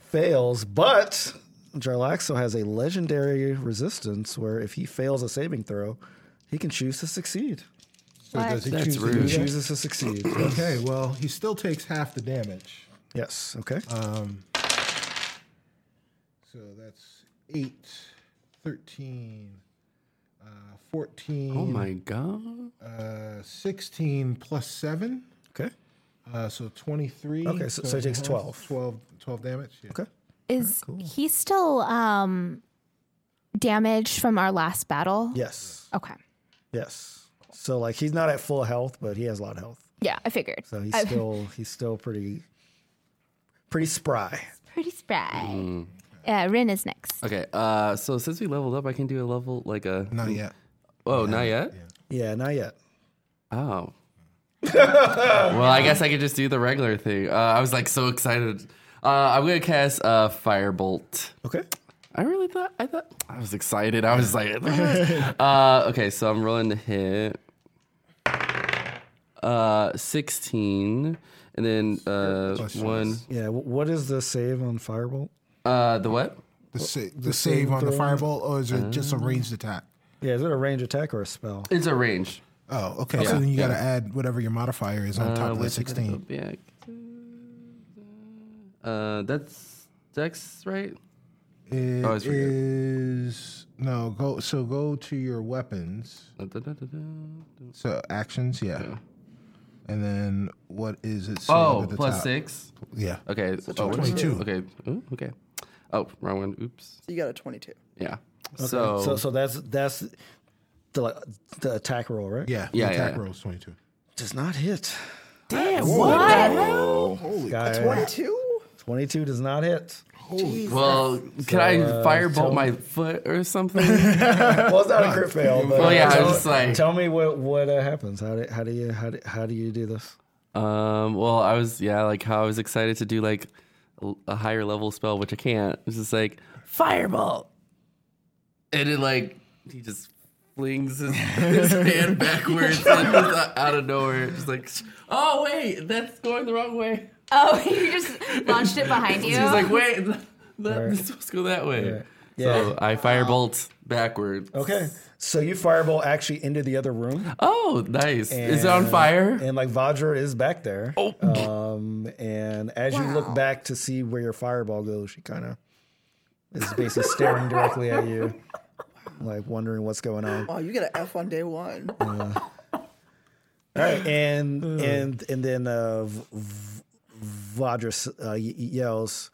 Speaker 1: fails, but Jarlaxo has a legendary resistance where if he fails a saving throw, he can choose to succeed.
Speaker 2: So does he
Speaker 5: That's
Speaker 2: choose to
Speaker 5: rude.
Speaker 2: do
Speaker 1: He
Speaker 2: that?
Speaker 1: chooses to [clears throat] succeed.
Speaker 2: Okay, well, he still takes half the damage.
Speaker 1: yes. Okay.
Speaker 2: So that's 8, 13, uh, 14,
Speaker 5: Oh my god.
Speaker 2: uh, 16 plus 7.
Speaker 1: okay.
Speaker 2: Uh, so 23.
Speaker 1: Okay, so- so he takes
Speaker 2: half-
Speaker 1: 12.
Speaker 2: 12, 12 damage. Yeah.
Speaker 1: Okay.
Speaker 8: Is
Speaker 4: Oh,
Speaker 8: he still um damaged from our last battle?
Speaker 1: Yes.
Speaker 8: Okay.
Speaker 1: Yes. So like he's not at full health, but he has a lot of health.
Speaker 8: Yeah, I figured.
Speaker 1: So he's
Speaker 8: I- [laughs]
Speaker 1: still he's still pretty pretty spry.
Speaker 8: pretty spry.
Speaker 4: Mm.
Speaker 8: Yeah, Rin is next.
Speaker 5: Okay. Uh, so since we leveled up, I can do a level like a.
Speaker 2: Not yet.
Speaker 5: Oh, not yet.
Speaker 1: Yeah, not yet.
Speaker 5: Oh.
Speaker 2: [laughs]
Speaker 5: well, I guess I could just do the regular thing. Uh, I was like so excited. Uh, I'm gonna cast uh, firebolt.
Speaker 1: Okay.
Speaker 5: I really thought I thought I was excited. I was like, [laughs] uh, okay, so I'm rolling to hit. Uh, sixteen, and then uh, one.
Speaker 1: Yeah. wh- What is the save on firebolt?
Speaker 5: Uh, the what?
Speaker 2: The, sa- the, save on the fireball, or is it just a ranged attack?
Speaker 1: Yeah, is it a range attack or a spell?
Speaker 5: It's a range.
Speaker 2: Oh, okay. so then you got to add whatever your modifier is on
Speaker 5: Uh,
Speaker 2: top of the 16.
Speaker 5: Yeah. Uh, that's Dex, right?
Speaker 2: It
Speaker 5: Oh, it's pretty good.
Speaker 2: is- no go. So go to your weapons.
Speaker 5: Da, da, da, da, da.
Speaker 2: So actions, yeah. And then what is it? save
Speaker 5: Oh,
Speaker 2: at the
Speaker 5: plus
Speaker 2: top?
Speaker 5: six.
Speaker 2: Yeah.
Speaker 5: Okay. oh, what is it?
Speaker 2: 22.
Speaker 5: Okay. Ooh, okay. Oh, wrong one. Oops.
Speaker 9: So you got a 22.
Speaker 5: Yeah. So,
Speaker 1: so so that's that's the the attack roll, right?
Speaker 2: Yeah.
Speaker 5: Yeah,
Speaker 2: The
Speaker 5: yeah,
Speaker 2: attack
Speaker 5: yeah.
Speaker 2: roll is twenty-two.
Speaker 1: Does not hit. Guy,
Speaker 9: 22?
Speaker 1: 22 does not hit.
Speaker 5: well, can I
Speaker 1: uh,
Speaker 5: firebolt my foot or something?
Speaker 1: [laughs] [laughs] Well, it's not a crit fail. But
Speaker 5: Well, yeah, I
Speaker 1: tell,
Speaker 5: was just like-
Speaker 1: tell me what what uh, happens. How do how do you how do, how do you do this?
Speaker 5: um. Well, I was yeah, like how I was excited to do like l- a higher level spell, which I can't. It's just like firebolt, and it like he just flings his,
Speaker 1: [laughs]
Speaker 5: his hand backwards [laughs] and just out out of nowhere, just like oh wait, that's going the wrong way.
Speaker 4: Oh, [laughs] you just launched it [laughs] behind you.
Speaker 5: He's like wait, that, this supposed to go that way. So Oh, I firebolt backwards.
Speaker 1: Okay. So you fireball actually into the other room.
Speaker 5: Oh, nice. Is it on
Speaker 1: And-
Speaker 5: fire? Oh.
Speaker 1: And like Vajra is back there. Um, and as you look back to see where your fireball goes, she kind of is basically staring directly at you, like wondering what's going on.
Speaker 9: Wow, Oh, you get an F on day one.
Speaker 1: All right, and and and then uh, v- v- Vajra s- uh, y- yells,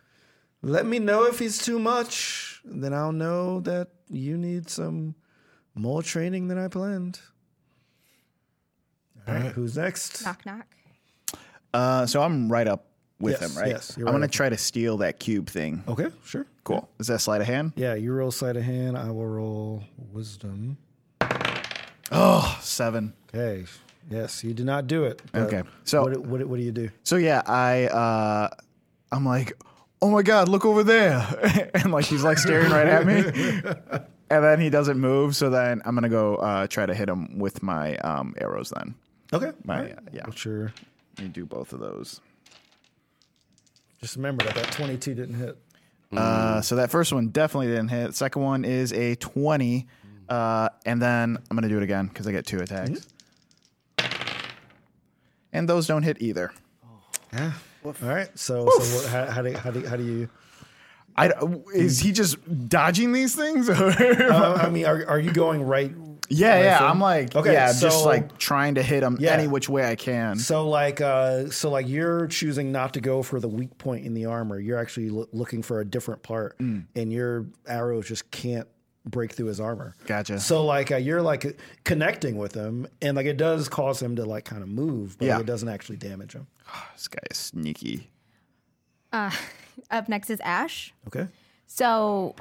Speaker 1: "Let me know if he's too much. Then I'll know that you need some more training than I planned." All right, who's next?
Speaker 4: knock knock.
Speaker 6: Uh, so I'm right up with
Speaker 1: Yes,
Speaker 6: him, right?
Speaker 1: yes,
Speaker 6: I'm
Speaker 1: you're right
Speaker 6: gonna
Speaker 1: up.
Speaker 6: try to steal that cube thing.
Speaker 1: Okay, sure.
Speaker 6: Cool. Is that sleight of hand?
Speaker 1: Yeah, you roll sleight of hand. I will roll wisdom.
Speaker 6: Oh, seven.
Speaker 1: Okay. Yes, you do not do it. but
Speaker 6: Okay, so-
Speaker 1: what, what, what do you do?
Speaker 6: So yeah, I uh, I'm like, oh my god, look over there, [laughs] and like he's like staring right at me,
Speaker 1: [laughs]
Speaker 6: and then he doesn't move. So then I'm gonna go uh, try to hit him with my um, arrows. Then
Speaker 1: Okay.
Speaker 6: my yeah,
Speaker 1: What's your?
Speaker 6: you do both of those.
Speaker 1: Just remember that that twenty-two didn't hit.
Speaker 6: Uh, so that first one definitely didn't hit. Second one is a twenty, uh, and then I'm gonna do it again because I get two attacks, Mm-hmm. and those don't hit either.
Speaker 1: Yeah. All right. So, so what, how, how do how do how do you?
Speaker 6: I d is he just dodging these things? [laughs] Or?
Speaker 1: Uh, I mean, are, are you going right?
Speaker 6: Yeah,
Speaker 1: Right,
Speaker 6: yeah.
Speaker 1: so-
Speaker 6: I'm like,
Speaker 1: Okay,
Speaker 6: yeah, just
Speaker 1: so-
Speaker 6: like trying to hit him
Speaker 1: Yeah.
Speaker 6: any which way I can.
Speaker 1: So like, uh, so like, you're choosing not to go for the weak point in the armor. You're actually loo- looking for a different part,
Speaker 6: Mm.
Speaker 1: and your arrows just can't break through his armor.
Speaker 6: Gotcha.
Speaker 1: So like, uh, you're like connecting with him, and like it does cause him to like kind of move, but like,
Speaker 6: Yeah.
Speaker 1: it doesn't actually damage him.
Speaker 6: this guy is sneaky.
Speaker 4: Up next is Ash.
Speaker 1: Okay.
Speaker 4: So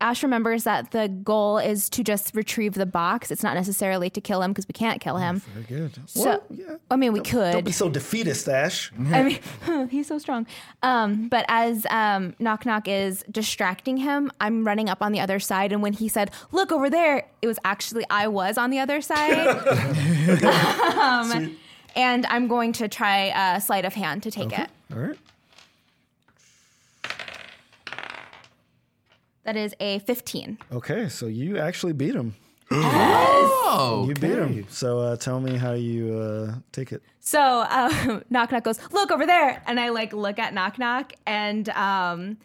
Speaker 4: Ash remembers that the goal is to just retrieve the box. It's not necessarily to kill him because we can't kill him.
Speaker 1: Very good.
Speaker 4: So I mean, we could.
Speaker 1: Don't be so defeatist, Ash.
Speaker 4: I mean, [laughs] he's so strong. Um, but as um, Knock Knock is distracting him, I'm running up on the other side. And when he said, Look over there, it was actually I was on the other side. um, and I'm going to try uh, sleight of hand to take it.
Speaker 1: All right.
Speaker 4: That is a 15.
Speaker 1: Okay, so you actually
Speaker 11: [gasps]
Speaker 1: beat him.
Speaker 5: Oh,
Speaker 1: You beat him. So uh, tell me how you uh, take it.
Speaker 4: So um, [laughs] knock knock goes look over there, and I like look at knock knock, and um,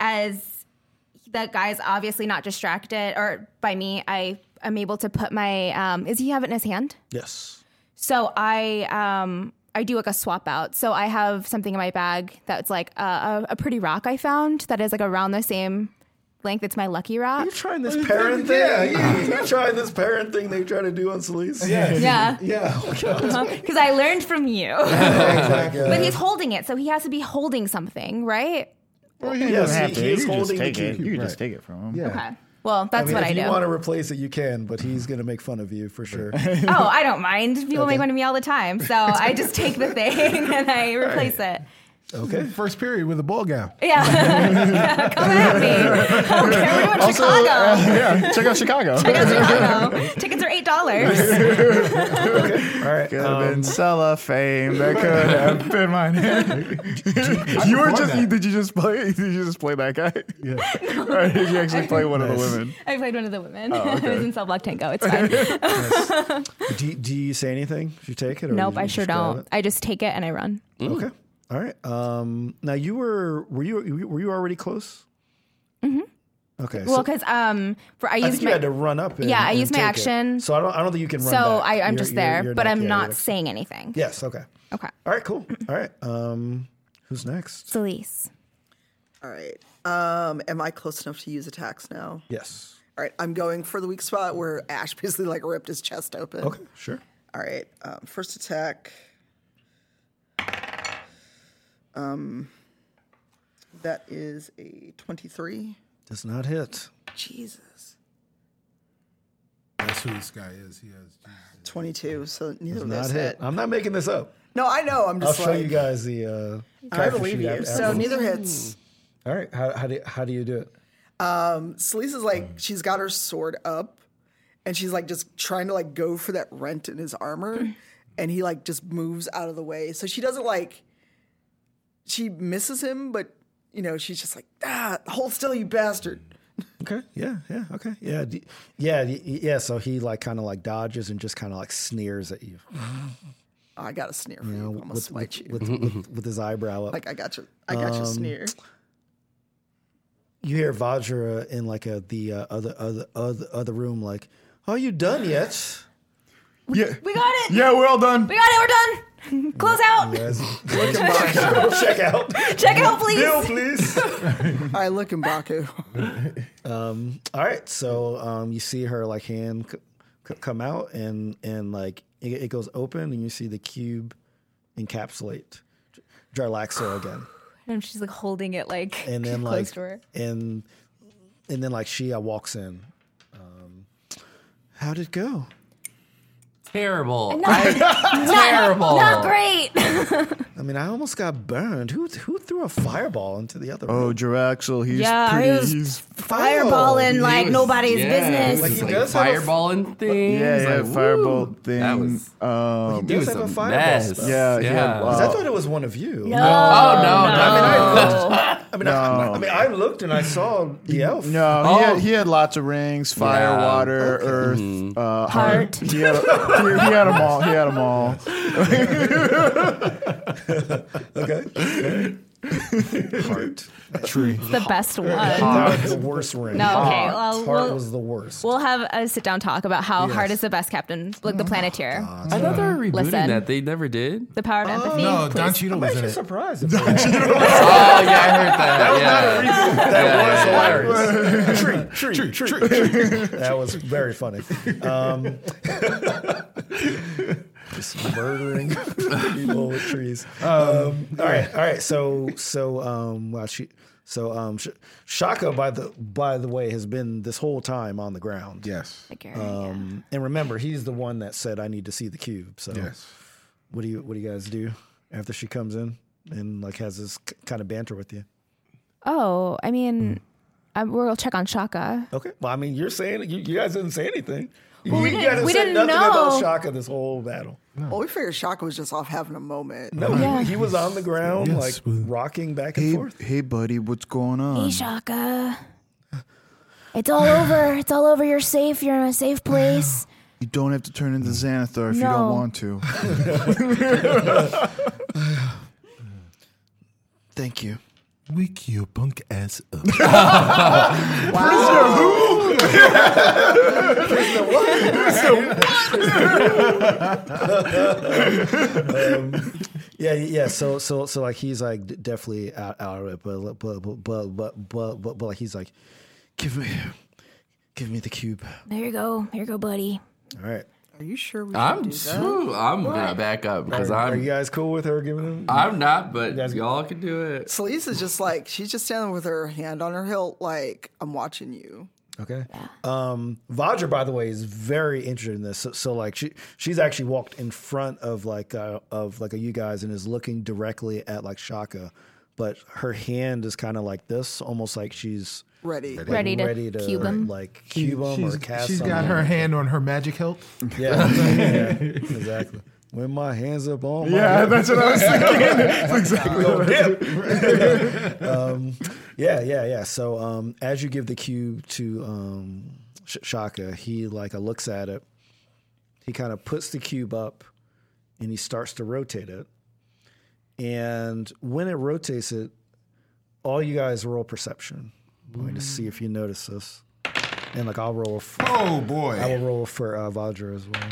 Speaker 4: as that guy's obviously not distracted or by me, I am able to put my um, is he have it in his hand?
Speaker 1: Yes.
Speaker 4: So I um I do like a swap out. So I have something in my bag that's like a, a, a pretty rock I found that is like around the same length. It's my lucky rock.
Speaker 1: You trying this parent thing? Oh, Yeah, [laughs] You trying this parent thing they try to do on Celeste? Yeah.
Speaker 4: Yeah,
Speaker 1: Yeah.
Speaker 4: [laughs] because I learned
Speaker 1: [laughs]
Speaker 4: from you. but he's holding it, so he has to be holding something, right?
Speaker 1: Yes, he, he
Speaker 11: You
Speaker 1: is
Speaker 11: can just
Speaker 1: holding the
Speaker 11: take it.
Speaker 1: key.
Speaker 11: You can just take it from him.
Speaker 4: Okay. Well, that's
Speaker 1: I mean,
Speaker 4: what
Speaker 1: if
Speaker 4: I do.
Speaker 1: you [laughs] want to replace it, you can, but he's going to make fun of you
Speaker 11: [laughs]
Speaker 1: for sure.
Speaker 4: [laughs] Oh, I don't mind. People make fun of me all the time, so I just take the thing [laughs] and I replace it.
Speaker 1: Okay.
Speaker 2: First period with a ball gown.
Speaker 4: Yeah, [laughs] Yeah, come at me. I don't care. We're going to Chicago.
Speaker 1: uh,
Speaker 6: [laughs]
Speaker 11: yeah, check out Chicago.
Speaker 1: [laughs]
Speaker 4: Check out Chicago. Tickets are eight dollars.
Speaker 1: All right.
Speaker 6: Could
Speaker 1: um,
Speaker 6: have been Sella fame. That could [laughs] have been
Speaker 2: [laughs]
Speaker 6: my name. [laughs] you were
Speaker 2: plug
Speaker 6: just.
Speaker 2: that.
Speaker 6: Did you just play? [laughs] Did you just play that guy? Yeah. [laughs] or did you actually play one of the women?
Speaker 4: I played one of the women.
Speaker 1: Oh,
Speaker 4: [laughs] it was in South Block Tango. It's fine.
Speaker 1: [laughs]
Speaker 4: [laughs]
Speaker 1: do, do you say anything? Should you take it? Or
Speaker 4: nope,
Speaker 1: you
Speaker 4: I
Speaker 1: just
Speaker 4: sure
Speaker 1: grab
Speaker 4: don't.
Speaker 1: it?
Speaker 4: I just take it and I run.
Speaker 1: Okay. Mm. All right. Um, now you were were you were you already close? Mm-hmm. Okay.
Speaker 4: Well,
Speaker 1: so-
Speaker 4: because um, for I
Speaker 1: I
Speaker 4: use
Speaker 1: think you had to
Speaker 4: my
Speaker 1: run up. And,
Speaker 4: Yeah, I
Speaker 1: and
Speaker 4: used my
Speaker 1: take it.
Speaker 4: action.
Speaker 1: So I don't. I don't think you can run.
Speaker 4: so
Speaker 1: back.
Speaker 4: I, I'm
Speaker 1: You're-
Speaker 4: just
Speaker 1: you're-
Speaker 4: there,
Speaker 1: you're
Speaker 4: but
Speaker 1: not-
Speaker 4: I'm
Speaker 1: yeah,
Speaker 4: not
Speaker 1: you're-
Speaker 4: saying anything.
Speaker 1: Yes. Okay.
Speaker 4: Okay,
Speaker 1: All right.
Speaker 4: [clears throat]
Speaker 1: Cool. All right. Um, who's next?
Speaker 4: Celise.
Speaker 9: All right. Um, am I close enough to use attacks now?
Speaker 1: Yes.
Speaker 9: All right. I'm going for the weak spot where Ash [laughs] basically like ripped his chest open.
Speaker 1: Okay. Sure.
Speaker 9: All right. Um, first attack. Um, that is a 23.
Speaker 1: Does not hit.
Speaker 9: Jesus.
Speaker 2: That's who this guy is. He has
Speaker 9: 22. So neither of
Speaker 1: Not
Speaker 9: us
Speaker 1: hit.
Speaker 9: hit.
Speaker 1: I'm not making this up.
Speaker 9: No, I know. I'm
Speaker 1: I'll
Speaker 9: just
Speaker 1: show
Speaker 9: like,
Speaker 1: you guys the. Uh,
Speaker 9: I
Speaker 1: character
Speaker 9: believe
Speaker 1: sheet
Speaker 9: you.
Speaker 1: after-
Speaker 9: So
Speaker 1: afterwards.
Speaker 9: neither hits.
Speaker 1: All right. How, how do you, how do you do it?
Speaker 3: Hmm.
Speaker 9: Celise is like,
Speaker 1: Hmm.
Speaker 9: she's got her sword up and she's like just trying to like go for that rent in his
Speaker 3: [clears throat]
Speaker 9: armor. And he like just moves out of the way. So she doesn't like, she misses him, but you know, she's just like, ah, hold still, you bastard.
Speaker 1: Okay. Yeah. Yeah. Okay. Yeah. d- Yeah. d- Yeah. So he like kind of like dodges and just kind of like sneers at you,
Speaker 9: Oh, I got a sneer for
Speaker 1: you
Speaker 9: you.
Speaker 1: know,
Speaker 9: almost
Speaker 1: with,
Speaker 9: smite
Speaker 1: with,
Speaker 9: you.
Speaker 1: with, with, with his eyebrow up.
Speaker 9: like I got you. I got your
Speaker 1: Um, [laughs]
Speaker 9: sneer.
Speaker 1: you hear Vajra in like a the uh, other other other other room like, "Are you done yet?"
Speaker 6: Yeah.
Speaker 4: We got it.
Speaker 6: Yeah, we're all done.
Speaker 4: We got it. We're done. Close out.
Speaker 1: Check out,
Speaker 4: [laughs] Check it out, please.
Speaker 1: please.
Speaker 9: I look in
Speaker 1: [laughs]
Speaker 9: Baku.
Speaker 1: [laughs] All right, so um, you see her like hand c- c- come out and and like it, it goes open and you see the cube encapsulate Jarlaxo again,
Speaker 4: And she's like holding it like
Speaker 1: and
Speaker 4: [laughs]
Speaker 1: then
Speaker 4: close
Speaker 1: like
Speaker 4: to her.
Speaker 1: and and then like Shia walks in. Um, how'd it go?
Speaker 5: terrible.
Speaker 4: Not,
Speaker 5: [laughs] terrible.
Speaker 4: not great.
Speaker 1: I mean, I almost got burned. Who who throw a fireball into the other?
Speaker 6: Oh,
Speaker 1: room?
Speaker 6: Jiraxel, he's
Speaker 4: Yeah,
Speaker 6: pretty.
Speaker 4: he was-
Speaker 6: he's,
Speaker 4: Fireballing
Speaker 5: He
Speaker 4: like
Speaker 5: was-
Speaker 4: nobody's
Speaker 5: yeah,
Speaker 4: business.
Speaker 5: he was,
Speaker 1: Oh, Like, he
Speaker 5: like,
Speaker 1: does have a-
Speaker 5: fireballing things.
Speaker 6: yeah, yeah,
Speaker 5: like,
Speaker 6: fireball
Speaker 5: woo.
Speaker 6: thing.
Speaker 5: That was.
Speaker 6: um,
Speaker 5: He
Speaker 1: does
Speaker 5: was
Speaker 1: have
Speaker 5: a
Speaker 1: a fireball Oh,
Speaker 5: mess.
Speaker 1: spell.
Speaker 6: yeah, yeah.
Speaker 5: Yeah.
Speaker 6: wow.
Speaker 1: 'Cause I thought it was one of you.
Speaker 4: No. Oh
Speaker 5: no, no.
Speaker 1: I mean, I, I mean, I looked and I saw the elf.
Speaker 6: No,
Speaker 5: Oh.
Speaker 6: he, had, he had lots of rings: fire,
Speaker 5: Yeah.
Speaker 6: water, earth, uh,
Speaker 4: Heart.
Speaker 6: He had, a, he, he had them all. He had them all.
Speaker 1: Heart.
Speaker 4: the best one.
Speaker 1: That was the worst ring.
Speaker 4: No, okay. Well,
Speaker 1: Heart
Speaker 4: we'll,
Speaker 1: was the worst.
Speaker 4: we'll have a sit down talk about how hard is the best captain, like the planeteer,
Speaker 5: I thought they were rebooting
Speaker 4: Listen.
Speaker 5: that. They
Speaker 1: [laughs]
Speaker 5: never did.
Speaker 4: the power of empathy.
Speaker 2: No, Don
Speaker 4: please.
Speaker 2: Cheadle was in it.
Speaker 1: surprised. at that.
Speaker 5: oh yeah, I heard
Speaker 1: that
Speaker 5: that. yeah.
Speaker 1: was hilarious. Tree, tree, tree, That was very funny. Um, just murdering people with trees. Um, all right, all right. So, so, um, wow, she, so, um, Sh- Shaka, by the by the way, has been this whole time on the ground.
Speaker 2: Yes.
Speaker 1: Um, and remember, he's the one that said, "I need to see the cube." So,
Speaker 2: Yes.
Speaker 1: what do you what do you guys do after she comes in and like has this k- kind of banter with you?
Speaker 4: Oh, I mean, I, we'll check on Shaka.
Speaker 1: Okay. Well, I mean, you're saying you, you guys didn't say anything.
Speaker 4: Well, we
Speaker 1: you
Speaker 4: didn't-
Speaker 1: guys
Speaker 4: we
Speaker 1: said
Speaker 4: didn't
Speaker 1: nothing
Speaker 4: know.
Speaker 1: about Shaka this whole battle.
Speaker 9: Well, we figured Shaka was just off having a moment.
Speaker 1: No, he, he was on the ground,
Speaker 7: Yes,
Speaker 1: like
Speaker 7: we-
Speaker 1: rocking back and
Speaker 6: Hey,
Speaker 1: forth.
Speaker 6: hey, buddy, what's going on?
Speaker 8: Hey, Shaka. It's all over. It's all over. You're safe. You're in a safe place.
Speaker 6: You don't have to turn into Xanathar if you
Speaker 8: No.
Speaker 6: don't want to.
Speaker 1: Thank you.
Speaker 7: Wake your punk ass up.
Speaker 1: Yeah, yeah. So, so, so, like, he's like d- definitely out, out of it, but, but, but, but, but, but, but, but, like, he's like, give me, give me the cube.
Speaker 8: There you go. Here you go, buddy.
Speaker 1: All right.
Speaker 3: Are you sure we should
Speaker 5: I'm
Speaker 3: do that?
Speaker 5: too, I'm gonna back up because
Speaker 1: Are you
Speaker 5: I'm
Speaker 1: guys cool with her giving him?
Speaker 5: I'm not, but y'all can do
Speaker 1: [laughs]
Speaker 5: it.
Speaker 3: Celise is just like she's just standing with her hand on her hilt, like I'm watching you.
Speaker 1: Okay. Um, Vajra, by the way, is very interested in this. So, so like, she she's actually walked in front of like uh, of like a you guys and is looking directly at like Shaka, but her hand is kind of like this, almost like she's
Speaker 3: Ready.
Speaker 1: like,
Speaker 4: Ready to cube him.
Speaker 1: like cube him or
Speaker 2: She's,
Speaker 1: cast.
Speaker 2: she's got
Speaker 1: something.
Speaker 2: her hand on her magic hilt.
Speaker 1: Yeah,
Speaker 2: [laughs]
Speaker 1: yeah, exactly. When my hands up on my
Speaker 11: Yeah, that's what I
Speaker 2: [laughs]
Speaker 11: was thinking. That's exactly what I was thinking.
Speaker 1: Yeah, yeah, yeah. So um, as you give the cue to um, Sh- Shaka, he like uh, looks at it. He kind of puts the cube up, and he starts to rotate it. And when it rotates it, all you guys roll perception. I'm going to see if you notice this, and like I'll roll. For,
Speaker 2: Oh
Speaker 1: I
Speaker 2: boy.
Speaker 1: will roll for uh, Vajra as well.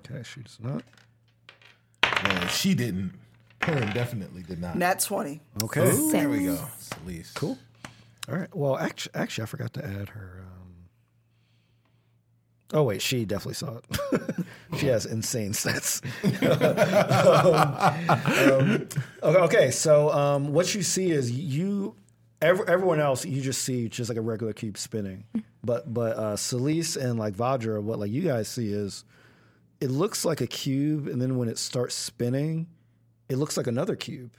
Speaker 1: Okay, she does not.
Speaker 2: No, she didn't. Perrin definitely did not.
Speaker 3: Nat twenty.
Speaker 1: Okay.
Speaker 2: There we go. Celeste. Cool.
Speaker 1: All right. Well, actually, actually, I forgot to add her. Um... Oh wait, she definitely saw it. [laughs] she has insane stats. [laughs] um, um, okay, okay, so um, what you see is you, ev- everyone else, you just see just like a regular cube spinning, but but uh, Celeste and like Vajra, what like you guys see is, it looks like a cube, and then when it starts spinning, it looks like another cube,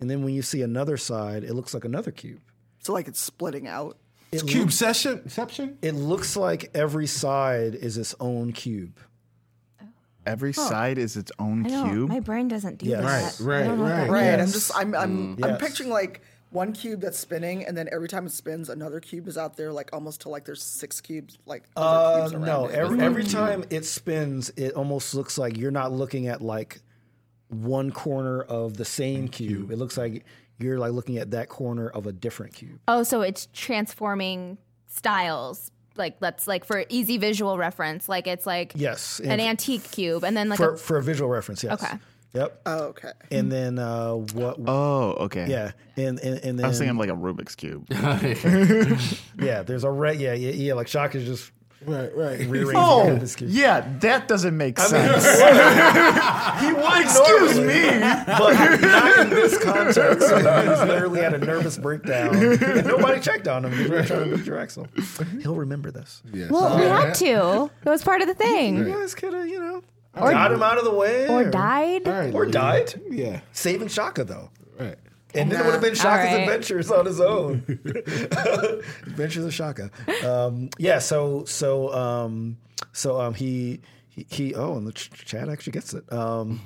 Speaker 1: and then when you see another side, it looks like another cube.
Speaker 3: So like it's splitting out.
Speaker 1: It
Speaker 2: Cube session. Exception.
Speaker 1: It looks like every side is its own cube.
Speaker 6: Every side is its own
Speaker 4: I don't,
Speaker 6: cube.
Speaker 4: my brain doesn't do
Speaker 1: Yes.
Speaker 4: that.
Speaker 2: Right,
Speaker 4: I don't know what
Speaker 2: right, right.
Speaker 4: that
Speaker 3: Right.
Speaker 4: means.
Speaker 3: I'm just I'm I'm I'm
Speaker 1: yes.
Speaker 3: picturing like one cube that's spinning, and then every time it spins, another cube is out there, like almost till like there's six cubes, like other
Speaker 1: Uh,
Speaker 3: cubes around
Speaker 1: no,
Speaker 3: it.
Speaker 1: every, every time it spins, it almost looks like you're not looking at like one corner of the same cube. It looks like you're like looking at that corner of a different cube.
Speaker 4: Oh, so it's transforming styles. Like let's like for easy visual reference, like it's like
Speaker 1: Yes,
Speaker 4: an
Speaker 1: and-
Speaker 4: antique cube, and then like
Speaker 1: For
Speaker 4: a,
Speaker 1: for a visual reference, yes.
Speaker 4: Okay.
Speaker 1: Yep.
Speaker 3: Oh, okay.
Speaker 1: And then uh, what?
Speaker 6: Oh, okay.
Speaker 1: yeah. And and, and then
Speaker 6: I was thinking like a Rubik's cube.
Speaker 1: yeah, there's a red. Yeah, yeah, yeah. Like shock is just
Speaker 2: Right. Right.
Speaker 1: rearranging
Speaker 6: oh,
Speaker 1: [laughs] this cube.
Speaker 6: yeah, that doesn't make sense. [laughs] he would excuse me.
Speaker 1: but not in this context. He was literally had a nervous breakdown, and nobody checked on him. He was trying to beat your axle. He'll remember this.
Speaker 4: well, we had to. It was part of the thing.
Speaker 1: You guys could have, uh, you know, got him out of the way,
Speaker 4: Or died.
Speaker 1: or died.
Speaker 2: Yeah.
Speaker 1: Saving Shaka though,
Speaker 2: Right.
Speaker 1: and then it would have been Shaka's
Speaker 4: All right.
Speaker 1: adventures on his own. [laughs] adventures of Shaka. Um, yeah. So so um, so um, he. he- He oh, and the ch- chat actually gets it.
Speaker 2: [laughs]
Speaker 1: Um,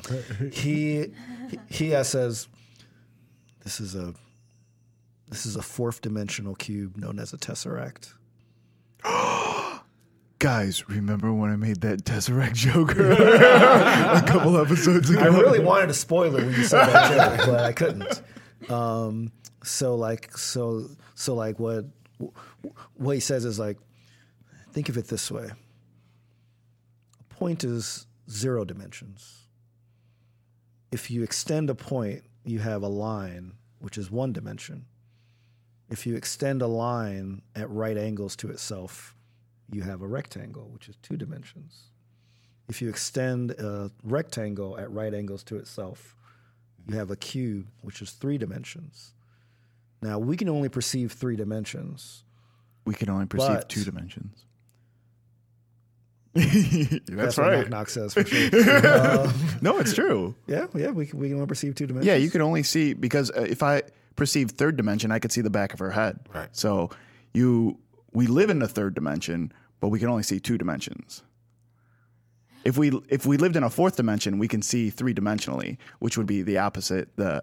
Speaker 1: he he, he uh, says, "This is a This is a fourth dimensional cube known as a tesseract.
Speaker 6: Guys, remember when I made that Tesseract joke [laughs] a couple episodes
Speaker 1: [laughs]
Speaker 6: ago?
Speaker 1: I really wanted to spoil it when you said that joke, but I couldn't. Um, so like so so like what what he says is like think of it this way. A point is zero dimensions. If you extend a point, you have a line which is one dimension. If you extend a line at right angles to itself, you have a rectangle which is two dimensions. if you extend a rectangle at right angles to itself, you have a cube, which is three dimensions. Now, we can only perceive three dimensions.
Speaker 6: we can only perceive
Speaker 1: But-
Speaker 6: two
Speaker 1: [laughs]
Speaker 6: dimensions.
Speaker 1: That's,
Speaker 6: That's,
Speaker 1: what
Speaker 6: right.
Speaker 1: Knock Knock says for
Speaker 6: [laughs]
Speaker 1: sure. Uh,
Speaker 6: No, it's true.
Speaker 1: yeah, yeah, we can, we can only perceive two dimensions.
Speaker 6: Yeah, you can only see because uh, if I perceive third dimension, I could see the back of her head. Right. So you, we live in the third dimension, but we can only see two dimensions. If we if we lived in a fourth dimension, we can see three dimensionally, which would be the opposite the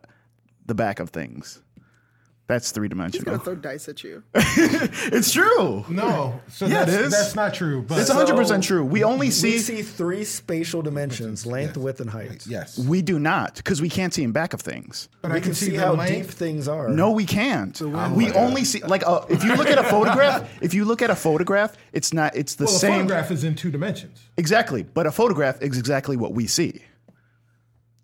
Speaker 6: the back of things. That's three
Speaker 9: He's gonna
Speaker 6: dimensional.
Speaker 9: throw dice at
Speaker 1: [laughs]
Speaker 9: you.
Speaker 6: It's true.
Speaker 2: No, so
Speaker 6: Yeah, it
Speaker 2: that's,
Speaker 6: is.
Speaker 2: that's not true. But
Speaker 6: It's 100% true. We only
Speaker 1: We
Speaker 6: see
Speaker 1: see three spatial dimensions: length, width, and height.
Speaker 2: yes,
Speaker 6: we do not because we can't see in back of things.
Speaker 2: but
Speaker 1: we
Speaker 2: I can see, the
Speaker 1: how deep
Speaker 2: length.
Speaker 1: things are.
Speaker 6: No, we can't. we only see like uh, if you look at a photograph. [laughs] if you look at a photograph, it's not. It's the
Speaker 2: Well, a
Speaker 6: same
Speaker 2: photograph is in two dimensions.
Speaker 6: exactly. But a photograph is exactly what we see.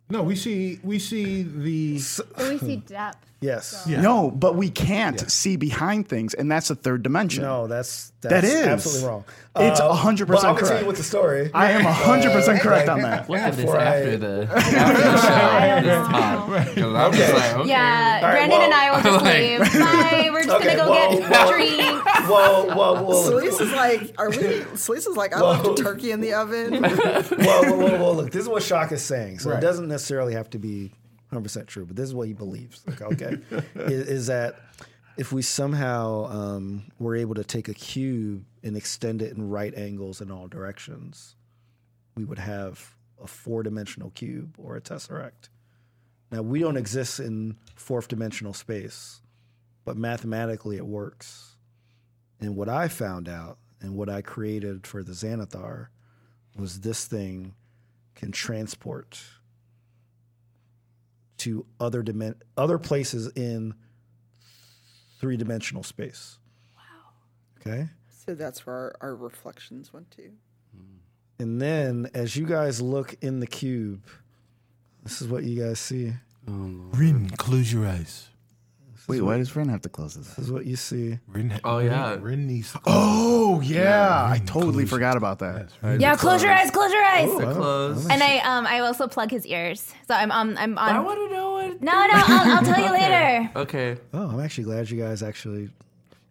Speaker 2: No, we see we see the
Speaker 4: We see depth.
Speaker 1: Yes.
Speaker 6: No, but we can't see behind things, and that's the third dimension.
Speaker 1: No, that's that's
Speaker 6: That is.
Speaker 1: absolutely wrong.
Speaker 6: It's
Speaker 1: Uh,
Speaker 6: 100%
Speaker 1: But I'll continue
Speaker 6: correct.
Speaker 1: with the story.
Speaker 6: I am hundred percent
Speaker 1: Uh,
Speaker 6: correct
Speaker 1: right.
Speaker 6: on that.
Speaker 5: Look at this
Speaker 1: Before I-
Speaker 5: after the
Speaker 1: [laughs]
Speaker 5: after the show.
Speaker 4: I don't
Speaker 5: this
Speaker 4: know.
Speaker 5: time. 'Cause I'm just like, okay.
Speaker 4: Yeah,
Speaker 1: right,
Speaker 4: Brandon and I will
Speaker 6: [laughs]
Speaker 4: just
Speaker 5: Like-
Speaker 4: leave. Bye. We're just
Speaker 1: Okay,
Speaker 4: gonna go
Speaker 1: whoa,
Speaker 4: get
Speaker 1: whoa.
Speaker 4: drinks.
Speaker 1: Whoa, whoa, whoa!
Speaker 9: Solis is like, are we? Solis is like, I
Speaker 1: Whoa.
Speaker 9: left a turkey in the oven.
Speaker 1: [laughs] whoa, whoa, whoa, whoa! Look, this is what Shock is saying, so
Speaker 2: Right.
Speaker 1: it doesn't necessarily have to be 100 percent true, but this is what he believes. Like, okay, i- is, that if we somehow um, were able to take a cube and extend it in right angles in all directions, we would have a four-dimensional cube or a tesseract. Now we don't exist in fourth-dimensional space, but mathematically it works. And what I found out, and what I created for the Xanathar was this thing can transport to other dimen- other places in three dimensional space. Wow. Okay.
Speaker 9: so that's where our, our reflections went to.
Speaker 1: And then as you guys look in the cube, this is what you guys see.
Speaker 7: Rin, close your eyes.
Speaker 6: Wait, why does Rin have to close this?
Speaker 1: This is what you see.
Speaker 7: Rin,
Speaker 5: Oh, yeah.
Speaker 7: Rin needs.
Speaker 6: Oh yeah, I totally
Speaker 7: close.
Speaker 6: forgot about that.
Speaker 4: Yeah, close your eyes. Close your eyes.
Speaker 5: They're close.
Speaker 4: and I um I also plug his ears. So I'm um I'm
Speaker 5: I
Speaker 4: on.
Speaker 5: want to know what.
Speaker 4: no, no, I'll, I'll tell
Speaker 6: [laughs]
Speaker 4: you later.
Speaker 5: Okay.
Speaker 1: Oh, I'm actually glad you guys actually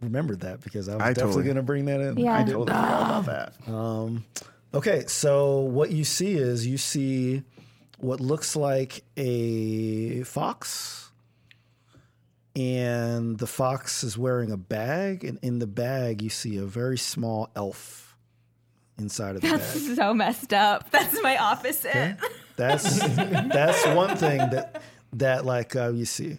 Speaker 1: remembered that because I was
Speaker 6: I
Speaker 1: definitely
Speaker 6: totally-
Speaker 1: going to bring that in.
Speaker 4: Yeah.
Speaker 1: I totally forgot about that. Um, okay, so what you see is you see what looks like a fox, and the fox is wearing a bag, and in the bag you see a very small elf inside of the bag.
Speaker 4: So messed up. [laughs] That's my opposite.
Speaker 1: That's that's one thing that that like uh, you see.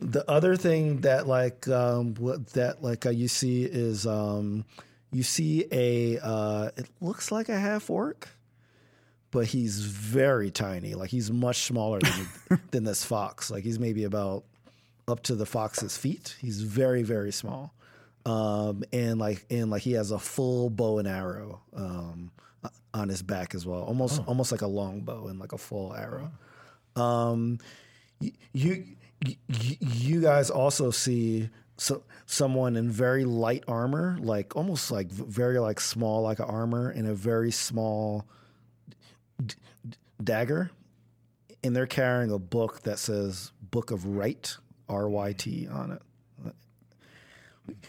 Speaker 1: The other thing that like um, what that like uh, you see is um, you see a uh, it looks like a half orc, but he's very tiny. Like he's much smaller than than this fox. Like he's maybe about up to the fox's feet. He's very very small. Um, and like and like he has a full bow and arrow um, on his back as well. Almost almost like a long bow and like a full arrow. Um, y- you y- y- you guys also see so, someone in very light armor, like almost like v- very like small like a armor and a very small d- d- dagger, and they're carrying a book that says Book of Right R Y T on it.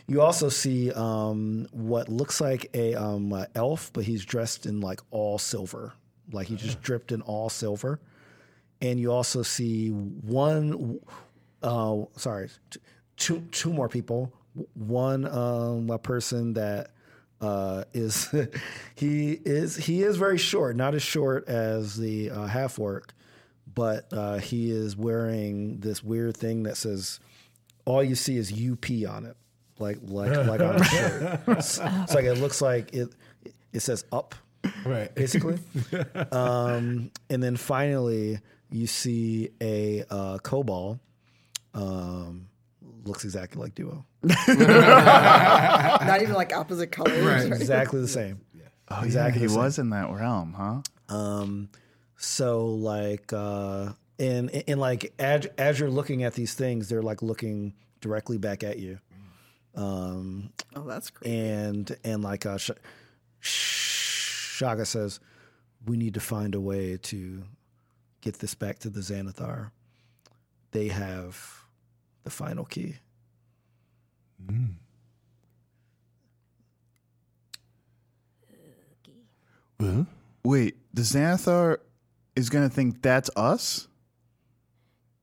Speaker 1: You also see um, what looks like a um, uh, elf, but he's dressed in like all silver, like he just dripped in all silver. And you also see one, uh, sorry, t- two two more people. One um, a person that uh, is [laughs] he is he is very short, not as short as the uh, half orc, but uh, he is wearing this weird thing that says all you see is UP on it, like like like on a shirt. It's, it's like it looks like it. It says up,
Speaker 2: Right.
Speaker 1: basically. um, and then finally, you see a uh, Cobalt. Um, looks exactly like Duo,
Speaker 9: Not even like opposite colors. Right.
Speaker 1: exactly the same.
Speaker 6: Oh,
Speaker 1: Exactly
Speaker 6: Yeah,
Speaker 1: the
Speaker 6: he
Speaker 1: same.
Speaker 6: was in that realm, huh?
Speaker 1: Um, so like, uh, and and like as as you're looking at these things, they're like looking directly back at you. Um,
Speaker 9: Oh, that's great.
Speaker 1: and and like uh, Sh- Shaka says, we need to find a way to get this back to the Xanathar. They have the final key.
Speaker 7: Well,
Speaker 6: Wait, the Xanathar is gonna think that's us.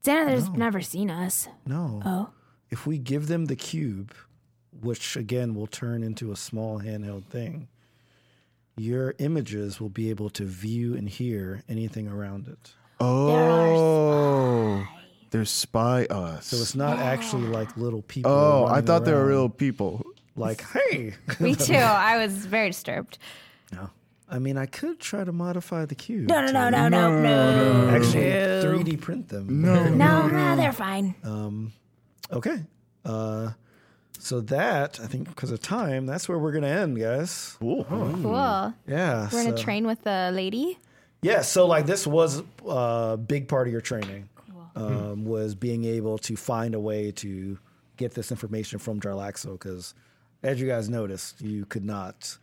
Speaker 8: Xanathar's never seen us.
Speaker 1: No,
Speaker 8: Oh.
Speaker 1: if we give them the cube, which again will turn into a small handheld thing, your images will be able to view and hear anything around it.
Speaker 6: Oh, There's spy us.
Speaker 1: So it's
Speaker 4: [gasps]
Speaker 1: not actually like little people.
Speaker 6: Oh, I
Speaker 1: running
Speaker 6: thought they were
Speaker 1: around,
Speaker 6: real people. [laughs]
Speaker 1: Like, hey. [laughs]
Speaker 4: Me too. I was very disturbed.
Speaker 1: No. I mean, I could try to modify the cube.
Speaker 4: No, no,
Speaker 1: to-
Speaker 4: no, no, no, No. no.
Speaker 1: Actually,
Speaker 4: No.
Speaker 1: 3D print them.
Speaker 6: No,
Speaker 8: No, no, they're fine.
Speaker 4: Uh,
Speaker 1: Um, [laughs] okay. Uh, so that I think because of time, that's where we're gonna end, guys. Cool.
Speaker 6: Hmm.
Speaker 4: Cool.
Speaker 1: Yeah.
Speaker 4: We're in a
Speaker 1: so-
Speaker 6: uh,
Speaker 4: train with the lady.
Speaker 1: Yeah. So like this was a uh, big part of your training um, was being able to find a way to get this information from Jarlaxo because, as you guys noticed, you could not.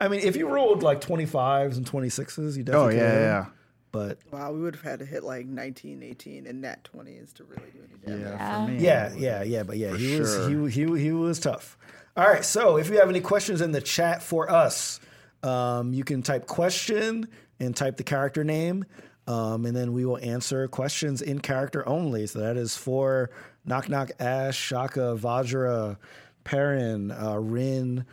Speaker 1: I mean, if you rolled like twenty fives and twenty sixes, you definitely.
Speaker 6: Oh, yeah,
Speaker 1: could.
Speaker 6: yeah.
Speaker 1: But
Speaker 9: Wow, we would have had to hit like 19, 18, and nat 20s to really do any damage.
Speaker 6: Yeah.
Speaker 1: Yeah, yeah, yeah, but yeah, he
Speaker 6: sure.
Speaker 1: was he, he he was tough. All right, so if you have any questions in the chat for us, um, you can type question and type the character name, um, and then we will answer questions in character only. So that is for Knock Knock Ash, Shaka, Vajra, Perrin, uh, Rin.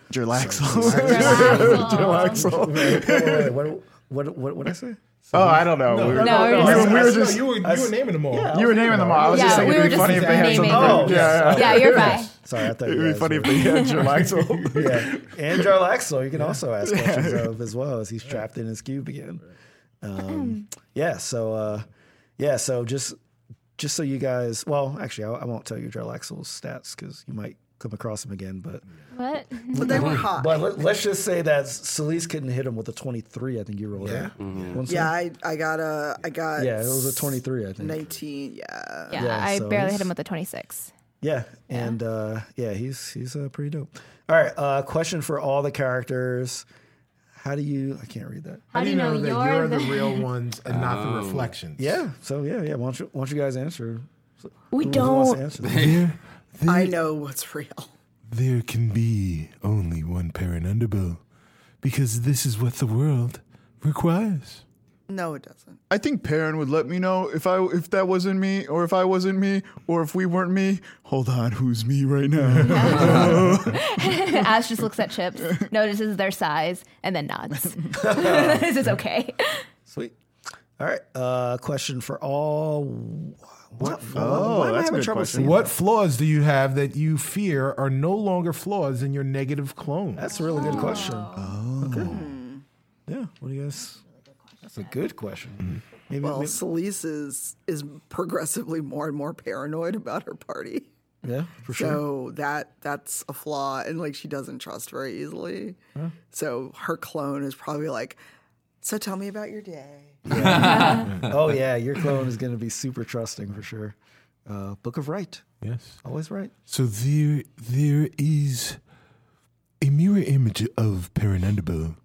Speaker 6: Jerlaxle.
Speaker 1: Wait, wait, what, what, what, what did I say?
Speaker 6: [laughs] Oh, I don't know. we were,
Speaker 4: No,
Speaker 6: we
Speaker 4: we're
Speaker 6: were,
Speaker 4: just-
Speaker 6: we were just
Speaker 2: you were, you were naming them all.
Speaker 6: you were naming them all. I was just
Speaker 4: Yeah,
Speaker 6: thinking
Speaker 4: we
Speaker 6: it'd be
Speaker 4: were
Speaker 6: funny if
Speaker 4: just
Speaker 6: they had
Speaker 4: naming
Speaker 6: something. Oh,
Speaker 4: them.
Speaker 6: Yeah, yeah.
Speaker 4: Yeah,
Speaker 6: [laughs]
Speaker 4: you're right.
Speaker 1: Sorry, I thought you
Speaker 6: It'd be
Speaker 1: guys
Speaker 6: funny
Speaker 1: were-
Speaker 6: if they [laughs] had Jerlaxle.
Speaker 1: yeah. And Jarl Axel, you can also ask questions of as well as he's trapped in his cube again. Um, yeah. So, uh, yeah. So just just so you guys, well, actually, I, I won't tell you Jarl Axel's stats because you might come across him again. But
Speaker 4: What?
Speaker 9: But they were hot.
Speaker 1: but let, us just say that Celise couldn't hit him with a twenty three. I think you rolled. Yeah.
Speaker 9: yeah, I, I got a, I got.
Speaker 1: Yeah, it was a 23, I think.
Speaker 9: 19, yeah.
Speaker 4: Yeah,
Speaker 1: Yeah,
Speaker 4: I
Speaker 1: so
Speaker 4: barely
Speaker 1: he's-
Speaker 4: hit him with a 26.
Speaker 1: Yeah, and uh, yeah, he's he's uh, pretty dope. All right, uh, question for all the characters: How do you? I can't read that.
Speaker 4: How do you know
Speaker 2: that
Speaker 4: you're
Speaker 2: you're the [laughs]
Speaker 4: the-
Speaker 2: real ones and not
Speaker 5: Oh.
Speaker 2: the reflections?
Speaker 1: Yeah. So yeah, yeah. Why don't you, why don't you guys answer?
Speaker 8: We
Speaker 1: Who wants to
Speaker 8: don't.
Speaker 1: answer this?
Speaker 6: [laughs]
Speaker 7: There,
Speaker 9: I
Speaker 7: there,
Speaker 9: know what's real. [laughs]
Speaker 7: there can be only one Perrin Underbow, because this is what the world requires.
Speaker 9: No, it doesn't.
Speaker 6: I think Perrin would let me know if I if that wasn't me, or if I wasn't me, or if we weren't me. Hold on, who's me right now?
Speaker 4: [laughs] Ash just looks at chips, notices their size, and then [laughs] nods. this is okay.
Speaker 1: Sweet. All right. Uh, question for all. What?
Speaker 6: Oh,
Speaker 1: why am I
Speaker 6: that's
Speaker 1: having
Speaker 6: a good
Speaker 1: trouble
Speaker 6: question.
Speaker 1: seeing?
Speaker 2: What flaws do you have that you fear are no longer flaws in your negative clone?
Speaker 1: That's a really good question. Oh.
Speaker 6: Oh.
Speaker 1: Okay. Yeah. What do you guys? That's a good question.
Speaker 6: Mm-hmm.
Speaker 1: Maybe,
Speaker 9: Well,
Speaker 1: maybe-
Speaker 9: Celise is, is progressively more and more paranoid about her party.
Speaker 1: yeah, for sure.
Speaker 9: So that that's a flaw, and like she doesn't trust very easily. So her clone is probably like, "So tell me about your
Speaker 1: [laughs]
Speaker 9: day."
Speaker 6: [laughs]
Speaker 1: oh yeah, your clone is going to be super trusting for sure. Uh, Book of Right,
Speaker 7: Yes.
Speaker 1: always right.
Speaker 7: So there, there is a mirror image of Perrin Underbow,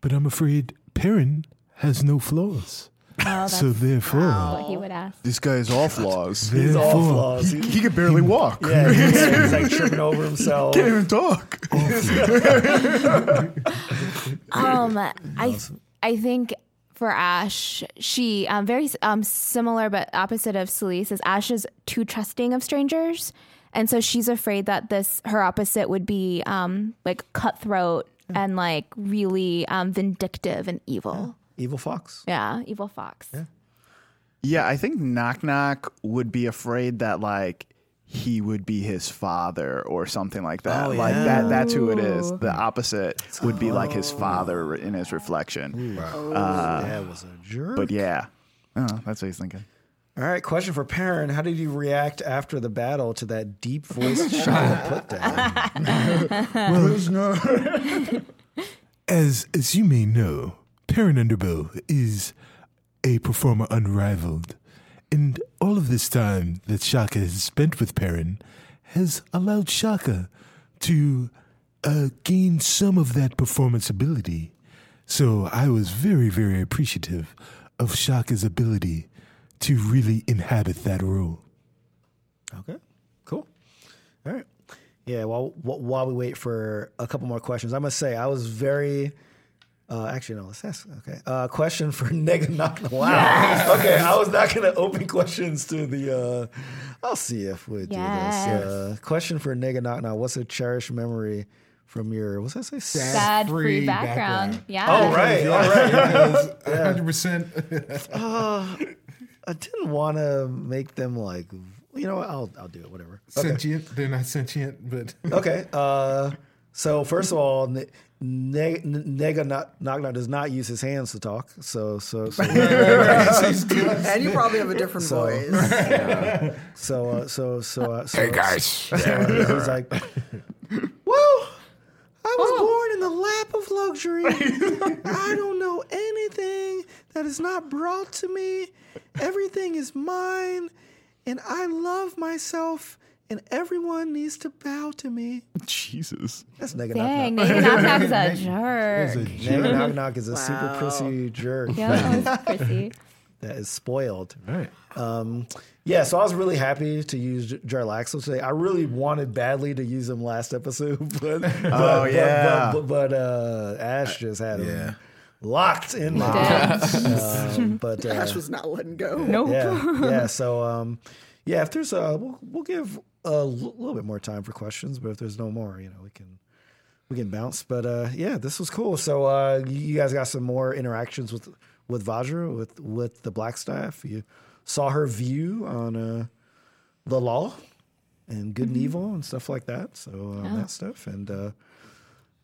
Speaker 7: but I'm afraid Perrin has no flaws. so therefore,
Speaker 4: What [laughs] he would ask.
Speaker 6: this guy is all flaws.
Speaker 1: He's all
Speaker 7: Therefore,
Speaker 1: flaws.
Speaker 6: He, he could barely walk. [laughs]
Speaker 1: yeah, he's, he's like tripping over himself.
Speaker 6: Can't even talk.
Speaker 4: [laughs]
Speaker 8: Um, I
Speaker 4: I think for Ash, she um, very um, similar but opposite of Celise is Ash is too trusting of strangers, and so she's afraid that this her opposite would be um, like cutthroat and like really um, vindictive and evil.
Speaker 1: Evil fox.
Speaker 4: Yeah, evil fox.
Speaker 6: Yeah, I think Knock Knock would be afraid that like he would be his father or something like that.
Speaker 1: Oh,
Speaker 6: Like
Speaker 1: yeah.
Speaker 6: that that's who it is. The opposite would be like his father in his reflection.
Speaker 1: Oh.
Speaker 6: Uh,
Speaker 1: that was a jerk.
Speaker 6: But yeah. Oh, that's what he's thinking.
Speaker 1: All right, question for Perrin. How did you react after the battle to that deep
Speaker 4: [laughs]
Speaker 1: voiced Shaka put down?
Speaker 7: [laughs] As as you may know, Perrin Underbow is a performer unrivaled, and all of this time that Shaka has spent with Perrin has allowed Shaka to uh, gain some of that performance ability. So I was very very appreciative of Shaka's ability to really inhabit that role.
Speaker 1: Okay, cool. All right. Yeah, while, wh- while we wait for a couple more questions, I must say I was very. Uh, actually, no, let's ask. Okay. Uh, question for [laughs] Nega Knock. Wow. Okay, I was not going to open questions to the. Uh, I'll see if we do
Speaker 4: Yes.
Speaker 1: this. Uh, question for Nega Knock. Now, what's a cherished memory from your, what's that say? Oh, Sad.
Speaker 4: Sad free,
Speaker 2: Free
Speaker 4: background.
Speaker 2: background.
Speaker 4: [laughs] Yeah.
Speaker 1: All right, all right.
Speaker 2: Hundred percent.
Speaker 1: I didn't want to make them like, you know, what, I'll I'll do it, whatever. Okay.
Speaker 2: Sentient. They're not sentient, but
Speaker 1: okay. Uh, so first of all, ne- ne- Nega not, Nagna does not use his hands to talk. So so. so
Speaker 3: and you probably have a different
Speaker 1: So-
Speaker 3: voice.
Speaker 1: [laughs] Yeah. So uh, so so uh, so.
Speaker 12: Hey, guys.
Speaker 1: So, uh,
Speaker 12: [laughs]
Speaker 1: he's like,
Speaker 12: Well, I was born in the lap of luxury. [laughs] I don't know anything that is not brought to me. Everything is mine, and I love myself, and everyone needs to bow to me.
Speaker 6: Jesus.
Speaker 1: That's Nega
Speaker 4: Dang,
Speaker 1: Knock
Speaker 4: Nega Knock Knock's a
Speaker 1: Knock.
Speaker 4: jerk.
Speaker 1: Nega Knock Knock is a super prissy jerk.
Speaker 4: Yeah, that was prissy.
Speaker 1: that is spoiled. Right. Um, yeah, so I was really happy to use J- Jarlaxle today. I really wanted badly to use him last episode, [laughs] but but,
Speaker 6: Oh,
Speaker 1: but-
Speaker 6: yeah.
Speaker 1: but, but, uh, Ash just had him
Speaker 6: Yeah.
Speaker 1: locked in my
Speaker 13: Locked.
Speaker 1: Um, but uh,
Speaker 13: Ash was not letting go.
Speaker 1: yeah, yeah. So um, yeah, if there's uh, we'll, we'll give a l- little bit more time for questions, but if there's no more, you know, we can we can bounce. But uh, yeah, this was cool. So uh, you- you guys got some more interactions with with Vajra with with the Black Staff. You saw her view on uh, the law and good and evil and stuff like that. So uh,
Speaker 2: Yeah.
Speaker 1: that stuff and uh,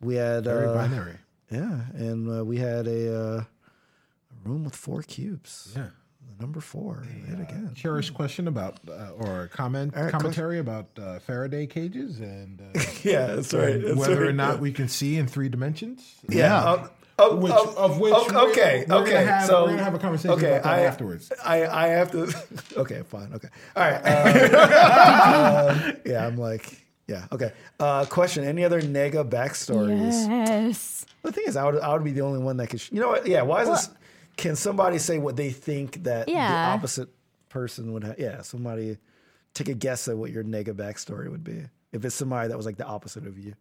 Speaker 1: we had
Speaker 2: Very
Speaker 1: uh,
Speaker 2: binary.
Speaker 1: Yeah, and uh, we had a. Uh, a Room with four cubes.
Speaker 2: Yeah.
Speaker 1: Number four. Yet again.
Speaker 2: [laughs] Curious question about uh, or comment commentary about uh, Faraday cages and
Speaker 1: [laughs]
Speaker 2: uh,
Speaker 1: Yeah, that's right, that's
Speaker 2: whether or
Speaker 1: right,
Speaker 2: not
Speaker 1: yeah.
Speaker 2: we can see in three dimensions.
Speaker 1: Yeah. Oh, oh,
Speaker 2: which,
Speaker 1: oh,
Speaker 2: of which
Speaker 1: oh,
Speaker 2: we're-
Speaker 1: okay,
Speaker 2: we're
Speaker 1: okay.
Speaker 2: gonna have,
Speaker 1: so
Speaker 2: we're gonna have a conversation
Speaker 1: okay,
Speaker 2: about that
Speaker 1: I,
Speaker 2: afterwards.
Speaker 1: I, I have to. [laughs] Okay, fine. Okay, all right. uh, [laughs] um, yeah, I'm like, yeah, okay. Uh, question: Any other nega backstories?
Speaker 4: Yes.
Speaker 1: The thing is, I would, I would be the only one that could. Sh- you know what? Yeah. Why is this? Can somebody say what they think that
Speaker 4: Yeah.
Speaker 1: the opposite person would have? Yeah. Somebody take a guess at what your nega backstory would be if it's somebody that was like the opposite of you.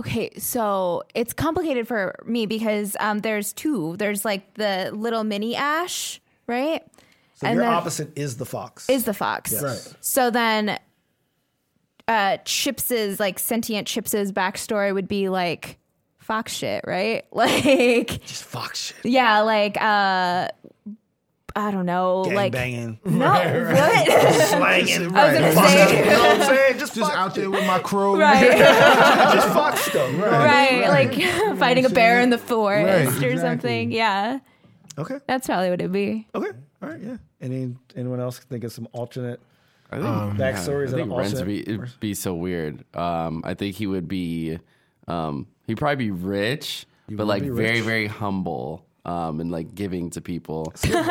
Speaker 4: Okay, so it's complicated for me because um, there's two. There's like the little mini Ash, right?
Speaker 1: So your opposite is the fox.
Speaker 4: is the fox.
Speaker 1: Yes. Right.
Speaker 4: So then, uh, Chips's like sentient Chips's backstory would be like fox shit, right? [laughs] Like
Speaker 1: just fox shit.
Speaker 4: Yeah, like uh, I don't know,
Speaker 1: Gang
Speaker 4: like
Speaker 1: banging.
Speaker 4: No, what?
Speaker 1: Slanging.
Speaker 4: I was gonna
Speaker 2: Fuck
Speaker 4: say-
Speaker 2: stuff, you know what I'm saying? Just, out there with my crow.
Speaker 4: Right. [laughs]
Speaker 2: just fuck stuff.
Speaker 4: right, like [laughs] fighting a bear in the forest
Speaker 1: Right,
Speaker 4: or
Speaker 1: exactly.
Speaker 4: something. Yeah.
Speaker 1: [laughs] Okay.
Speaker 4: That's probably what it'd be.
Speaker 1: Okay. All right. Yeah. Any anyone else think of some alternate
Speaker 5: I think
Speaker 1: backstories?
Speaker 5: I think
Speaker 1: and
Speaker 5: Renz would
Speaker 1: alternate?
Speaker 5: be, it'd be so weird. Um, I think he would be, um, he'd probably be rich, but
Speaker 1: would
Speaker 5: like
Speaker 1: be
Speaker 5: very,
Speaker 1: rich.
Speaker 5: very humble. Um, and like giving to people
Speaker 1: [laughs] He's
Speaker 5: because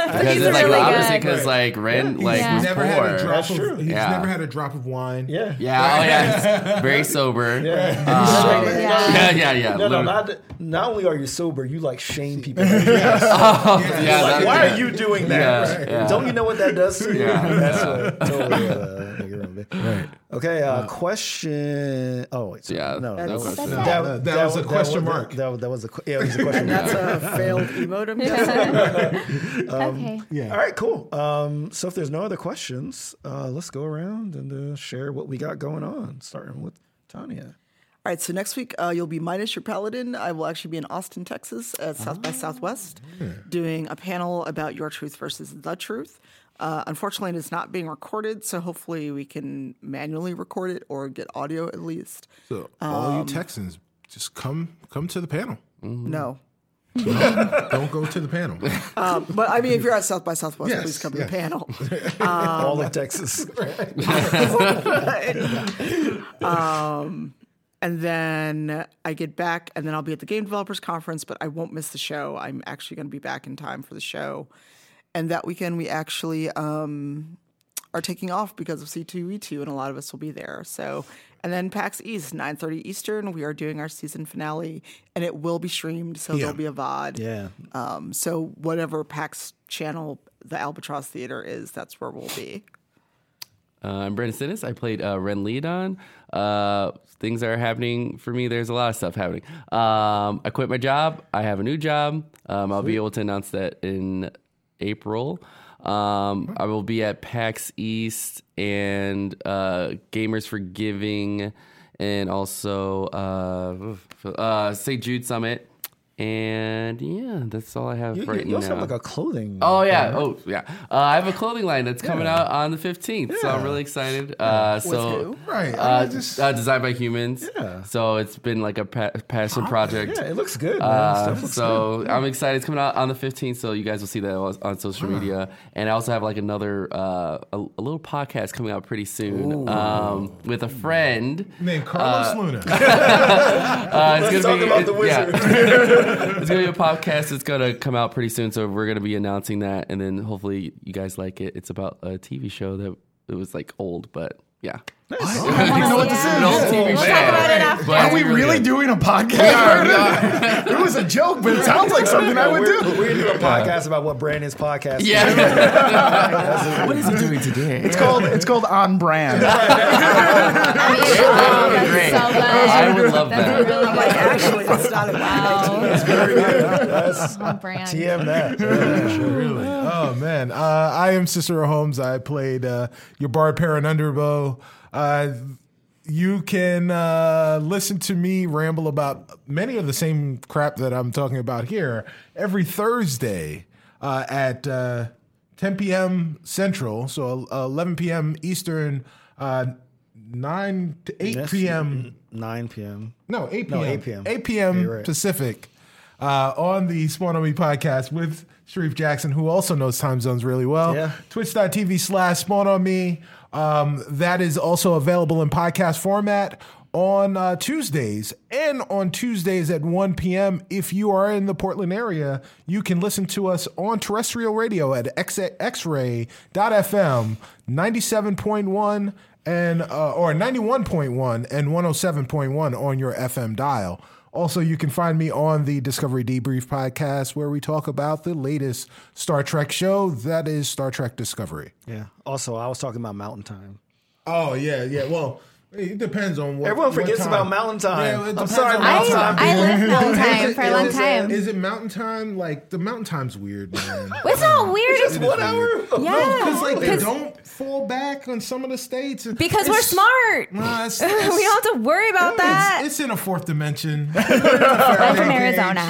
Speaker 1: really
Speaker 5: it's like the
Speaker 1: good.
Speaker 5: opposite. Because
Speaker 1: Right.
Speaker 5: like Ren,
Speaker 2: He's
Speaker 5: like was
Speaker 2: never
Speaker 5: poor.
Speaker 2: had a drop.
Speaker 5: yeah.
Speaker 2: Of, he's never had a drop of wine.
Speaker 1: Yeah.
Speaker 5: [laughs] yeah, oh yeah,
Speaker 1: [laughs]
Speaker 5: he's very sober.
Speaker 1: Yeah.
Speaker 5: Um, [laughs] yeah, yeah, yeah.
Speaker 1: No, no,
Speaker 5: literally.
Speaker 1: not, not only are you sober, you like shame people.
Speaker 5: [laughs] Oh, yeah,
Speaker 1: You're like,
Speaker 5: that-
Speaker 1: why
Speaker 5: yeah.
Speaker 1: are you doing that?
Speaker 5: Yeah, yeah.
Speaker 1: [laughs] Don't you know what that does to you?
Speaker 5: [laughs] Yeah.
Speaker 1: That's what [laughs] totally.
Speaker 5: [laughs]
Speaker 1: Uh, you're on it. Okay, uh, question. Oh, wait. So
Speaker 5: Yeah,
Speaker 1: no,
Speaker 5: no question.
Speaker 2: That was a question
Speaker 1: that-
Speaker 2: mark.
Speaker 1: That, that was a, que- yeah, it was a
Speaker 5: [laughs]
Speaker 1: question
Speaker 3: And that's
Speaker 1: mark.
Speaker 2: [laughs]
Speaker 3: a failed emotum.
Speaker 4: okay.
Speaker 1: All right, cool. Um, so if there's no other questions, uh, let's go around and uh, share what we got going on, starting with Tanya.
Speaker 3: All right, so next week uh, you'll be minus your paladin. I will actually be in Austin, Texas at South
Speaker 2: Ah.
Speaker 3: by Southwest doing a panel about your truth versus the truth. Uh, unfortunately, it is not being recorded, so hopefully we can manually record it or get audio at least.
Speaker 2: So all you Texans, just come come to the panel.
Speaker 3: No.
Speaker 2: Don't go to the panel.
Speaker 3: Um, but I mean, if you're at South by Southwest,
Speaker 2: Yes,
Speaker 3: please come
Speaker 2: yes.
Speaker 3: to the
Speaker 2: [laughs]
Speaker 3: panel.
Speaker 1: [laughs] All of Texas.
Speaker 3: [laughs] um, and then I get back, and then I'll be at the Game Developers Conference, but I won't miss the show. I'm actually going to be back in time for the show. And that weekend, we actually um, are taking off because of C2E2, and a lot of us will be there. So, and then PAX East, 9:30 Eastern, we are doing our season finale, and it will be streamed, so
Speaker 2: Yeah.
Speaker 3: there'll be a VOD.
Speaker 1: Yeah.
Speaker 3: Um, so whatever PAX channel the Albatross Theater is, that's where we'll be.
Speaker 5: Uh, I'm Brandon Sinis. I played uh, Ren Leadon. Uh, things are happening for me. There's a lot of stuff happening. Um, I quit my job. I have a new job. Um, I'll be able to announce that in April. Um, I will be at PAX East and uh, Gamers for Giving and also uh, uh, St. Jude Summit And yeah, that's all I have
Speaker 1: You,
Speaker 5: right
Speaker 1: you also
Speaker 5: now.
Speaker 1: have like a clothing.
Speaker 5: Oh yeah! Oh yeah! Uh, I have a clothing line that's coming out on the fifteenth, so I'm really excited. Uh, so
Speaker 7: who? Right, I
Speaker 5: uh,
Speaker 7: mean, just-
Speaker 5: uh, designed by humans. Yeah. So it's been like a pa- passion project.
Speaker 1: Yeah, it looks good. Man.
Speaker 5: Uh,
Speaker 1: Stuff looks
Speaker 5: so I'm excited. It's coming out on the 15th, so you guys will see that on, on social media. And I also have like another uh, a, a little podcast coming out pretty soon um, with a friend.
Speaker 7: Named Carlos Luna.
Speaker 5: Uh, it's
Speaker 1: Let's
Speaker 5: gonna
Speaker 1: talk about the
Speaker 5: yeah. [laughs] it's gonna be a podcast. It's gonna come out pretty soon, so we're gonna be announcing that, and then hopefully you guys like it. It's about a TV show that it was like old, but yeah. [laughs]
Speaker 2: I wanna
Speaker 5: It's
Speaker 2: know what
Speaker 5: an
Speaker 2: this is.
Speaker 5: old TV
Speaker 2: Oh, We'll talk
Speaker 5: show.
Speaker 2: about it after.
Speaker 5: But
Speaker 6: Are we
Speaker 2: [laughs]
Speaker 6: really
Speaker 5: good.
Speaker 6: doing a podcast? [laughs] it was a joke, but it sounds like something I would
Speaker 1: we're,
Speaker 6: do.
Speaker 1: We're gonna do a
Speaker 5: [laughs]
Speaker 1: podcast about what Brandon's podcast. is.
Speaker 5: Yeah.
Speaker 1: What is it doing [laughs]
Speaker 5: today?
Speaker 6: It's called it's called on [laughs] brand.
Speaker 4: that's
Speaker 5: great.
Speaker 4: so good.
Speaker 5: I would love
Speaker 4: That's
Speaker 5: that.
Speaker 4: a really [laughs]
Speaker 3: I'm like,
Speaker 4: good.
Speaker 3: actually, it's not a
Speaker 4: [laughs] Wow.
Speaker 1: [laughs] That's
Speaker 4: On brand.
Speaker 1: TM that.
Speaker 5: [laughs]
Speaker 1: Yeah, sure.
Speaker 7: Oh man, uh, I am Cicero Holmes. I played uh, your bard Perrin Underbow. Uh, you can uh, listen to me ramble about many of the same crap that I'm talking about here every Thursday uh, at uh, 10 p.m. Central, so uh, 11 p.m. Eastern, uh, 9 to 8
Speaker 1: Yes.
Speaker 7: p.m.
Speaker 1: Nine p.m.
Speaker 7: No, 8 p.m.
Speaker 1: No, 8 p.m.
Speaker 7: 8 p.m.
Speaker 1: you're right.
Speaker 7: Pacific uh, on the Spawn on Me podcast with Sharif Jackson, who also knows time zones really well.
Speaker 1: Yeah.
Speaker 7: Twitch.tv slash Spawn on Me. Um, that is also available in podcast format on uh, Tuesdays and on Tuesdays at 1 p.m. If you are in the Portland area, you can listen to us on terrestrial radio at x- xray.fm 97.1 and uh, or 91.1 and 107.1 on your FM dial. Also, you can find me on the Discovery Debrief podcast where we talk about the latest Star Trek show that is Star Trek Discovery.
Speaker 1: Yeah. Also, I was talking about Mountain Time.
Speaker 7: Oh, yeah, yeah. Well, it depends on what
Speaker 1: Everyone
Speaker 7: what
Speaker 1: forgets
Speaker 7: time.
Speaker 1: about Mountain
Speaker 7: Yeah, it
Speaker 1: Time. I'm
Speaker 7: depends
Speaker 1: sorry,
Speaker 7: on
Speaker 1: Mountain
Speaker 7: what
Speaker 1: Time.
Speaker 7: time.
Speaker 2: I lived [laughs] mountain
Speaker 7: Is
Speaker 4: [laughs]
Speaker 2: time
Speaker 7: it-
Speaker 2: for a long
Speaker 7: is it-
Speaker 2: time.
Speaker 7: Is it mountain time? Like the mountain time's
Speaker 1: [laughs]
Speaker 7: weird, man.
Speaker 2: It's not weird. It's
Speaker 1: One hour.
Speaker 7: [laughs]
Speaker 4: [laughs]
Speaker 2: Yeah.
Speaker 7: Because like they
Speaker 2: Because-
Speaker 7: don't fall back on some of the states.
Speaker 4: Because we're
Speaker 7: It's-
Speaker 4: smart. [laughs]
Speaker 2: [laughs]
Speaker 7: Nah, it's-
Speaker 4: we
Speaker 7: it's-
Speaker 4: don't have to worry about that.
Speaker 7: It's, it's in a
Speaker 2: [laughs]
Speaker 7: fourth dimension.
Speaker 4: I'm from Arizona.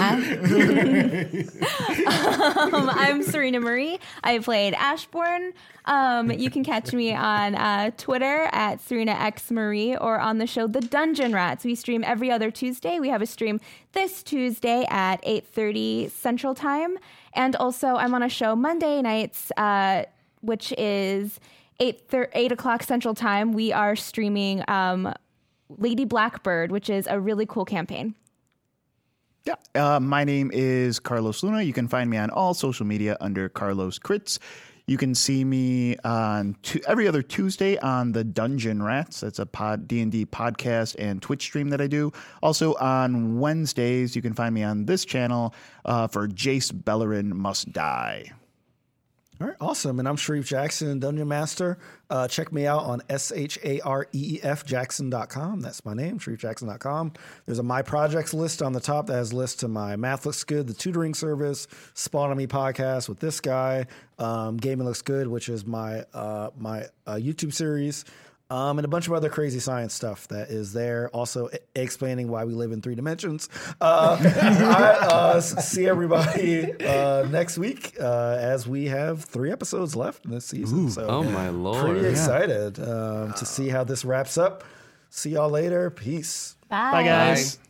Speaker 4: um, I'm Serena Marie. I played Ashbourne. Um, you can catch me on uh, Twitter at Serena X Marie or on the show The Dungeon Rats. We stream every other Tuesday. We have a stream this Tuesday at 8:30 Central Time, and also I'm on a show Monday nights, uh, which is. 8, thir- 8 o'clock central time we are streaming um, lady blackbird which is a really cool campaign
Speaker 6: Yeah. Uh, my name is Carlos Luna. You can find me on all social media under Carlos Crits. You can see me on tu- every other Tuesday on the Dungeon Rats. That's a pod D and D podcast and Twitch stream that I do. Also on Wednesdays, you can find me on this channel uh, for Jace Bellerin Must Die.
Speaker 1: All right, awesome. And I'm Sharif Jackson, Dungeon Master. Uh, check me out on S H A R E E F Jackson.com. That's my name, SharifJackson.com. There's a My Projects list on the top that has lists to my Math Looks Good, the tutoring service, Spawn on Me podcast with this guy, um, Gaming Looks Good, which is my, uh, my uh, YouTube series. Um, and a bunch of other crazy science stuff that is there. Also, e- explaining why we live in three dimensions. Uh, [laughs] I, uh, s- see everybody uh, next week uh, as we have three episodes left in this season. so,
Speaker 5: [laughs] Oh my
Speaker 1: pretty
Speaker 5: lord!
Speaker 1: excited um, to see how this wraps up. See y'all later. Peace.
Speaker 6: Bye, guys.
Speaker 5: Bye.